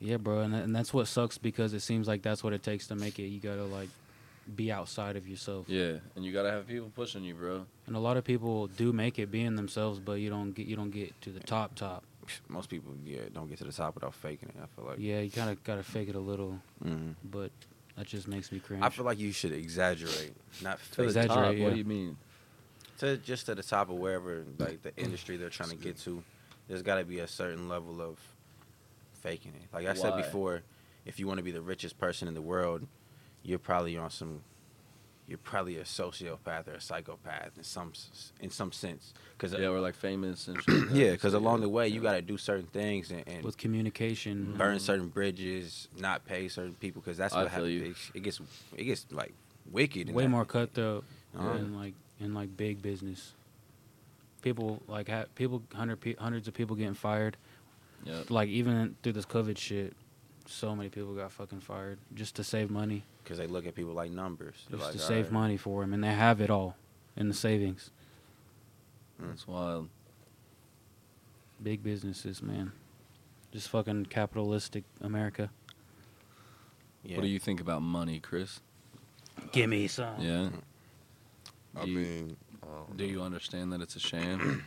A: Yeah, bro, and and that's what sucks because it seems like that's what it takes to make it. You gotta like be outside of yourself.
B: Yeah, and you gotta have people pushing you, bro.
A: And a lot of people do make it being themselves, but you don't get you don't get to the top top.
D: Most people, yeah, don't get to the top without faking it. I feel like,
A: Yeah, you kind of gotta fake it a little,
D: Mhm.
A: but that just makes me cringe.
D: I feel like you should exaggerate, not
B: To
D: fake
B: the
A: Exaggerate,
B: top.
A: yeah.
B: What do you mean?
D: to just to the top of wherever like the industry they're trying to get to. There's got to be a certain level of faking it. Like I said
B: Why?
D: before, if you want to be the richest person in the world, you're probably on some. You're probably a sociopath or a psychopath in some s- in some sense. Cause uh,
B: Yeah, we're like famous and shit.
D: yeah, because along the way
B: Yeah. Mm-hmm.
D: you got to do certain things and, and
A: with communication,
D: burn certain bridges, not pay certain people because that's
B: I
D: what
B: feel
D: happens.
B: you.
D: It, it gets it gets like wicked. in
A: way
D: that.
A: more cutthroat
D: Uh-huh.
A: in like in like big business. People like ha- people hundred pe- hundreds of people getting fired.
B: Yep.
A: Like even through this COVID shit, so many people got fucking fired just to save money.
D: because they look at people like numbers. They're
A: just
D: like,
A: to
D: "All
A: save
D: right."
A: money for him, and they have it all in the savings.
D: Mm.
B: That's wild.
A: Big businesses, man. Just fucking capitalistic America.
D: Yeah.
B: What do you think about money, Chris?
A: Give me
D: Mm.
A: some.
B: Yeah.
C: I
B: You-
C: mean, I don't
B: Do
C: know.
B: you understand that it's a sham?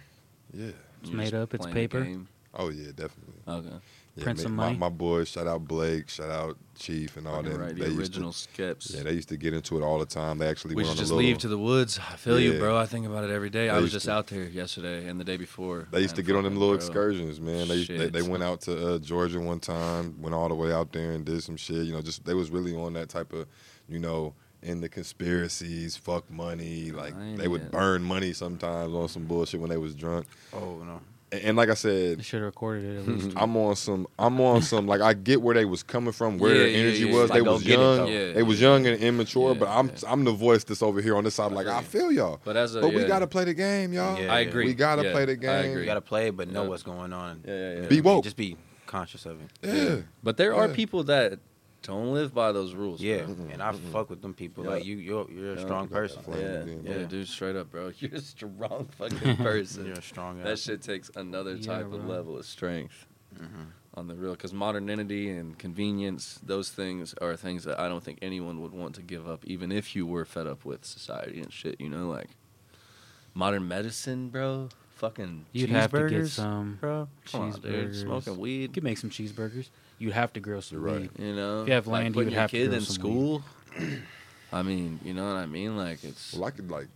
C: Yeah.
A: It's
B: You're
A: made
B: just
A: up, it's
B: playing the
A: paper.
B: game?
C: Oh yeah, definitely.
B: Okay.
C: Yeah,
A: Prince
C: ma-
A: of
C: my,
A: Money.
C: my boys, shout out Blake, shout out Chief, and all
B: Fucking
C: that.
B: right,
C: they
B: the
C: used to-
B: original skeps.
C: yeah, they used to get into it all the time. They actually
B: we
C: went
B: should
C: on
B: just
C: a little,
B: leave to the woods. I feel you,
C: Yeah.
B: bro. I think about it every day. I,
C: They
B: was
C: used
B: just
C: to-
B: out there yesterday and the day before.
C: They used to
B: and
C: get on them
B: fucking,
C: little
B: bro.
C: excursions, man. They, used- they
B: Shit.
C: they went out to uh, Georgia one time, went all the way out there and did some shit. You know, just they was really on that type of, you know, in the conspiracies, fuck money. Like
B: I ain't
C: they would
B: yet.
C: burn money sometimes on some bullshit when they was drunk.
D: Oh no.
C: And, and like I said,
A: They should have recorded it at least.
C: I'm on some. I'm on some. Like I get where they was coming from, where
B: Yeah,
C: their
B: yeah,
C: energy
B: yeah.
C: was.
B: Like,
C: they
B: go
C: was
B: get it,
C: young.
B: though. Yeah,
C: they was
B: yeah.
C: young and immature.
B: Yeah,
C: but I'm
B: yeah.
C: I'm the voice that's over here on this side. Like I feel y'all,
B: But as a,
C: but we
B: yeah.
C: gotta play the game, y'all.
D: Yeah.
B: I agree.
C: We gotta
B: Yeah,
C: play the
B: I
C: game.
B: agree.
D: You gotta play it, but know
B: Yeah.
D: what's going on.
B: Yeah, yeah, yeah.
C: Be
D: You know what I mean?
C: woke.
D: Just be conscious of it.
C: Yeah.
B: But there are
C: Yeah.
B: people that don't live by those rules.
D: Yeah,
B: bro.
D: and I fuck with them people.
B: Mm-hmm. Yeah.
D: Like you, you're you're a
B: Yeah.
D: strong person.
C: Flame
B: Yeah,
C: again,
B: yeah,
D: bro.
B: dude, straight up, bro. You're a strong fucking person.
D: You're a strong.
B: That
D: ass.
B: shit takes another
A: Yeah,
B: type
A: bro. Mm-hmm.
B: of level of strength on the real. Because modernity and convenience, those things are things that I don't think anyone would want to give up, even if you were fed up with society and shit. You know, like modern medicine, bro. Fucking
A: You'd have to get
B: cheeseburgers,
A: some.
B: bro. Come on, dude.
A: cheeseburgers.
B: Smoking
A: You
B: weed.
A: could make some cheeseburgers. You'd have to grill some
C: You're right.
A: meat.
B: You know,
A: If you have land, you
B: like putting
A: would
B: your
A: have to
B: kid
A: grow
B: in
A: some
B: school. I mean, you know what I mean? Like it's
C: Well, I could like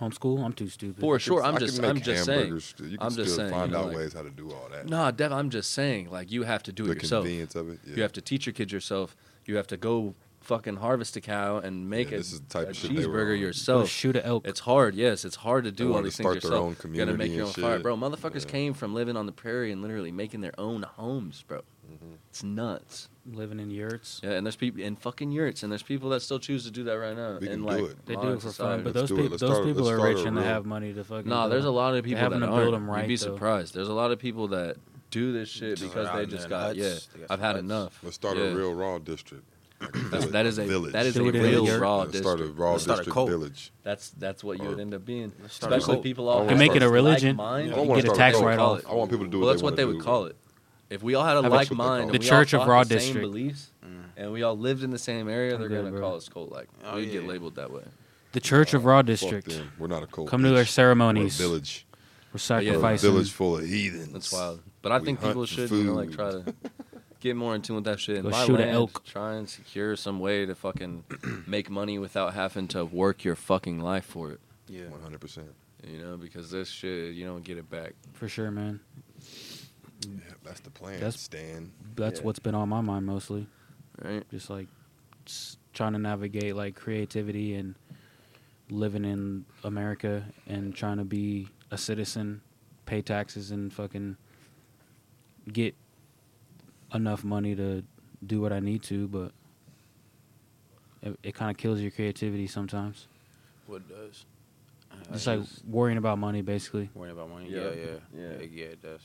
A: Homeschool? I'm too stupid.
B: for sure.
C: I
B: I'm
C: could
B: just,
C: make
B: I'm just saying.
C: hamburgers still. You can
B: I'm
C: still
B: just saying.
C: find
B: you know,
C: out
B: like-
C: ways how to do all that.
B: No, Dev, I'm just saying. Like you have to do
C: the
B: it yourself.
C: convenience of it. Yeah.
B: You have to teach your kids yourself. You have to go fucking harvest a cow and make
C: Yeah,
B: a,
C: this is the type
B: a
C: of shit they were
B: cheeseburger
C: on.
A: Go
B: yourself.
A: shoot an elk.
B: It's hard, yes. It's hard to do all
C: wanted
B: these
C: to
B: things
C: start their
B: yourself.
C: own
B: you gotta make
C: community
B: your own
C: and
B: fire,
C: shit.
B: bro. Motherfuckers
C: Yeah.
B: came from living on the prairie and literally making their own homes, bro.
C: Mm-hmm.
B: It's nuts.
A: Living in yurts.
B: Yeah, and there's people in fucking yurts, and there's people that still choose to do that right now.
C: We can
B: in,
C: do
B: like,
C: it.
A: They do
B: modern
A: it for
B: society.
A: fun, but those,
C: Let's do it.
A: peop-
C: Let's
A: those
C: start-
A: people
C: let's
A: are
C: start a
A: rich and they
C: real-
A: have money to fucking.
B: Nah,
A: do
B: there's
A: it.
B: a lot of people
A: having
B: that
A: to build
B: aren't.
A: them right,
B: You'd be
A: though.
B: surprised. There's a lot of people that do this shit
D: Just
B: because
D: around
B: they
D: in
B: just
D: the
B: got
D: huts.
B: yeah.
D: They got
B: I've
D: some
B: had
D: huts.
B: enough.
C: Let's start
B: Yeah.
C: a real raw district. Like a
B: That's,
C: village-
B: that is a
C: village.
B: that is
A: Do
B: a
A: it in a
B: real
A: yurt.
B: raw
C: Let's start a
B: district.
C: raw
D: Let's start a
C: district
D: cult.
C: village.
B: That's that's what you would
C: Or-
B: end up being.
D: start a
B: Especially
D: cult.
B: people all
C: I
B: have
C: make it a
B: like
A: religion.
B: mind.
C: I
A: You
C: don't
A: get
C: wanna
A: a
C: start
A: tax
C: cult.
A: write-off.
C: I want people to do
B: Well,
C: what
B: that's what they
C: wanna
B: would
C: do.
B: call it. If we all had a
A: Have a-
B: like
C: That's what they
B: mind,
C: call
B: and
A: it.
B: we
A: The Church
B: all
A: of
B: thought
A: Raw
B: the same
A: District.
B: beliefs,
C: Mm.
B: and we all lived in the same area,
A: I'm
B: they're
A: good,
B: gonna
A: bro.
B: call us cult. Like
D: Oh,
B: we'd get
D: yeah.
B: labeled that way.
A: The Church of Raw
C: Fuck
A: District.
C: them. We're not a cult.
A: Come to their
C: bitch. We're a
A: ceremonies. We're
C: village. We're a
A: sacrificing.
C: village full of heathens.
B: That's wild. But I
C: We
B: think
C: hunt
B: people
C: for
B: should you know, like
C: food.
B: try to get more in tune with that shit. And
A: Go
B: buy
A: shoot a
B: land,
A: elk.
B: Try and secure some way to fucking make money without having to work your fucking life for it.
D: Yeah.
C: One hundred percent.
B: You know, because this shit you don't get it back.
A: For sure, man.
C: Yeah, that's the plan.
A: That's-
C: Stan.
A: That's
B: Yeah.
A: what's been on my mind mostly.
B: Right?
A: Just like s trying to navigate like creativity and living in America and trying to be a citizen, pay taxes, and fucking get enough money to do what I need to, but it, it kind of kills your creativity sometimes.
D: What does?
A: Just like worrying about money, basically.
D: worrying about money.
B: Yeah.
D: Yeah, yeah,
B: Yeah.
D: yeah, yeah. It does.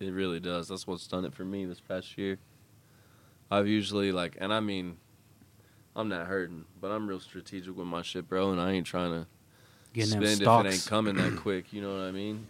B: It really does. That's what's done it for me this past year. I've usually like, and I mean, I'm not hurting, but I'm real strategic with my shit, bro. And I ain't trying to
A: Getting
B: spend
A: them
B: if it ain't
A: stocks.
B: coming that quick. You know what I mean?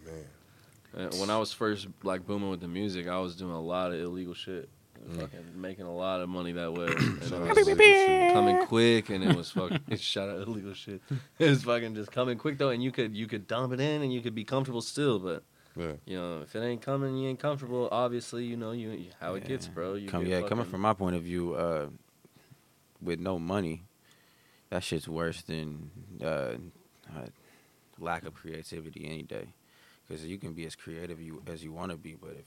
C: Man.
B: Uh, When I was first like booming with the music, I was doing a lot of illegal shit,
D: Mm.
B: and fucking making a lot of money that way. And it
C: Shout out
B: was
C: to Zipper Shit.
B: coming quick, and it was fucking shout out illegal shit. It was fucking just coming quick though, and you could you could dump it in, and you could be comfortable still. But
C: Yeah.
B: you know, if it ain't coming, you ain't comfortable. Obviously, you know you, you- how it
D: Yeah.
B: gets, bro. You
D: Come,
B: get
D: yeah, coming
B: fucking-
D: from my point of view, uh, with no money, that shit's worse than uh, uh, lack of creativity any day. Because you can be as creative you as you want to be, but if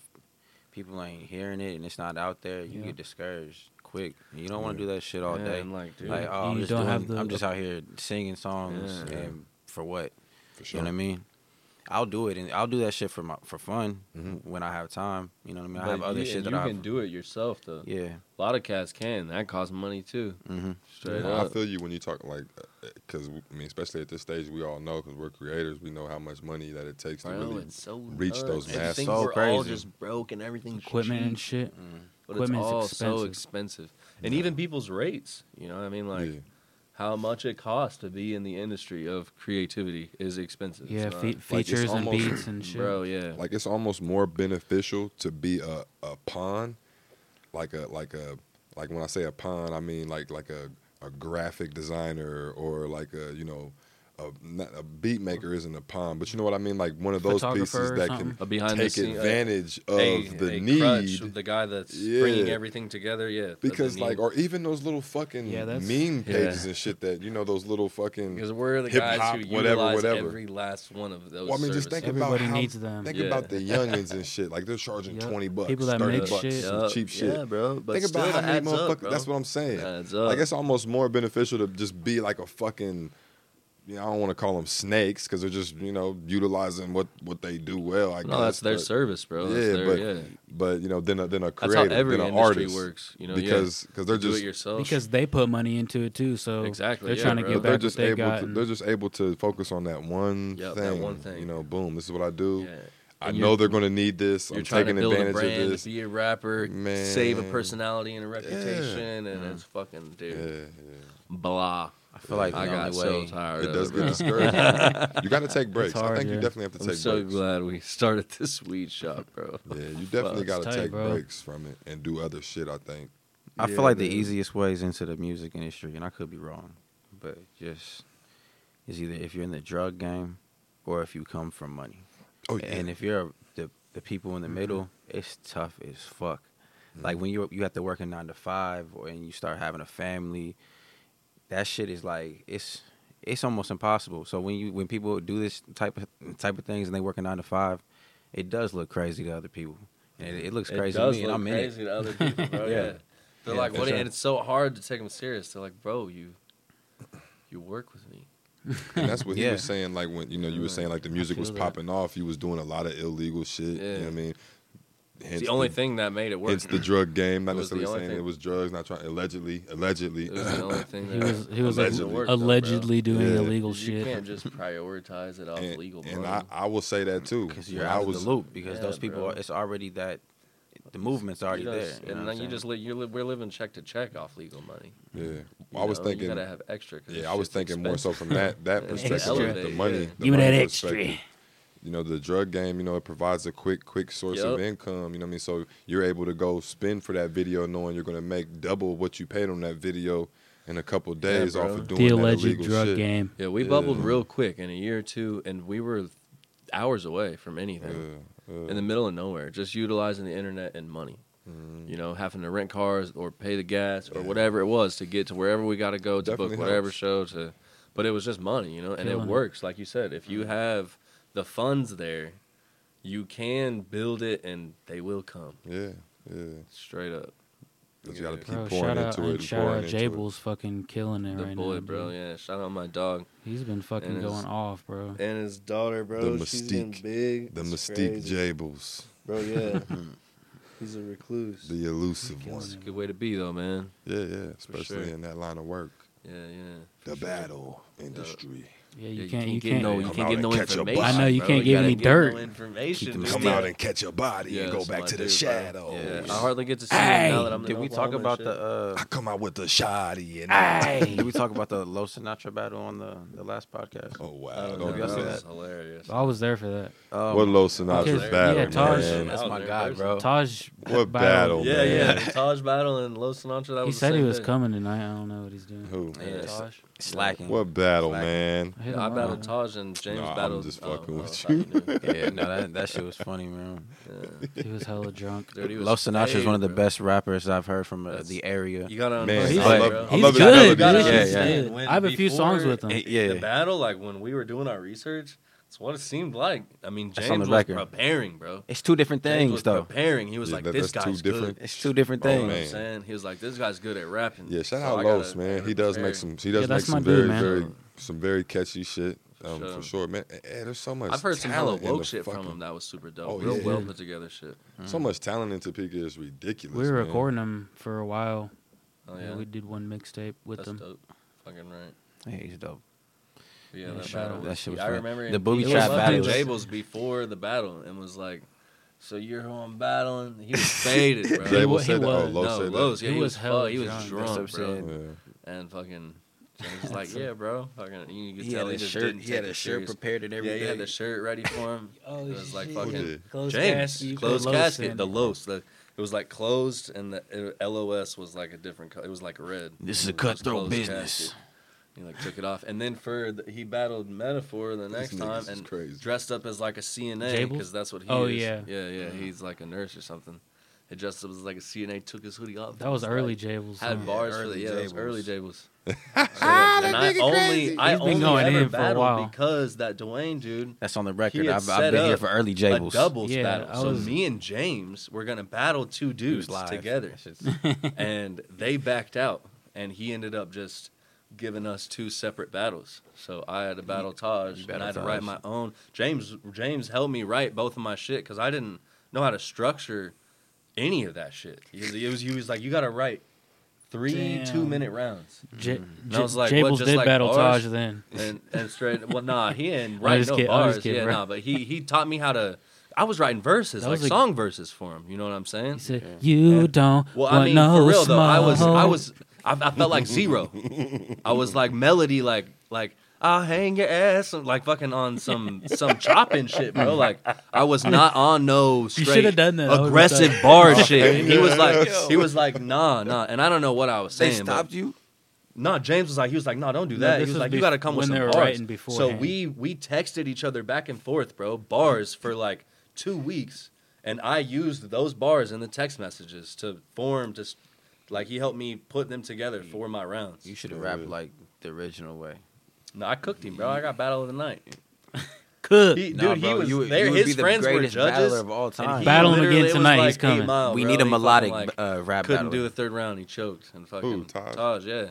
D: people ain't hearing it and it's not out there, you
B: Yeah.
D: get discouraged quick. And you don't want to do that shit all
B: Yeah,
D: day.
B: I'm like, dude,
D: Like, oh, I'm
A: You
D: just,
A: don't have
D: doing- I'm
A: the-
D: just out here singing songs
B: Yeah.
D: and for what?
C: For sure.
D: You know what I mean? I'll do it, and I'll do that shit for my for fun
C: Mhm.
D: when I have time. You know what I mean?
B: but
D: I have other
B: you,
D: shit
B: and
D: that
B: you
D: I
B: can
D: have-
B: do it yourself though.
D: Yeah.
B: A lot of cats can. That costs money too.
D: Mm-hmm.
B: Straight
C: Well, I
B: up.
C: feel you when you talk like, because I mean, especially at this stage, we all know because we're creators. We know how much money that it takes to
B: I know,
C: really.
B: it's so
C: reach
B: nuts.
C: those
B: And
C: masses.
B: things
D: So
B: were all
D: crazy.
B: just broke and everything's
A: Equipment
B: cheap.
A: and shit.
B: But
A: Equipment's
B: it's all so
A: expensive.
B: expensive, and even people's rates. You know, what I mean, like
C: Yeah.
B: how much it costs to be in the industry of creativity is expensive.
A: Yeah,
B: It's
A: fe-
B: not-
A: features and
C: almost-
A: beats and shit.
B: bro. Yeah,
C: Like it's almost more beneficial to be a, a pawn, like a like a like when I say a pawn, I mean like like a, a graphic designer or like a you know a, not, a beat maker isn't a pawn, but you know what I mean? Like one of those pieces
A: Photographer or
C: that
A: something.
C: can
B: A behind the
C: take
B: scene, uh,
C: advantage
B: a-
C: of the
B: a crutch,
C: need.
B: the guy that's
C: Yeah.
B: bringing everything together. Yeah, that they
C: Because
B: need.
C: like, or even those little fucking
A: Yeah, that's-
C: meme
B: Yeah.
C: pages and shit that you know those little
B: because
C: fucking.
B: we're the
C: hip
B: guys
C: hop,
B: who
C: whatever,
B: utilize
C: whatever.
B: every last one of those.
C: Well, I mean, just
B: services.
C: think about
A: Everybody
C: how,
A: needs them.
C: Think
B: Yeah.
C: about the youngins and shit. Like they're charging
A: Yup.
C: twenty bucks,
A: People that
C: thirty
A: make
C: bucks,
A: shit.
C: some
B: Yup.
C: cheap shit.
E: Yeah, bro. But
C: think
E: still,
C: about how
E: it
C: many
E: adds up,
C: motherfuckers.
E: bro.
C: that's what I'm saying.
B: Adds
C: Like
B: up.
C: it's almost more beneficial to just be like a fucking. You know, I don't want to call them snakes because they're just you know utilizing what what they do well. I guess.
B: no, that's their
C: but-
B: service, bro. That's
C: Yeah,
B: their-
C: but
B: yeah.
C: but you know then a, then a
B: That's
C: creator,
B: how every
C: then an
B: industry
C: artist
B: works. You know, yeah.
C: because because they're
B: You do
C: just
B: it yourself.
A: because they put money into it too. So
B: Exactly,
A: they're
B: yeah,
A: trying to
B: bro.
A: get
C: but they're
A: back what
C: just
A: they
C: able
A: got.
C: to
A: and
C: they're just able to focus on that one
B: Yup,
C: thing.
B: that one thing.
C: You know, boom, this is what I do.
B: Yeah.
C: I
B: And
C: know
B: you're-
C: they're going to need this.
B: You're
C: I'm
B: trying to
C: taking
B: build a
C: advantage of
B: brand,
C: this.
B: to be a rapper, save a
C: Man. Mm-hmm.
B: personality and a reputation, and it's fucking
C: yeah,
B: dude
C: yeah.
B: blah.
D: I feel like
B: I
D: the
B: got
D: only
B: so
D: way.
B: tired.
C: It
B: of
C: does
B: it,
C: get
B: bro.
C: discouraging. you got to take breaks. I
A: hard,
C: think you
A: yeah.
C: definitely have to
B: I'm
C: take
B: so
C: breaks.
B: glad we started this weed shop, bro.
C: Yeah, you definitely
B: Fuck,
C: got to
A: it's tight,
C: take
A: bro.
C: breaks from it and do other shit. I think.
D: I
B: Yeah,
D: feel like the
B: man.
D: easiest way is into the music industry, and I could be wrong, but just is either if you're in the drug game or if you come from money.
C: Oh yeah, Mm-hmm.
D: And if you're the the people in the middle, it's tough as fuck. Like when you you have to work a nine to five, or and you start having a family, that shit is like it's it's almost impossible. So when you when people do this type of type of things and they work a nine to five, it does look crazy to other people, and it, it looks
B: It
D: crazy
B: does
D: to me.
B: look
D: and I'm in it.
B: crazy to other people, bro. yeah.
D: Yeah.
B: They're
D: Yeah,
B: like,
D: for
B: what?
D: sure.
B: And it's so hard to take them serious. They're like, bro, you, you work with me.
C: and that's what he
D: Yeah.
C: was saying. Like when you know you were saying like the music was
A: feel that.
C: popping off, you was doing a lot of illegal shit. You
B: Yeah.
C: know what I mean? Hence
B: It's the only thing that made it work.
C: Hence the drug game. Not
B: It was the
C: necessarily
B: only
C: saying
B: thing.
C: it was drugs. Not trying allegedly, allegedly.
B: It was the only thing
A: he
B: that
A: was he was
B: made it
C: Allegedly.
B: work, though, bro.
A: allegedly doing
C: Yeah.
A: illegal
B: You
A: shit.
B: can't just prioritize it off
C: and
B: legal.
C: and I,
B: money.
C: I will say that too.
D: because you're
C: When
D: out
C: I was,
D: of the loop because
B: Yeah,
D: those people
B: bro.
D: are, it's already that the movement's already
B: You
D: there
B: just-
D: you know
B: and
D: what I'm
B: then you
D: saying?
B: just li- you li- we're living check to check off legal money.
C: Yeah,
B: You
C: I was
B: know?
C: thinking.
B: you gotta have extra. 'cause
C: Yeah,
B: this
C: I was
B: shit's
C: thinking more so
B: expensive.
C: from that that
B: Yeah.
C: perspective, the
B: Elevate,
C: money.
B: yeah.
C: the
A: Give me
C: money
A: that extra.
C: perspective. You know, the drug game. You know, it provides a quick, quick source of
B: Yup.
C: income. You know what I mean? So you're able to go spend for that video, knowing you're going to make double what you paid on that video in a couple days off
B: bro.
C: of doing
A: The
C: that
A: alleged
C: illegal
A: drug
C: shit.
A: game.
B: Yeah, we bubbled real quick in a year or two, and we were hours away from
C: Yeah,
B: anything
C: yeah.
B: in the middle of nowhere, just utilizing the internet and money.
E: Mm.
B: You know, having to rent cars or pay the gas or
C: Yeah.
B: whatever it was to get to wherever we got to go to
C: Definitely
B: book whatever
C: helps.
B: show to, but it was just money, you know, and
A: Killing
B: it
A: it.
B: works. Like you said, if
E: Mm.
B: you have the funds there, you can build it and they will come
C: yeah, yeah.
B: straight up.
C: But you got to
B: Yeah.
C: keep
A: Bro,
C: pouring
A: shout
C: into
A: out,
C: it.
A: and
C: and
A: shout
C: pouring
A: out
C: into it.
A: Jable's fucking killing it
B: The
A: right
B: boy,
A: now,
B: bro.
A: dude.
B: Yeah, shout out my dog
A: He's been fucking
B: And his-
A: going off, bro.
E: and his daughter, bro.
C: The
E: she's been
C: mystique.
E: big.
C: The
E: It's
C: Mystique
E: crazy.
C: Jables,
E: bro. Yeah, he's a recluse.
C: the elusive one.
B: It's a good way to be though, man.
C: Yeah, yeah. Especially
B: sure.
C: in that line of work,
B: Yeah, yeah.
C: the battle industry.
A: Yeah,
B: Yeah,
A: you can't. You
B: get no, you
A: can't.
C: Come
B: can't
C: out
B: get
C: and
B: no
C: catch a
B: information.
C: bus.
A: I know, you
B: bro.
A: can't give
B: gotta
A: any
B: get no
A: dirt.
B: information.
C: Come
B: dude.
C: out and catch a body
B: Yeah,
C: and go
B: that's
C: back
B: my
C: to the
B: dude, bro.
C: shadows.
B: Yeah, I hardly get to see
A: Hey!
B: him now that I'm. in
D: did we talk
B: Oklahoma and
D: about
B: shit.
D: the uh
C: I come out with the shoddy
B: Ah.
C: and
D: did
A: Hey,
D: we talk about the Lo Sinatra battle on the the last podcast?
C: Oh wow!
B: I don't
C: don't
B: know,
D: y'all
C: do
D: see
B: that was
C: that.
D: that?
B: hilarious.
A: I was there for that.
D: Um,
C: What Los Sinatra's
A: Because-
C: battle,
A: yeah, Taj-
C: man?
D: that's
B: I was
D: my
B: there
D: guy,
B: first.
D: bro.
A: Taj.
C: What
A: battled-
C: battle,
B: Yeah,
C: man?
B: yeah. the Taj battle and Lo Sinatra. That
A: He
B: was the
A: said he
B: same
A: was
B: day.
A: coming tonight. I don't know what he's doing.
C: Who?
D: Yeah,
A: Taj.
D: slacking.
C: What battle,
D: Like-
C: man?
A: I hit
B: Yeah,
A: him
B: I
A: up,
B: battled
A: man.
B: Taj and James
C: Nah, I'm
B: battled.
C: just
B: oh,
C: fucking
B: oh,
C: with
B: I thought
C: you.
B: knew.
D: Yeah, no, that that shit was funny, man.
B: Yeah.
A: He was hella drunk.
B: Dude, he was
D: Lo Sinatra is
B: paid,
D: one of the
B: bro.
D: best rappers I've heard from uh,
B: That's-
D: the area.
B: You gotta
C: Man,
B: understand,
A: I
B: bro.
C: love- I
A: He's
C: love his melody.
A: good. dude.
B: You gotta
A: He's
B: understand
A: good.
B: when
A: I have a few
B: before-
A: songs with him.
D: Eh, yeah,
B: the battle, like when we were doing our research, it's what it seemed like. I mean,
D: That's
B: James
D: on
B: was
D: the record.
B: preparing, bro.
D: it's two different
B: James was
D: things though.
B: preparing. He was
C: Yeah,
B: like,
C: that-
B: "This
C: that's two
B: guy's good."
C: different-
D: It's two different
C: Oh,
B: You know what
D: things.
C: man.
B: I'm saying? He was like, "This guy's good at rapping."
C: Yeah, shout
B: So
C: out
B: I gotta-
C: Los,
B: I
C: man.
B: gotta
C: He does
B: prepare.
C: make some. He does
A: Yeah,
C: make
A: that's my
C: some
A: dude,
C: very,
A: man.
C: very, some very catchy shit.
B: For
C: Um,
B: sure.
C: for sure, man. Eh, eh, there's so much.
B: I've heard some hella
C: talent in
B: woke
C: the
B: shit from
C: fucking-
B: him that was super dope.
C: Oh,
B: Real
C: yeah.
B: well put together shit.
C: So much talent in Topeka is ridiculous.
A: We Mm. were
C: man.
A: recording him for a while.
B: Oh
A: yeah.
B: yeah,
A: we did one mixtape with
B: that's
A: him.
B: dope. Fucking right.
D: Hey, he's dope.
B: Yeah,
A: Yeah,
B: that
A: shout
B: battle.
A: out.
D: That shit was
B: I
D: fun.
B: remember
D: The booby
A: trap
B: battle.
A: battles.
B: Jables before the battle and was like, "So you're who I'm battling." He was faded, bro.
A: He
C: Jable
A: wa- he
C: said that. Oh,
A: was.
C: Lo
B: no,
C: said
B: Lowe's, yeah,
A: He
B: he,
A: was
B: was
A: hella
B: full, he was
A: drunk.
B: drunk,
D: That's what I'm
B: bro.
D: saying.
C: that. Yeah.
B: And fucking, James was like, "Yeah, bro." Fucking, you could
D: He
B: tell
D: had
B: he
D: a
B: just
D: shirt.
B: didn't
D: He had
B: take
D: a
B: it
D: shirt
B: serious.
D: prepared and
B: Yeah, he had
D: everything.
B: the shirt ready for him.
A: Oh,
B: It was like
A: shit.
C: Who
B: fucking
C: did?
A: Closed
B: James, closed
A: Los
B: casket,
A: in.
B: the los, the it was like closed, and the uh, LOS was like a different color. It was like red.
D: This is
B: And
D: a
B: it was
D: cutthroat
B: closed
D: business.
B: casket. He like took it off, and then for the, he battled Metaphor the
C: This
B: next
C: nigga's
B: time
C: is
B: and
C: crazy.
B: dressed up as like a CNA
A: Jable?
B: because that's what he
A: Oh,
B: is.
A: yeah.
B: yeah, yeah. He's like a nurse or something. He dressed up as like a CNA, took his hoodie off.
A: That was
B: It's
A: early
B: Like,
A: Jables.
B: had
A: huh?
B: bars for the
E: early
B: yeah, that was
E: Jables.
B: early Jables. ah, and I only I
A: He's been
B: only
A: going
B: ever
A: in for a
B: battled
A: while.
B: because that Dwayne dude
D: That's on the record.
B: had
D: I've,
B: set
D: I've been here
B: up
D: for early
B: a
D: Jables.
B: doubles
A: Yeah,
B: battle.
A: I
B: So
A: was-
B: me and James were gonna battle two
D: It was
B: dudes
D: live.
B: together,
D: That shit's-
B: and they backed out, and he ended up just giving us two separate battles. So I had to battle Taj,
D: you
B: and I had to
D: battled
B: write
D: Taj.
B: my own. James James helped me write both of my shit because I didn't know how to structure any of that shit. He was, he was, he was like, you gotta write three
A: Damn.
B: two minute rounds,
A: J-
B: Mm. And I was like, what,
A: Jables
B: just
A: did
B: like
A: battle
B: bars?
A: Taj then.
B: and and straight. Well, nah, he didn't
A: I'm
B: write
A: just
B: no
A: kidding, I'm just
B: bars.
A: kidding,
B: yeah,
A: bro.
B: nah, but he he taught me how to. I was writing verses,
A: That
B: like
A: was a-
B: song verses for him. You know what I'm saying?
A: He said, "You
B: Yeah.
A: don't
B: Well,
A: want
B: I mean,
A: no
B: for real
A: smoke."
B: though, I was, I was, I, I felt like zero. I was like melody, like, like I'll hang your ass, and, like fucking on some some chopping shit, bro. Like I was not on no straight
A: shoulda done that. I Oh, would've
B: aggressive
A: done-
B: bar shit. He was like, he was like, nah, nah, and I don't know what I was
D: they
B: saying. but-
D: stopped you?
B: no, James was like, he was like, no, don't do
A: No,
B: that.
A: this
B: he was
A: was
B: like,
A: bef-
B: you got to come with
A: when
B: some
A: they were
B: bars.
A: writing
B: so
A: beforehand.
B: we we texted each other back and forth, bro, bars for like two weeks, and I used those bars in the text messages to form just like he helped me put them together for my rounds.
D: You should have rapped like the original way.
B: No, I cooked him, bro. I got battle of the night.
A: cooked.
B: He,
D: Nah,
B: dude, he
D: bro,
B: was
D: you would-
B: there.
D: you would be
B: His
D: the
B: friends were
D: greatest battler
B: judges.
D: of all
B: and
D: time.
B: he
A: Battle him
B: literally-
A: again
B: it was
A: tonight, he's
B: like eight
A: coming.
B: mile,
D: we
B: bro.
D: need a
B: He fucking,
D: melodic
B: like,
D: uh, rap
B: couldn't
D: battle.
B: do the third round. He choked and fucking
C: Who, Taj?
B: yeah.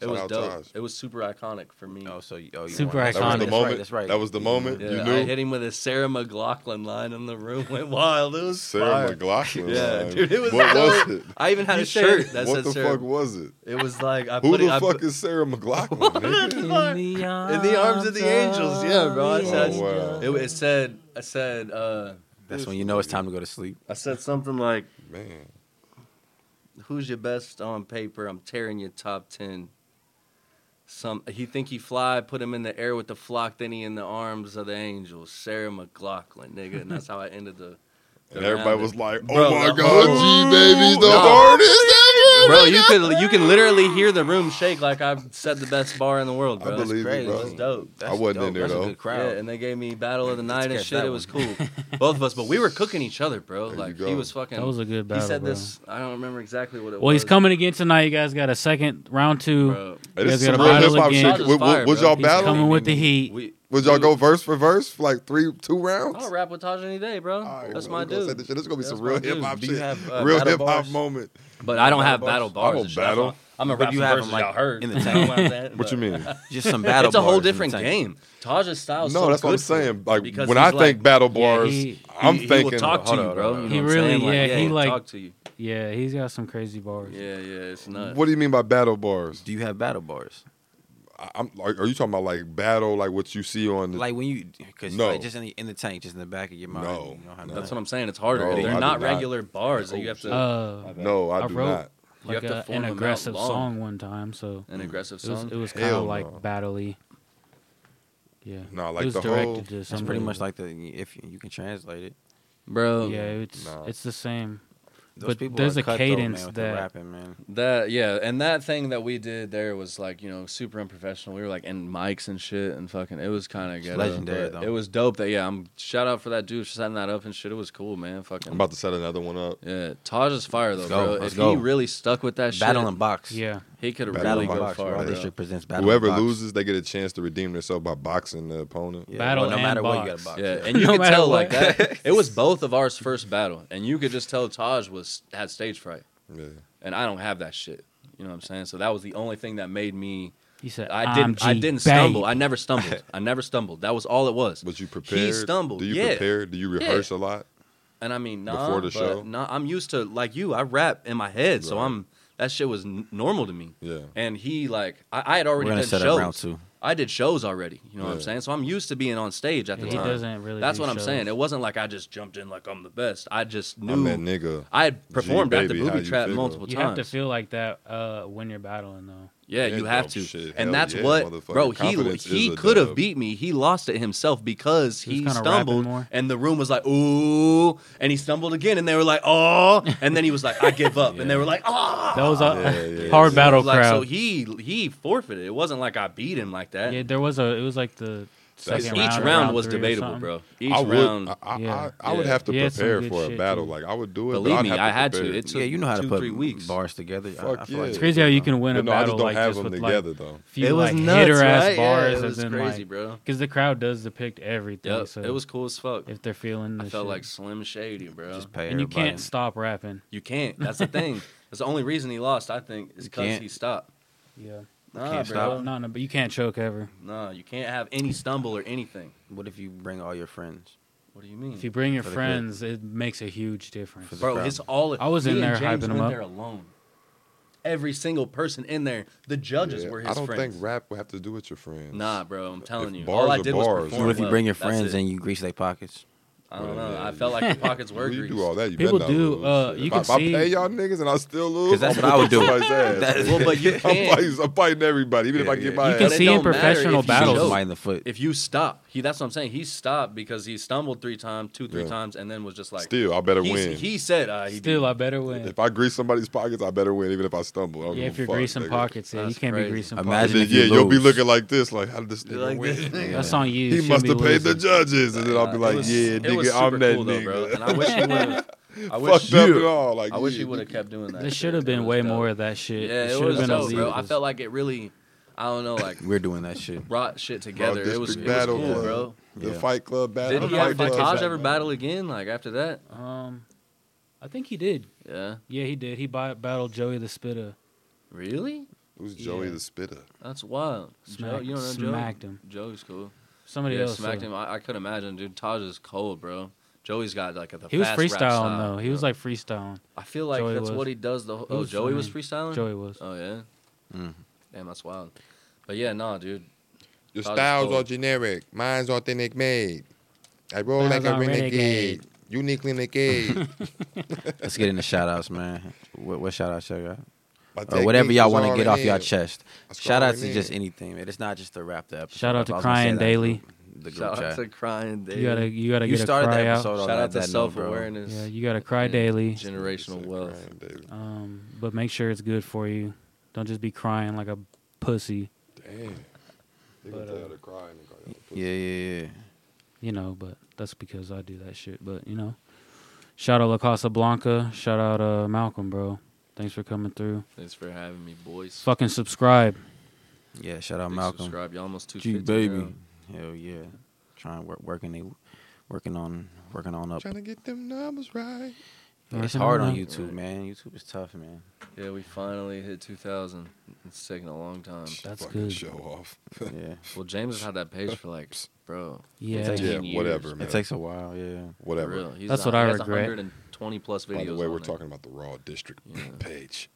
B: It
C: Shout
B: was
C: out
B: dope.
C: Taj.
B: It was super iconic for me.
D: Oh, so you, oh, you
A: Super
D: won.
C: That was the
A: Iconic.
D: That's right,
C: moment.
D: That's right.
C: That was the moment.
B: Yeah,
C: you
B: I
C: knew.
B: hit him with a Sarah McLaughlin line and the room went wild. It was
C: Sarah
B: fire.
C: McLaughlin.
B: Yeah,
C: line.
B: dude, it was
C: What
B: dope.
C: was it?
B: I even had
E: You
B: a shirt
E: said-
B: that
C: what
B: said
C: the
B: Sarah.
C: fuck was it?
B: It was like I
C: Who
B: put
C: the
B: it, I
C: fuck
B: put-
C: is Sarah McLaughlin? nigga?
A: in the arms,
B: in the arms of the angels. Yeah, bro. I
C: Oh,
B: said,
C: wow.
B: it, it said I said uh,
D: That's when you know it's time to go to sleep.
B: I said something like,
C: Man,
B: "Who's your best on paper? I'm tearing your top ten. Some he think he fly, put him in the air with the flock, then he in the arms of the angels. Sarah McLaughlin, nigga, and that's how I ended the. the
C: and everybody
B: round.
C: was like, "Oh
B: Bro,
C: my
B: the
C: God,
B: whole-
C: G baby's the
B: No.
C: hardest nigga."
B: bro, you could you can literally hear the room shake like I've said the best bar in the world,
C: I
B: bro.
C: believe it,
D: crazy.
B: It was
C: bro.
B: dope.
C: I wasn't in there,
D: That's
C: though.
D: A good crowd.
B: Yeah, and they gave me battle of the
D: Let's
B: night and
D: catch
B: shit.
D: that
B: It was cool, both of us. But we were cooking each other, bro.
C: There you
B: like
C: go.
B: he was fucking.
A: That was a good battle.
B: he said
A: bro.
B: this. I don't remember exactly what it was.
A: Well, he's coming again tonight. You guys got a second round two.
B: Bro.
C: Hey,
A: You
C: this
A: guys
C: is
A: got
C: some
A: a
C: real hip
A: battle
C: hop
A: again.
C: shit.
B: Shots is
C: Would,
B: fire,
C: was
B: bro.
C: y'all
A: He's
C: battling?
A: coming with the heat.
B: We,
C: Would y'all go verse for verse for like three, two rounds?
B: I'll rap with Taj any day, bro.
C: All right,
B: That's
C: bro,
B: my
C: we gonna
B: dude.
C: set this shit- This is gonna be
B: That's
C: some
B: my
C: real
B: dude.
C: hip hop
B: Do
C: shit.
B: you have, uh,
C: real
B: battle
C: hip hop
B: bars?
C: moment.
B: But I don't
C: battle
B: have
C: bars?
B: battle
C: I
B: bars.
C: don't
B: and shit. That's
C: battle.
B: why- I'm a
D: But
B: rap
D: you
B: some
D: have
B: verses
D: them, like,
B: y'all heard
D: in the
B: You know
D: tank.
B: what I'm saying?
C: What
B: But
C: you mean?
D: Just some battle.
B: It's a whole
D: bars in the
B: different
D: tank.
B: game. Taj's style.
C: No, that's what I'm saying. Like when I think
B: battle.
C: battle
A: Yeah,
C: bars,
A: he-
C: I'm
B: he, he
C: thinking.
B: will talk
D: hold
B: to you,
D: on,
B: bro.
D: hold on.
B: You
A: He
B: know what I'm saying?
A: really- yeah, he
B: will
A: like-
B: talk to you.
A: Yeah, he's got some crazy bars.
B: Yeah, yeah, it's nuts.
C: what do you mean by battle bars?
D: Do you have battle bars?
C: I- I'm, are, are you talking about like battle, like what you see on the?
D: Like when you, because
C: No.
D: like just in the, in the tank, just in the back of your mind.
C: No.
D: You don't have
C: No.
B: That's what I'm saying. It's harder.
C: No,
B: They're
C: I
B: not
C: do not. Oh,
B: regular bars that you have to
A: Uh,
C: no, I,
A: I
C: do
A: wrote-
C: not.
B: You
A: like
B: have to
A: a,
B: form
A: an
B: them out
A: aggressive
B: long.
A: song one time. So
B: an aggressive
A: it was
B: song.
A: it was kind
C: Hell
A: of like
C: no.
A: battle-y. Yeah.
C: No, like
A: it was
C: the
A: directed
C: whole-
A: to
D: That's pretty
A: somebody.
D: much like the if you can translate it.
B: bro.
A: Yeah, it's
C: Nah.
A: it's the same.
D: Those
A: But
D: people
A: there's
D: are
A: a
D: cutthroat,
A: cadence
D: man, with
A: that-
D: the rapping man.
B: That yeah, and that thing that we did there was like you know super unprofessional. We were like in mics and shit and fucking. It was kind of ghetto.
D: legendary,
B: but
D: though.
B: It was dope. That yeah, I'm shout out for that dude for setting that up and shit. It was cool, man. Fucking.
C: I'm about to set another one up.
B: yeah, Taj is fire though,
D: Let's go,
B: bro.
D: let's
B: if
D: go.
B: he really stuck with that
D: Battle
B: shit,
D: and box.
A: Yeah.
B: he could have
C: Battle
B: really
D: Battle
C: and
B: go far.
D: and box. Raw
B: bro.
D: District presents battle.
C: Whoever
D: and box.
C: loses, they get a chance to redeem themselves by boxing the opponent.
D: Yeah,
A: Battle
D: well, no
A: and
D: matter what, you
A: box.
D: gotta box.
B: Yeah, and you
A: No
B: could
A: matter
B: tell like
A: what.
B: that. It was both of ours first battle, and you could just tell Taj was had stage fright,
C: Yeah.
B: and I don't have that shit. You know what I'm saying? So that was the only thing that made me.
A: He said
B: I
A: "I'm
B: didn't. I
A: G,
B: didn't
A: babe."
B: stumble. I never stumbled. I never stumbled. That was all it was.
C: But you prepared.
B: stumbled,
C: Do you
B: yeah.
C: prepare? Do you rehearse a lot?
B: and I mean, nah,
C: Before the
B: but
C: show?
B: nah, I'm used to like you. I rap in my head, so
C: Right.
B: I'm that shit was n- normal to me.
C: Yeah.
B: And he like I, I had
D: We're
B: already
D: gonna
B: done
D: set
B: shows.
D: up round two.
B: I did shows already. You know what I'm
C: Yeah.
B: saying? So I'm used to being on stage at the
A: Yeah, he
B: time.
A: doesn't really
B: That's
A: do
B: what I'm saying.
A: shows.
B: It wasn't like I just jumped in like I'm the best. I just knew
C: I'm that nigga.
B: I had performed at the
C: baby, how
B: booby
C: you
B: trap
C: feel?
B: multiple
A: You have
B: times.
A: to feel like that uh, when you're battling though.
B: Yeah,
C: Yeah,
B: you have
C: bro,
B: to.
C: shit, hell
B: and that's
C: yeah,
B: what,
C: motherfucker.
B: bro. He
C: Confidence
B: he
C: is a
B: could have
C: dub.
B: beat me. He lost it himself because
A: He was
B: he
A: kinda rapping
B: stumbled,
A: more.
B: and the room was like, "Ooh," and he stumbled again, and they were like, "Oh," and then he was like, "I give up," and they were like, "Ah."
A: That was a
C: Yeah, yeah,
A: hard
C: yeah.
A: battle
B: like,
A: crowd.
B: So he he forfeited. It wasn't like I beat him like that.
A: yeah, there was a. It was like the
C: That's-
A: second
B: Each
A: round.
B: round,
A: or
B: was
A: three or
B: debatable,
A: something.
B: bro. Each
C: I would,
B: round,
C: I, I,
A: Yeah.
C: I, I would
B: Yeah.
C: have to
A: He had some
C: prepare
A: good
C: for a
A: shit,
C: battle.
A: too.
C: Like I would do it.
B: Believe
C: but I'd
B: me,
C: have to
B: I had to.
C: prepare.
B: It took
D: yeah, you know how
B: two,
D: to put
B: three weeks.
D: bars together. I-
C: Fuck
D: I feel like
C: yeah.
A: It's crazy how you can win a
C: But no, I
A: battle
C: just don't
A: like
C: have
A: this
C: them
A: with like
C: together though.
A: few
B: it was
A: like
B: nuts,
A: hitter ass
B: right?
A: bars,
B: yeah, it was
A: and then
B: crazy,
A: like
B: bro.
A: because the crowd does depict everything.
B: Yep,
A: so
B: it was cool as fuck.
A: if they're feeling, the
B: I felt
A: shit.
B: like Slim Shady, bro.
D: Just pay
A: and you
D: everybody.
A: can't stop rapping.
B: You can't. That's the thing. That's the only reason he lost, I think, is
D: You
B: because
D: can't.
B: he stopped.
A: Yeah,
B: Nah,
D: can't
B: bro.
D: stop.
A: no, no, but you can't choke ever.
B: Nah, you can't have any stumble or anything.
D: What if you bring all your friends?
B: What do you mean?
A: If you bring your
D: For the clip.
A: friends, it makes a huge difference.
D: For the-
B: bro,
D: crowd.
B: it's all.
A: I was
B: he
A: in
B: and
A: there
B: James
A: hyping him
B: went
A: up.
B: there alone. Every single person in there, the judges
C: Yeah,
B: were his
C: I don't
B: friends.
C: think rap would have to do with your friends.
B: Nah, bro, I'm telling you.
C: bars
B: All I
C: are
B: did
C: bars,
B: was perform.
C: Or
D: What if you
B: well.
D: bring your
B: That's
D: friends
B: it.
D: and you grease their pockets?
B: I don't
C: Yeah,
B: know.
C: yeah,
B: I felt like the pockets were
C: Well, you
B: greased.
C: do all that. You
A: People
C: better not
A: do,
C: Lose.
A: uh,
C: Shit.
A: you
C: if
A: can
C: I, if I
A: see-
C: pay y'all niggas and I still lose,
D: 'Cause that's
C: I'm
D: what I would do.
C: somebody's ass.
D: That's-
B: Well, but you
C: I'm
B: can't.
C: fighting, I'm fighting everybody, even if I
D: Yeah,
C: get
D: yeah.
C: my
A: You
C: ass.
A: can
B: But it
A: see
B: don't
A: in
B: matter
A: professional
B: if you
D: Shoot
A: battles.
B: show.
D: somebody in the foot.
B: if you stop, he that's what I'm saying. He stopped because he stumbled three times, two, three
C: Yeah.
B: times, and then was just like,
C: still, I better
B: he,
C: win.
B: He said, uh, he
A: Still,
B: beat
A: I better win.
C: if I grease somebody's pockets, I better win, even if I stumble. I don't
A: yeah,
C: give
A: if
C: a
A: you're
C: fuck,
A: greasing
C: nigga.
A: pockets, yeah, you
B: That's
A: can't be
B: crazy.
A: greasing
D: Imagine
A: pockets.
C: And then,
D: if
C: yeah,
D: you
C: you'll be
D: lose.
C: looking like this, like how did this nigga
B: Like
C: win?
B: this nigga.
A: That's on you.
C: He
A: shouldn't
C: must
A: be
C: have paid the
A: losing.
C: judges, and then I'll be
B: It
C: like,
B: was-
C: yeah,
B: it was
C: nigga, I'm
B: super
C: that
B: cool, though, bro.
C: nigga.
B: And I wish he would. I wish
C: Fucked up and all. Like,
B: I wish
C: yeah,
B: he would have
C: nigga.
B: kept doing that.
A: There
B: shit.
A: should have
B: It
A: been
B: was
A: way
B: dope.
A: more of that shit.
B: Yeah, it
A: should have
B: was
A: been
B: dope, bro. I
A: illegal.
B: felt like it really, I don't know, like
D: We're doing that shit.
B: brought shit together.
C: Bro,
B: it was, it
C: district
B: was
C: battle
B: cool,
C: club.
B: bro.
C: The
D: Yeah.
C: Fight Club battle.
B: Did
A: don't
B: he
A: know
B: have
A: if I did
B: Taj
A: that,
B: ever battle again? Like after that?
A: Um, I think he did.
B: Yeah.
A: Yeah, he did. He bi- battled Joey the Spitter.
B: Really?
C: Who's Joey
A: Yeah.
C: the Spitter?
B: That's wild. Joe,
A: Smacked-
B: you don't know Joe?
A: smacked him.
B: Joe's cool.
A: Somebody
B: yeah,
A: else
B: smacked
A: uh,
B: him. I, I could imagine, dude. Taj is cold, bro. Joey's got like a the
A: He was
B: fast
A: freestyling
B: rap style,
A: though. He was
B: bro.
A: like freestyling.
B: I feel like
A: Joey
B: that's
A: was.
B: what he does. The whole,
A: He
B: oh,
A: was
B: Joey was
A: funny.
B: freestyling.
A: Joey was.
B: Oh yeah.
D: Mm.
B: Damn, that's wild. But yeah, nah, dude.
C: Your
B: Thought it was
C: styles
B: cool.
C: are generic. Mine's authentic made. I roll
A: Styles
C: like a
A: are
C: renegade.
A: renegade.
C: Uniquely negate.
D: Let's get into shout outs, man. What, what shout outs y'all got?
C: My
D: Or whatever
C: technique
D: y'all
C: is
D: want to
C: all
D: get off
C: in
D: y'all
C: it.
D: chest.
C: I
D: Shout outs
C: score
D: to
C: in
D: just
C: it.
D: anything, man. It's not just to wrap the episode.
A: Shout out
D: up. I
A: to
D: was gonna say
A: Crying
D: that in the
A: Daily.
D: group- The group
B: Shout out
D: chat.
B: to crying daily.
A: You gotta you gotta
D: You
A: get a
D: started
A: cry
D: the
A: out.
D: episode on
B: Shout
D: that-
B: out to
D: that note,
B: self
D: bro.
B: awareness.
A: Yeah, you gotta cry
B: and
A: daily.
B: Generational wealth.
C: Crying daily.
A: Um, but make sure it's good for you. Don't just be crying like a pussy.
C: Damn. They gonna
A: But,
C: tell
A: uh,
C: y'all to cry and they call y'all pussy.
D: Yeah, yeah, yeah.
A: you know, but that's because I do that shit. But you know, shout out La Casa Blanca, shout out uh, Malcolm, bro. Thanks for coming through.
B: Thanks for having me, boys.
A: Fucking subscribe.
D: Yeah, shout out
B: Big
D: Malcolm.
B: Subscribe. Y'all almost two
D: Gee, baby. Hell yeah. Trying work working they working on working on up.
C: Trying to get them numbers right.
D: It's hard on
A: you.
D: YouTube,
B: Right.
D: man. YouTube is tough, man.
B: Yeah, we finally hit 2,000. It's taking a long time.
A: That's
C: Fucking
A: good.
C: Show off.
D: Yeah.
B: Well, James has had that page for like, bro,
A: Yeah.
D: It's
C: Yeah,
B: years.
C: whatever, man.
D: It takes a while, yeah.
B: for
C: whatever.
B: real. He's
A: That's
B: on-
A: what I
B: he has
A: regret.
B: 120 plus videos.
C: By the way,
B: on
C: we're
B: it.
C: talking about the raw district
B: Yeah.
C: page.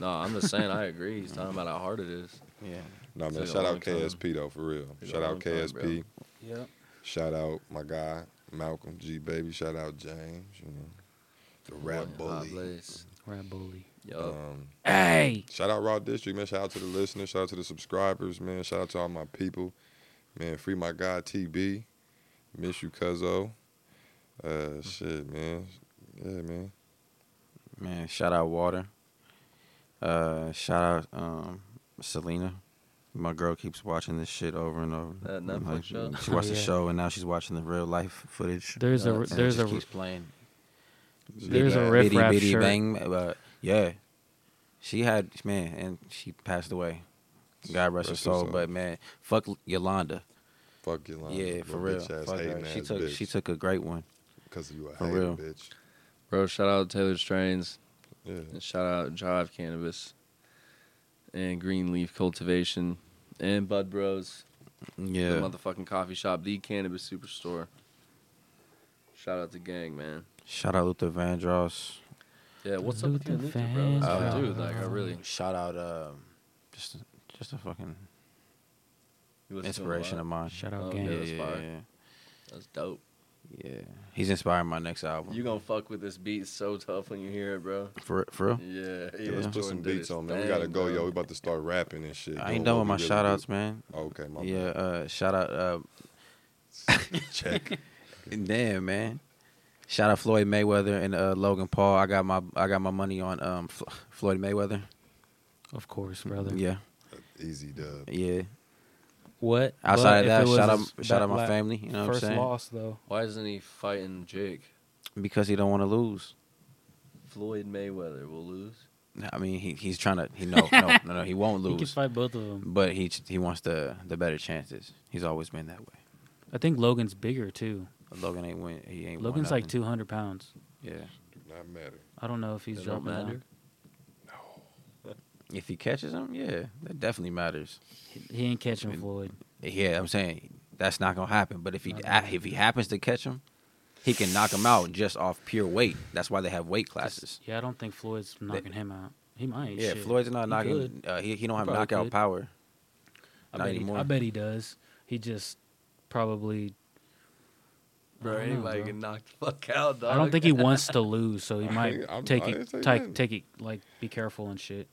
B: No, I'm just saying, I agree. He's talking about how hard it is.
D: Yeah.
C: No man,
B: Took a
C: shout
B: long
C: out
B: time.
C: KSP though, for real.
B: Took a
C: Shout
B: long
C: out
B: time,
C: KSP.
B: bro.
A: Yep.
C: Shout out my guy Malcolm G Baby. Shout out James. You know, the rap
B: Boy, hot
C: bully.
B: blaze.
A: Rat bully.
B: Yo,
C: Um,
A: Hey.
C: shout out Raw District, man. Shout out to the listeners. Shout out to the subscribers, man. Shout out to all my people, man. Free my guy TB. Miss you, Cuzzo. Uh, shit, man. Yeah, man.
D: Man, shout out Water. Uh shout out um Selena. My girl keeps watching this shit over and over.
B: That
D: I'm
B: Netflix show?
D: She watched the
A: Yeah.
D: show and now she's watching the real life footage.
A: There's
B: Uh,
A: a
D: and it
A: there's
D: just
A: a
D: keeps playing.
C: She
A: There's a
C: bad.
A: Riff
D: Bitty
A: Raff
D: Bitty
A: shirt.
D: Bang. Uh, yeah, she had man, and she passed away. God rest
C: Rest
D: her
C: her
D: soul.
C: soul.
D: But man, fuck Yolanda.
C: Fuck your line.
D: yeah, for real. Fuck her. She took she took a great one.
C: because you a
D: for
C: hater,
D: real.
C: bitch.
B: bro, shout out Taylor Strains.
C: Yeah.
B: And shout out Drive Cannabis and Greenleaf Cultivation and Bud Bros.
D: Yeah,
B: The motherfucking coffee shop, the cannabis superstore. Shout out to gang, man.
D: shout out Luther Vandross.
B: Yeah, what's up with you, and
A: Luther
B: Luther, bro? That's
D: Vandross.
B: my dude, like, I really
D: Uh, Shout out um, just just a fucking
B: you listen to him a
D: inspiration
B: lot.
D: of mine.
A: Shout out
B: Oh,
A: gang.
B: yeah.
D: yeah,
B: that's
D: yeah,
B: fire.
D: yeah.
B: That's dope.
D: Yeah, he's inspiring my next album.
E: You gonna fuck with this beat so tough when you hear it, bro.
D: for for real?
E: Yeah,
C: Yeah, let's put some beats on, man. we gotta go, yo. We about to start rapping and shit.
D: I ain't
C: doing
D: done
C: what
D: with my
C: we really
D: shout outs,
C: do.
D: man.
C: Oh, okay, my
D: Yeah, uh, shout out. Uh,
C: Check.
D: damn, man. Shout out Floyd Mayweather and uh, Logan Paul. I got my I got my money on um, Fl- Floyd Mayweather.
A: Of course, brother.
D: Yeah,
C: Easy dub.
D: yeah.
A: What? But if
D: Outside of
A: it
D: that,
A: was
D: shout
A: his-
D: out shout
A: that
D: out my
A: la-
D: family. You know what I'm
A: first
D: saying?
A: loss though.
B: Why isn't he fighting Jake?
D: Because he don't want to lose.
E: Floyd Mayweather will lose.
D: I mean, he he's trying to. He no no no no. He won't
A: He can
D: lose.
A: fight both of them.
D: but he he wants the the better chances. He's always been that way.
A: I think Logan's bigger too.
D: Logan ain't win. He ain't. won
A: Logan's like
D: nothing.
A: 200 pounds.
D: Yeah.
C: Do not matter.
A: I don't know if he's
B: That don't
A: dropping down.
B: matter?
D: If he catches him, yeah, that definitely matters.
A: He ain't catching Floyd.
D: Yeah, I'm saying that's not gonna happen. But if he
A: Not gonna
D: if he happens to catch him, he can knock him out just off pure weight. That's why they have weight classes.
A: Yeah, I don't think Floyd's knocking him out. He might.
D: yeah,
A: shit.
D: Floyd's not
A: He
D: knocking.
A: could.
D: Uh, he he don't have
A: Probably
D: knockout
A: could.
D: power.
A: I
D: not
A: bet, he,
D: anymore.
A: I bet he does. He just probably.
E: Bro,
A: I don't know,
E: anybody
A: bro.
E: can knock the fuck out, dog.
A: I don't think he wants to lose, so he might
C: I'm-
A: take
C: I
A: it,
C: didn't say
A: take,
C: nothing.
A: take it, like be careful and shit.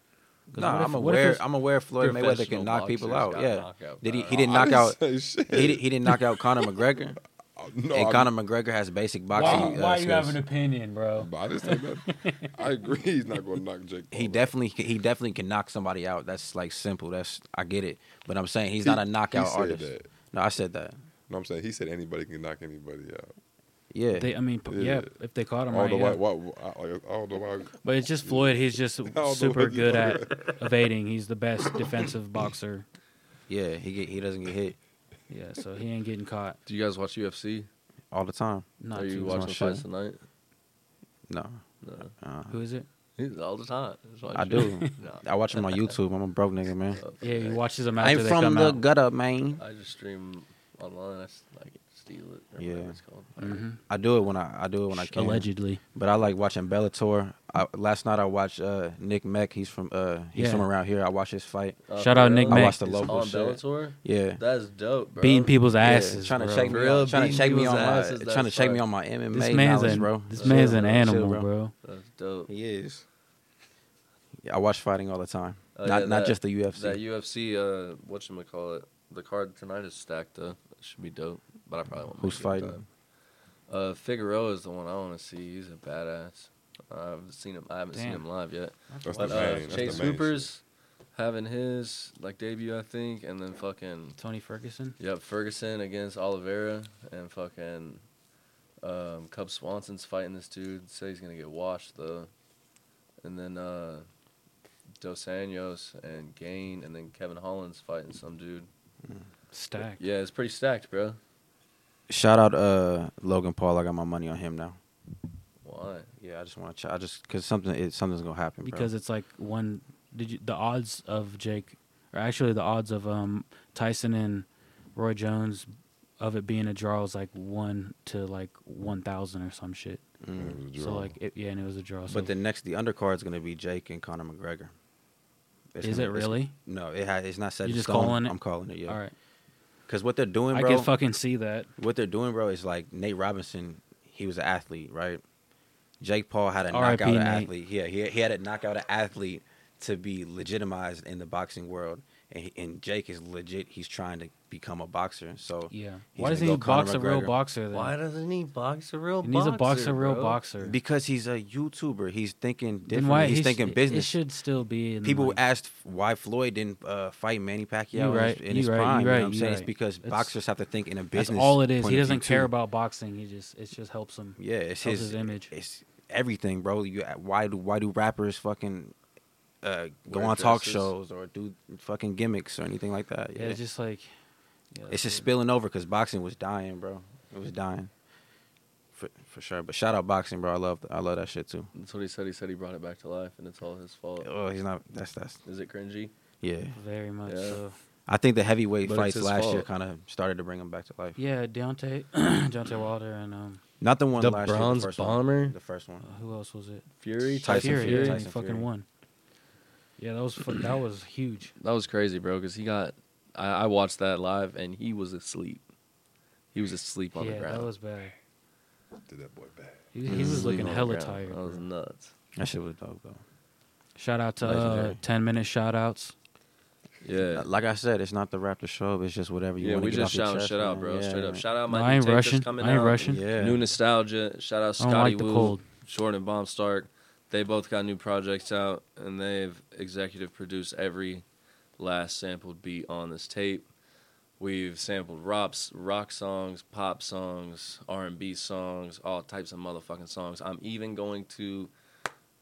A: 'Cause
D: No,
A: what if-
D: I'm
A: what if
D: aware.
A: it's-
D: I'm aware. Floyd Mayweather can
E: Professional
D: knock people
E: boxers
D: out.
E: got
D: Yeah.
E: knockout
D: Did he? He
E: power.
D: didn't
C: I
D: knock out.
C: Say shit. Oh,
D: He, did, he didn't knock out Conor McGregor.
C: no,
D: and
C: I-
D: Conor McGregor has basic boxing.
A: why,
D: uh,
A: why you
D: skills.
A: have an opinion, bro?
C: But I didn't say nothing. I agree. He's not gonna knock Jake. Paul
D: He
C: out.
D: definitely can- he definitely can knock somebody out. That's like simple. That's I get it. But I'm saying he's
C: He-
D: not a
C: he
D: knockout
C: said
D: artist.
C: that.
D: No, I said that.
C: No, I'm saying he said anybody can knock anybody out.
D: Yeah.
A: They, I mean, p- yeah.
C: Yeah.
A: if they caught him
C: Although
A: right, yeah.
C: why, why, why, I like, although why,
A: But it's just Floyd. He's just
C: know what
A: super
C: he's
A: good at
C: talking
A: evading. He's the best defensive boxer.
D: yeah. He get, he doesn't get hit
A: Yeah, so he ain't getting caught.
B: Do you guys watch UFC?
D: all the time.
A: Not
B: Are you
A: too
B: watching
A: much.
B: the fights tonight?
D: No.
E: No.
D: Uh,
A: Who is it?
E: He's all the time. It's like
D: I do.
E: No.
D: I watch him on YouTube. I'm a broke nigga, man.
A: Yeah, he watches them
D: I'm
A: after they
D: from
A: come
D: the
A: out.
D: gutter, man.
E: I just stream online. I s- like steal it. Or
D: Yeah.
E: whatever it's called.
A: Mhm.
D: I do it when I I do it when I can.
A: Allegedly,
D: But I like watching Bellator. I, last night I watched uh, Nick Meck. He's from uh he's
A: Yeah.
D: from around here. I watched his fight.
E: Uh,
A: Shout out
E: for
A: Nick
E: real?
A: Mack. I
D: watched the
E: It's
D: local
E: on
D: shit.
E: Bellator.
D: Yeah.
E: That's dope, bro.
A: beating people's
D: Yeah,
A: asses.
D: trying to
A: bro.
D: check me,
E: For real,
D: out, trying to
E: beating
D: check me
E: people's
D: on my,
E: asses,
D: trying to
E: that's
D: check me
E: fun.
D: on my MMA
A: This man's
D: knowledge,
A: an
D: bro.
A: this
D: Chill,
A: man's an
D: bro.
A: animal,
D: Chill,
A: bro.
E: That's dope.
D: He is. Yeah, I watch fighting all the time.
E: Oh,
D: not
E: yeah,
D: not
E: that-
D: just the UFC.
B: That UFC, uh, whatchamacallit, the card tonight is stacked up. It should be dope, but I probably won't.
D: Who's
B: make it in
D: fighting?
B: time. Uh, Figueroa is the one I want to see. He's a badass. I've seen him. I haven't seen
A: Damn.
B: him live yet.
C: that's the
B: But
C: main.
B: uh,
C: that's
B: Chase
C: the main
B: Hooper's having his like debut, I think, and then fucking
A: Tony Ferguson.
B: yep Ferguson against Oliveira and fucking um, Cub Swanson's fighting this dude. Say he's gonna get washed though, and then uh, Dos Anjos and Gain, and then Kevin Holland's fighting some dude.
A: Stacked.
B: Yeah, it's pretty stacked, bro.
D: Shout out uh Logan Paul. I got my money on him now.
B: Why?
D: Yeah, I just want to. I just because something it, something's gonna happen. bro.
A: Because it's like one. Did you the odds of Jake, or actually the odds of um Tyson and Roy Jones of it being a draw is like one to like one thousand or some shit.
C: shit.
D: Mm.
C: It was a
A: So
C: draw.
A: like it, yeah, and it was a draw. so-
D: But the next the undercard's gonna be Jake and Conor McGregor. It's
A: is it
D: gonna- it's-
A: really?
D: no, it ha, it's not set.
A: You
D: in
A: just
D: stone.
A: calling it?
D: I'm calling it. Yeah.
A: All right,
D: Because what they're doing,
A: I
D: bro.
A: can fucking see that.
D: what they're doing, bro, is like Nate Robinson, he was an athlete, right? Jake Paul had to knock
A: R.I.P.
D: out an
A: Nate.
D: athlete. Yeah, he, he had to knock out an athlete to be legitimized in the boxing world. And, he, and Jake is legit. He's trying to become a boxer. So
A: Yeah.
D: he's
A: Why
D: gonna
A: doesn't
D: go
A: he box a
D: Conor
A: real
D: McGregor.
A: boxer? Then?
E: Why doesn't he box a real
A: He
E: boxer?
A: needs a box a real
E: bro?
A: boxer.
D: Because he's a YouTuber. He's thinking
A: Then
D: differently.
A: why
D: he's
A: he sh-
D: thinking
A: it- It
D: business.
A: should still be. In
D: People
A: like,
D: asked why Floyd didn't uh, fight Manny Pacquiao in
A: right,
D: his,
A: you
D: in his
A: right, you
D: prime.
A: right,
D: know what I'm
A: you
D: saying? It's
A: right.
D: because
A: That's-
D: boxers have to think in a
A: That's
D: business.
A: all it is.
D: point
A: He
D: of view,
A: doesn't care
D: too.
A: about boxing. He just it just helps him.
D: Yeah, it's
A: Helps
D: his,
A: his image.
D: It's everything, bro. You uh, why do why do rappers fucking uh, go
B: Wear
D: on talk
B: dresses.
D: shows or do fucking gimmicks or anything like that?
A: Yeah,
D: Yeah,
A: it's just like yeah,
D: it's just
A: dude.
D: spilling over because boxing was dying, bro. It was dying for for sure. But shout out boxing, bro. I love I love that shit too.
B: That's what he said. He said he brought it back to life, and it's all his fault.
D: Oh, he's not. That's that's
B: Is it cringy?
D: yeah.
A: very much.
B: Yeah.
A: So.
D: I think the heavyweight
B: But it's
D: fights
B: his
D: last year
B: fault.
D: kind of started to bring him back to life.
A: Yeah, Deontay, Deontay Wilder, and um,
D: Not the one
E: The
D: last
E: Bronze
D: year. The first
E: Bomber?
D: One, the first one.
A: uh, who else was it?
B: Fury.
D: Tyson
A: Fury.
D: Fury.
A: yeah, he
D: Tyson
A: fucking
D: Fury.
A: won. Yeah, that was fu- that was huge.
B: That was crazy, bro. Because he got, I, I watched that live, and he was asleep. He was asleep on
A: yeah,
B: the ground.
A: that was bad.
C: Did that boy bad?
A: He, he was looking
E: Sleep on
A: hella
E: the ground.
A: tired.
E: That was
A: bro.
E: nuts.
D: That shit was dope though.
A: Shout out to uh,
D: Legendary.
A: ten minute shout outs.
B: Yeah.
D: Uh, Like I said, it's not the Raptor show. It's just whatever you
B: Yeah,
D: want to
B: we
D: get
B: just
D: off your
B: shout
D: chest,
B: shit out,
D: man.
B: bro.
D: Yeah,
B: Straight up.
D: man.
B: Shout out
A: No,
B: my
A: I
B: new
A: ain't
B: tape
A: rushing.
B: that's coming
A: I ain't
B: out.
A: rushing.
D: Yeah.
B: New nostalgia. Shout out
A: I don't
B: Scotty
A: like the
B: Wu,
A: cold.
B: Short and Bomb Stark. They both got new projects out, and they've executive produced every last sampled beat on this tape. We've sampled rops, rock songs, pop songs, R and B songs, all types of motherfucking songs. I'm even going to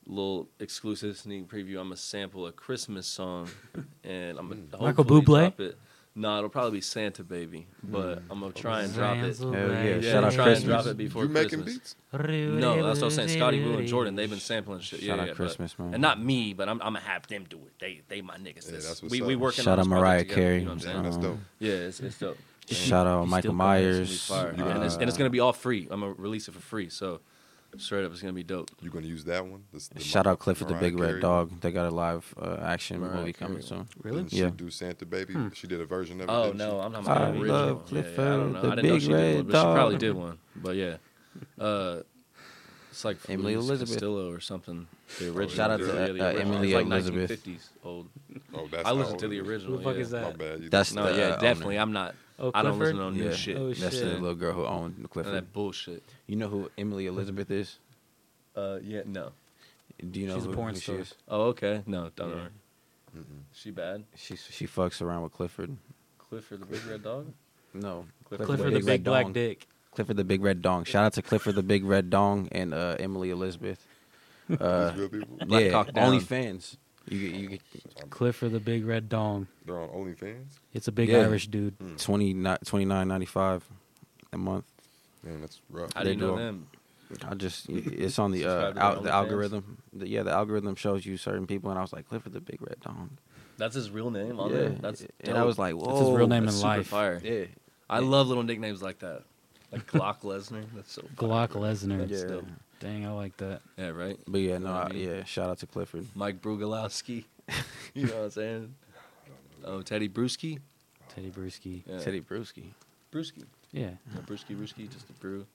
B: little exclusive sneak preview. I'm gonna sample a Christmas song, and I'm gonna
A: Michael
B: hopefully
A: Bublé?
B: drop it. No, it'll probably be Santa Baby, but I'm gonna try and drop it.
A: Zanzibar.
D: Hell yeah,
B: Yeah,
D: Hmm. shout out
B: try
D: Christmas.
B: and drop it before
C: you making
B: Christmas.
C: beats?
B: No, that's what I'm saying. Scotty Wu and Jordan, they've been sampling shit. yeah,
D: Shout out
B: yeah, but-
D: Christmas, man.
B: And not me, but I'm, I'm gonna have them do it. They they my niggas.
C: Yeah,
B: This-
C: that's what's
B: we
C: up.
B: we working
D: Shout
B: on
D: out
B: this project
D: Mariah
B: together,
D: Carey.
B: You know what I'm
C: Damn,
B: saying?
C: that's
D: Um,
C: dope.
B: Yeah, it's it's dope.
D: Shout out
A: He's
D: Michael
A: still coming.
B: It's
D: Myers.
B: gonna be fire.
C: You
B: and, it's,
C: gonna-
B: and it's gonna be all free. I'm gonna release it for free. So straight up, it's gonna be dope.
C: You gonna use that one? This- the
D: Shout
C: Mar-
D: out Clifford the
C: Mariah
D: Big Red
C: Carey
D: Dog. They got a live uh, action
B: Mariah
D: movie coming
B: Carey.
D: soon.
A: Really?
C: Didn't she
D: Yeah.
C: do Santa Baby? She did a version of it.
B: Hmm. Oh
C: didn't
B: no, I'm not
D: I
B: my original.
D: love
B: Yeah, yeah, I
D: Clifford
B: don't know.
D: the
B: I didn't know
D: Big
B: she did one,
D: Red
B: but she probably
D: Dog.
B: did one. But yeah, uh, it's like
D: Emily
B: Feliz
D: Elizabeth.
B: Castillo or something. The original.
D: Oh, Shout out
B: Yeah,
D: to,
B: yeah, the
D: uh, uh,
B: original.
D: Emily
B: It's like
D: Elizabeth.
B: 1950s old.
C: she? Oh, that's
B: I
C: how
B: listened
C: old
B: to the
C: it is.
B: original.
A: Who the fuck
B: yeah.
A: is that?
C: My bad. You-
D: That's
B: No,
D: the,
B: yeah,
D: uh,
B: definitely.
D: owner.
B: I'm not.
A: Oh,
B: I don't
A: Clifford?
B: listen to no new
D: Yeah.
B: shit.
A: Oh,
D: That's the
A: shit.
D: little girl who owned
B: None of
D: Clifford.
B: that bullshit.
D: You know who Emily Elizabeth is?
B: Uh, yeah, no.
D: Do you know
A: She's a
D: who,
A: porn
D: who she
A: star.
D: is?
B: Oh, okay. No, don't know. her.
C: Mm-mm.
B: She bad.
D: She she fucks around with Clifford.
B: Clifford the big red dog.
D: No,
B: Clifford
A: Clifford the big black
D: Dong.
A: dick.
D: Clifford the Big Red Dong. Shout out to Clifford the Big Red Dong and uh, Emily Elizabeth. Uh,
C: These real people.
B: Black
D: yeah,
B: Cock Down.
D: OnlyFans. You get- you get
A: Clifford the big red dong.
C: They're on OnlyFans.
A: It's a big
D: Yeah.
A: Irish dude.
D: twenty nine twenty nine ninety five a month.
C: Man, that's rough.
B: How do you
D: They do
B: know
D: a-
B: them?
D: I just it's on the uh,
B: Subscribe to
D: al-
B: their
D: the
B: OnlyFans?
D: algorithm. The, yeah, the algorithm shows you certain people, and I was like Clifford the Big Red Dong.
B: That's his real name on
D: yeah,
B: there. That's
D: and I
B: dope.
D: was like, whoa,
A: That's his real name
B: That's
A: in
B: super
A: life.
B: fire.
D: Yeah,
B: I love little nicknames like that, like Glock Lesnar. That's so. fire.
A: Glock Lesnar.
D: Yeah.
B: dope.
A: Dang, I like that.
B: Yeah, right.
D: but yeah, no,
B: You know
D: I,
B: what I mean?
D: yeah. Shout out to Clifford.
B: Mike Brugalowski. you know what I'm saying? Oh, Teddy Bruschi.
A: Teddy Bruschi.
B: Yeah.
D: Teddy Bruschi.
B: Bruschi.
A: Yeah.
B: Yeah, Bruschi, Bruschi, just a brew.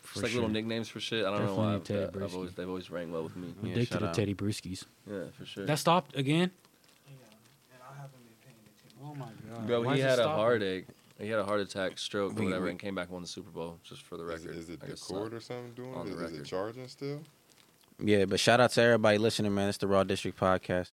B: It's
A: For
B: like
A: sure.
B: little nicknames for shit. I don't
A: Definitely Teddy
B: know why. I've, I've
A: Bruschi.
B: always, they've always rang well with me.
D: Yeah,
A: Addicted
D: shout
A: to
D: out.
A: Teddy Bruschi's.
B: Yeah, for sure.
A: That stopped again? Oh my god.
B: Bro, he had a heartache. He had a heart attack, stroke, or whatever, and came back and won the Super Bowl. Just for the
C: Is it-
B: record,
C: Is it
B: I
C: the
B: guess so.
C: cord or something doing
B: On
C: it?
B: the
C: Is it
B: record.
C: charging still?
D: Yeah, but shout out to everybody listening, man. It's the Raw District Podcast.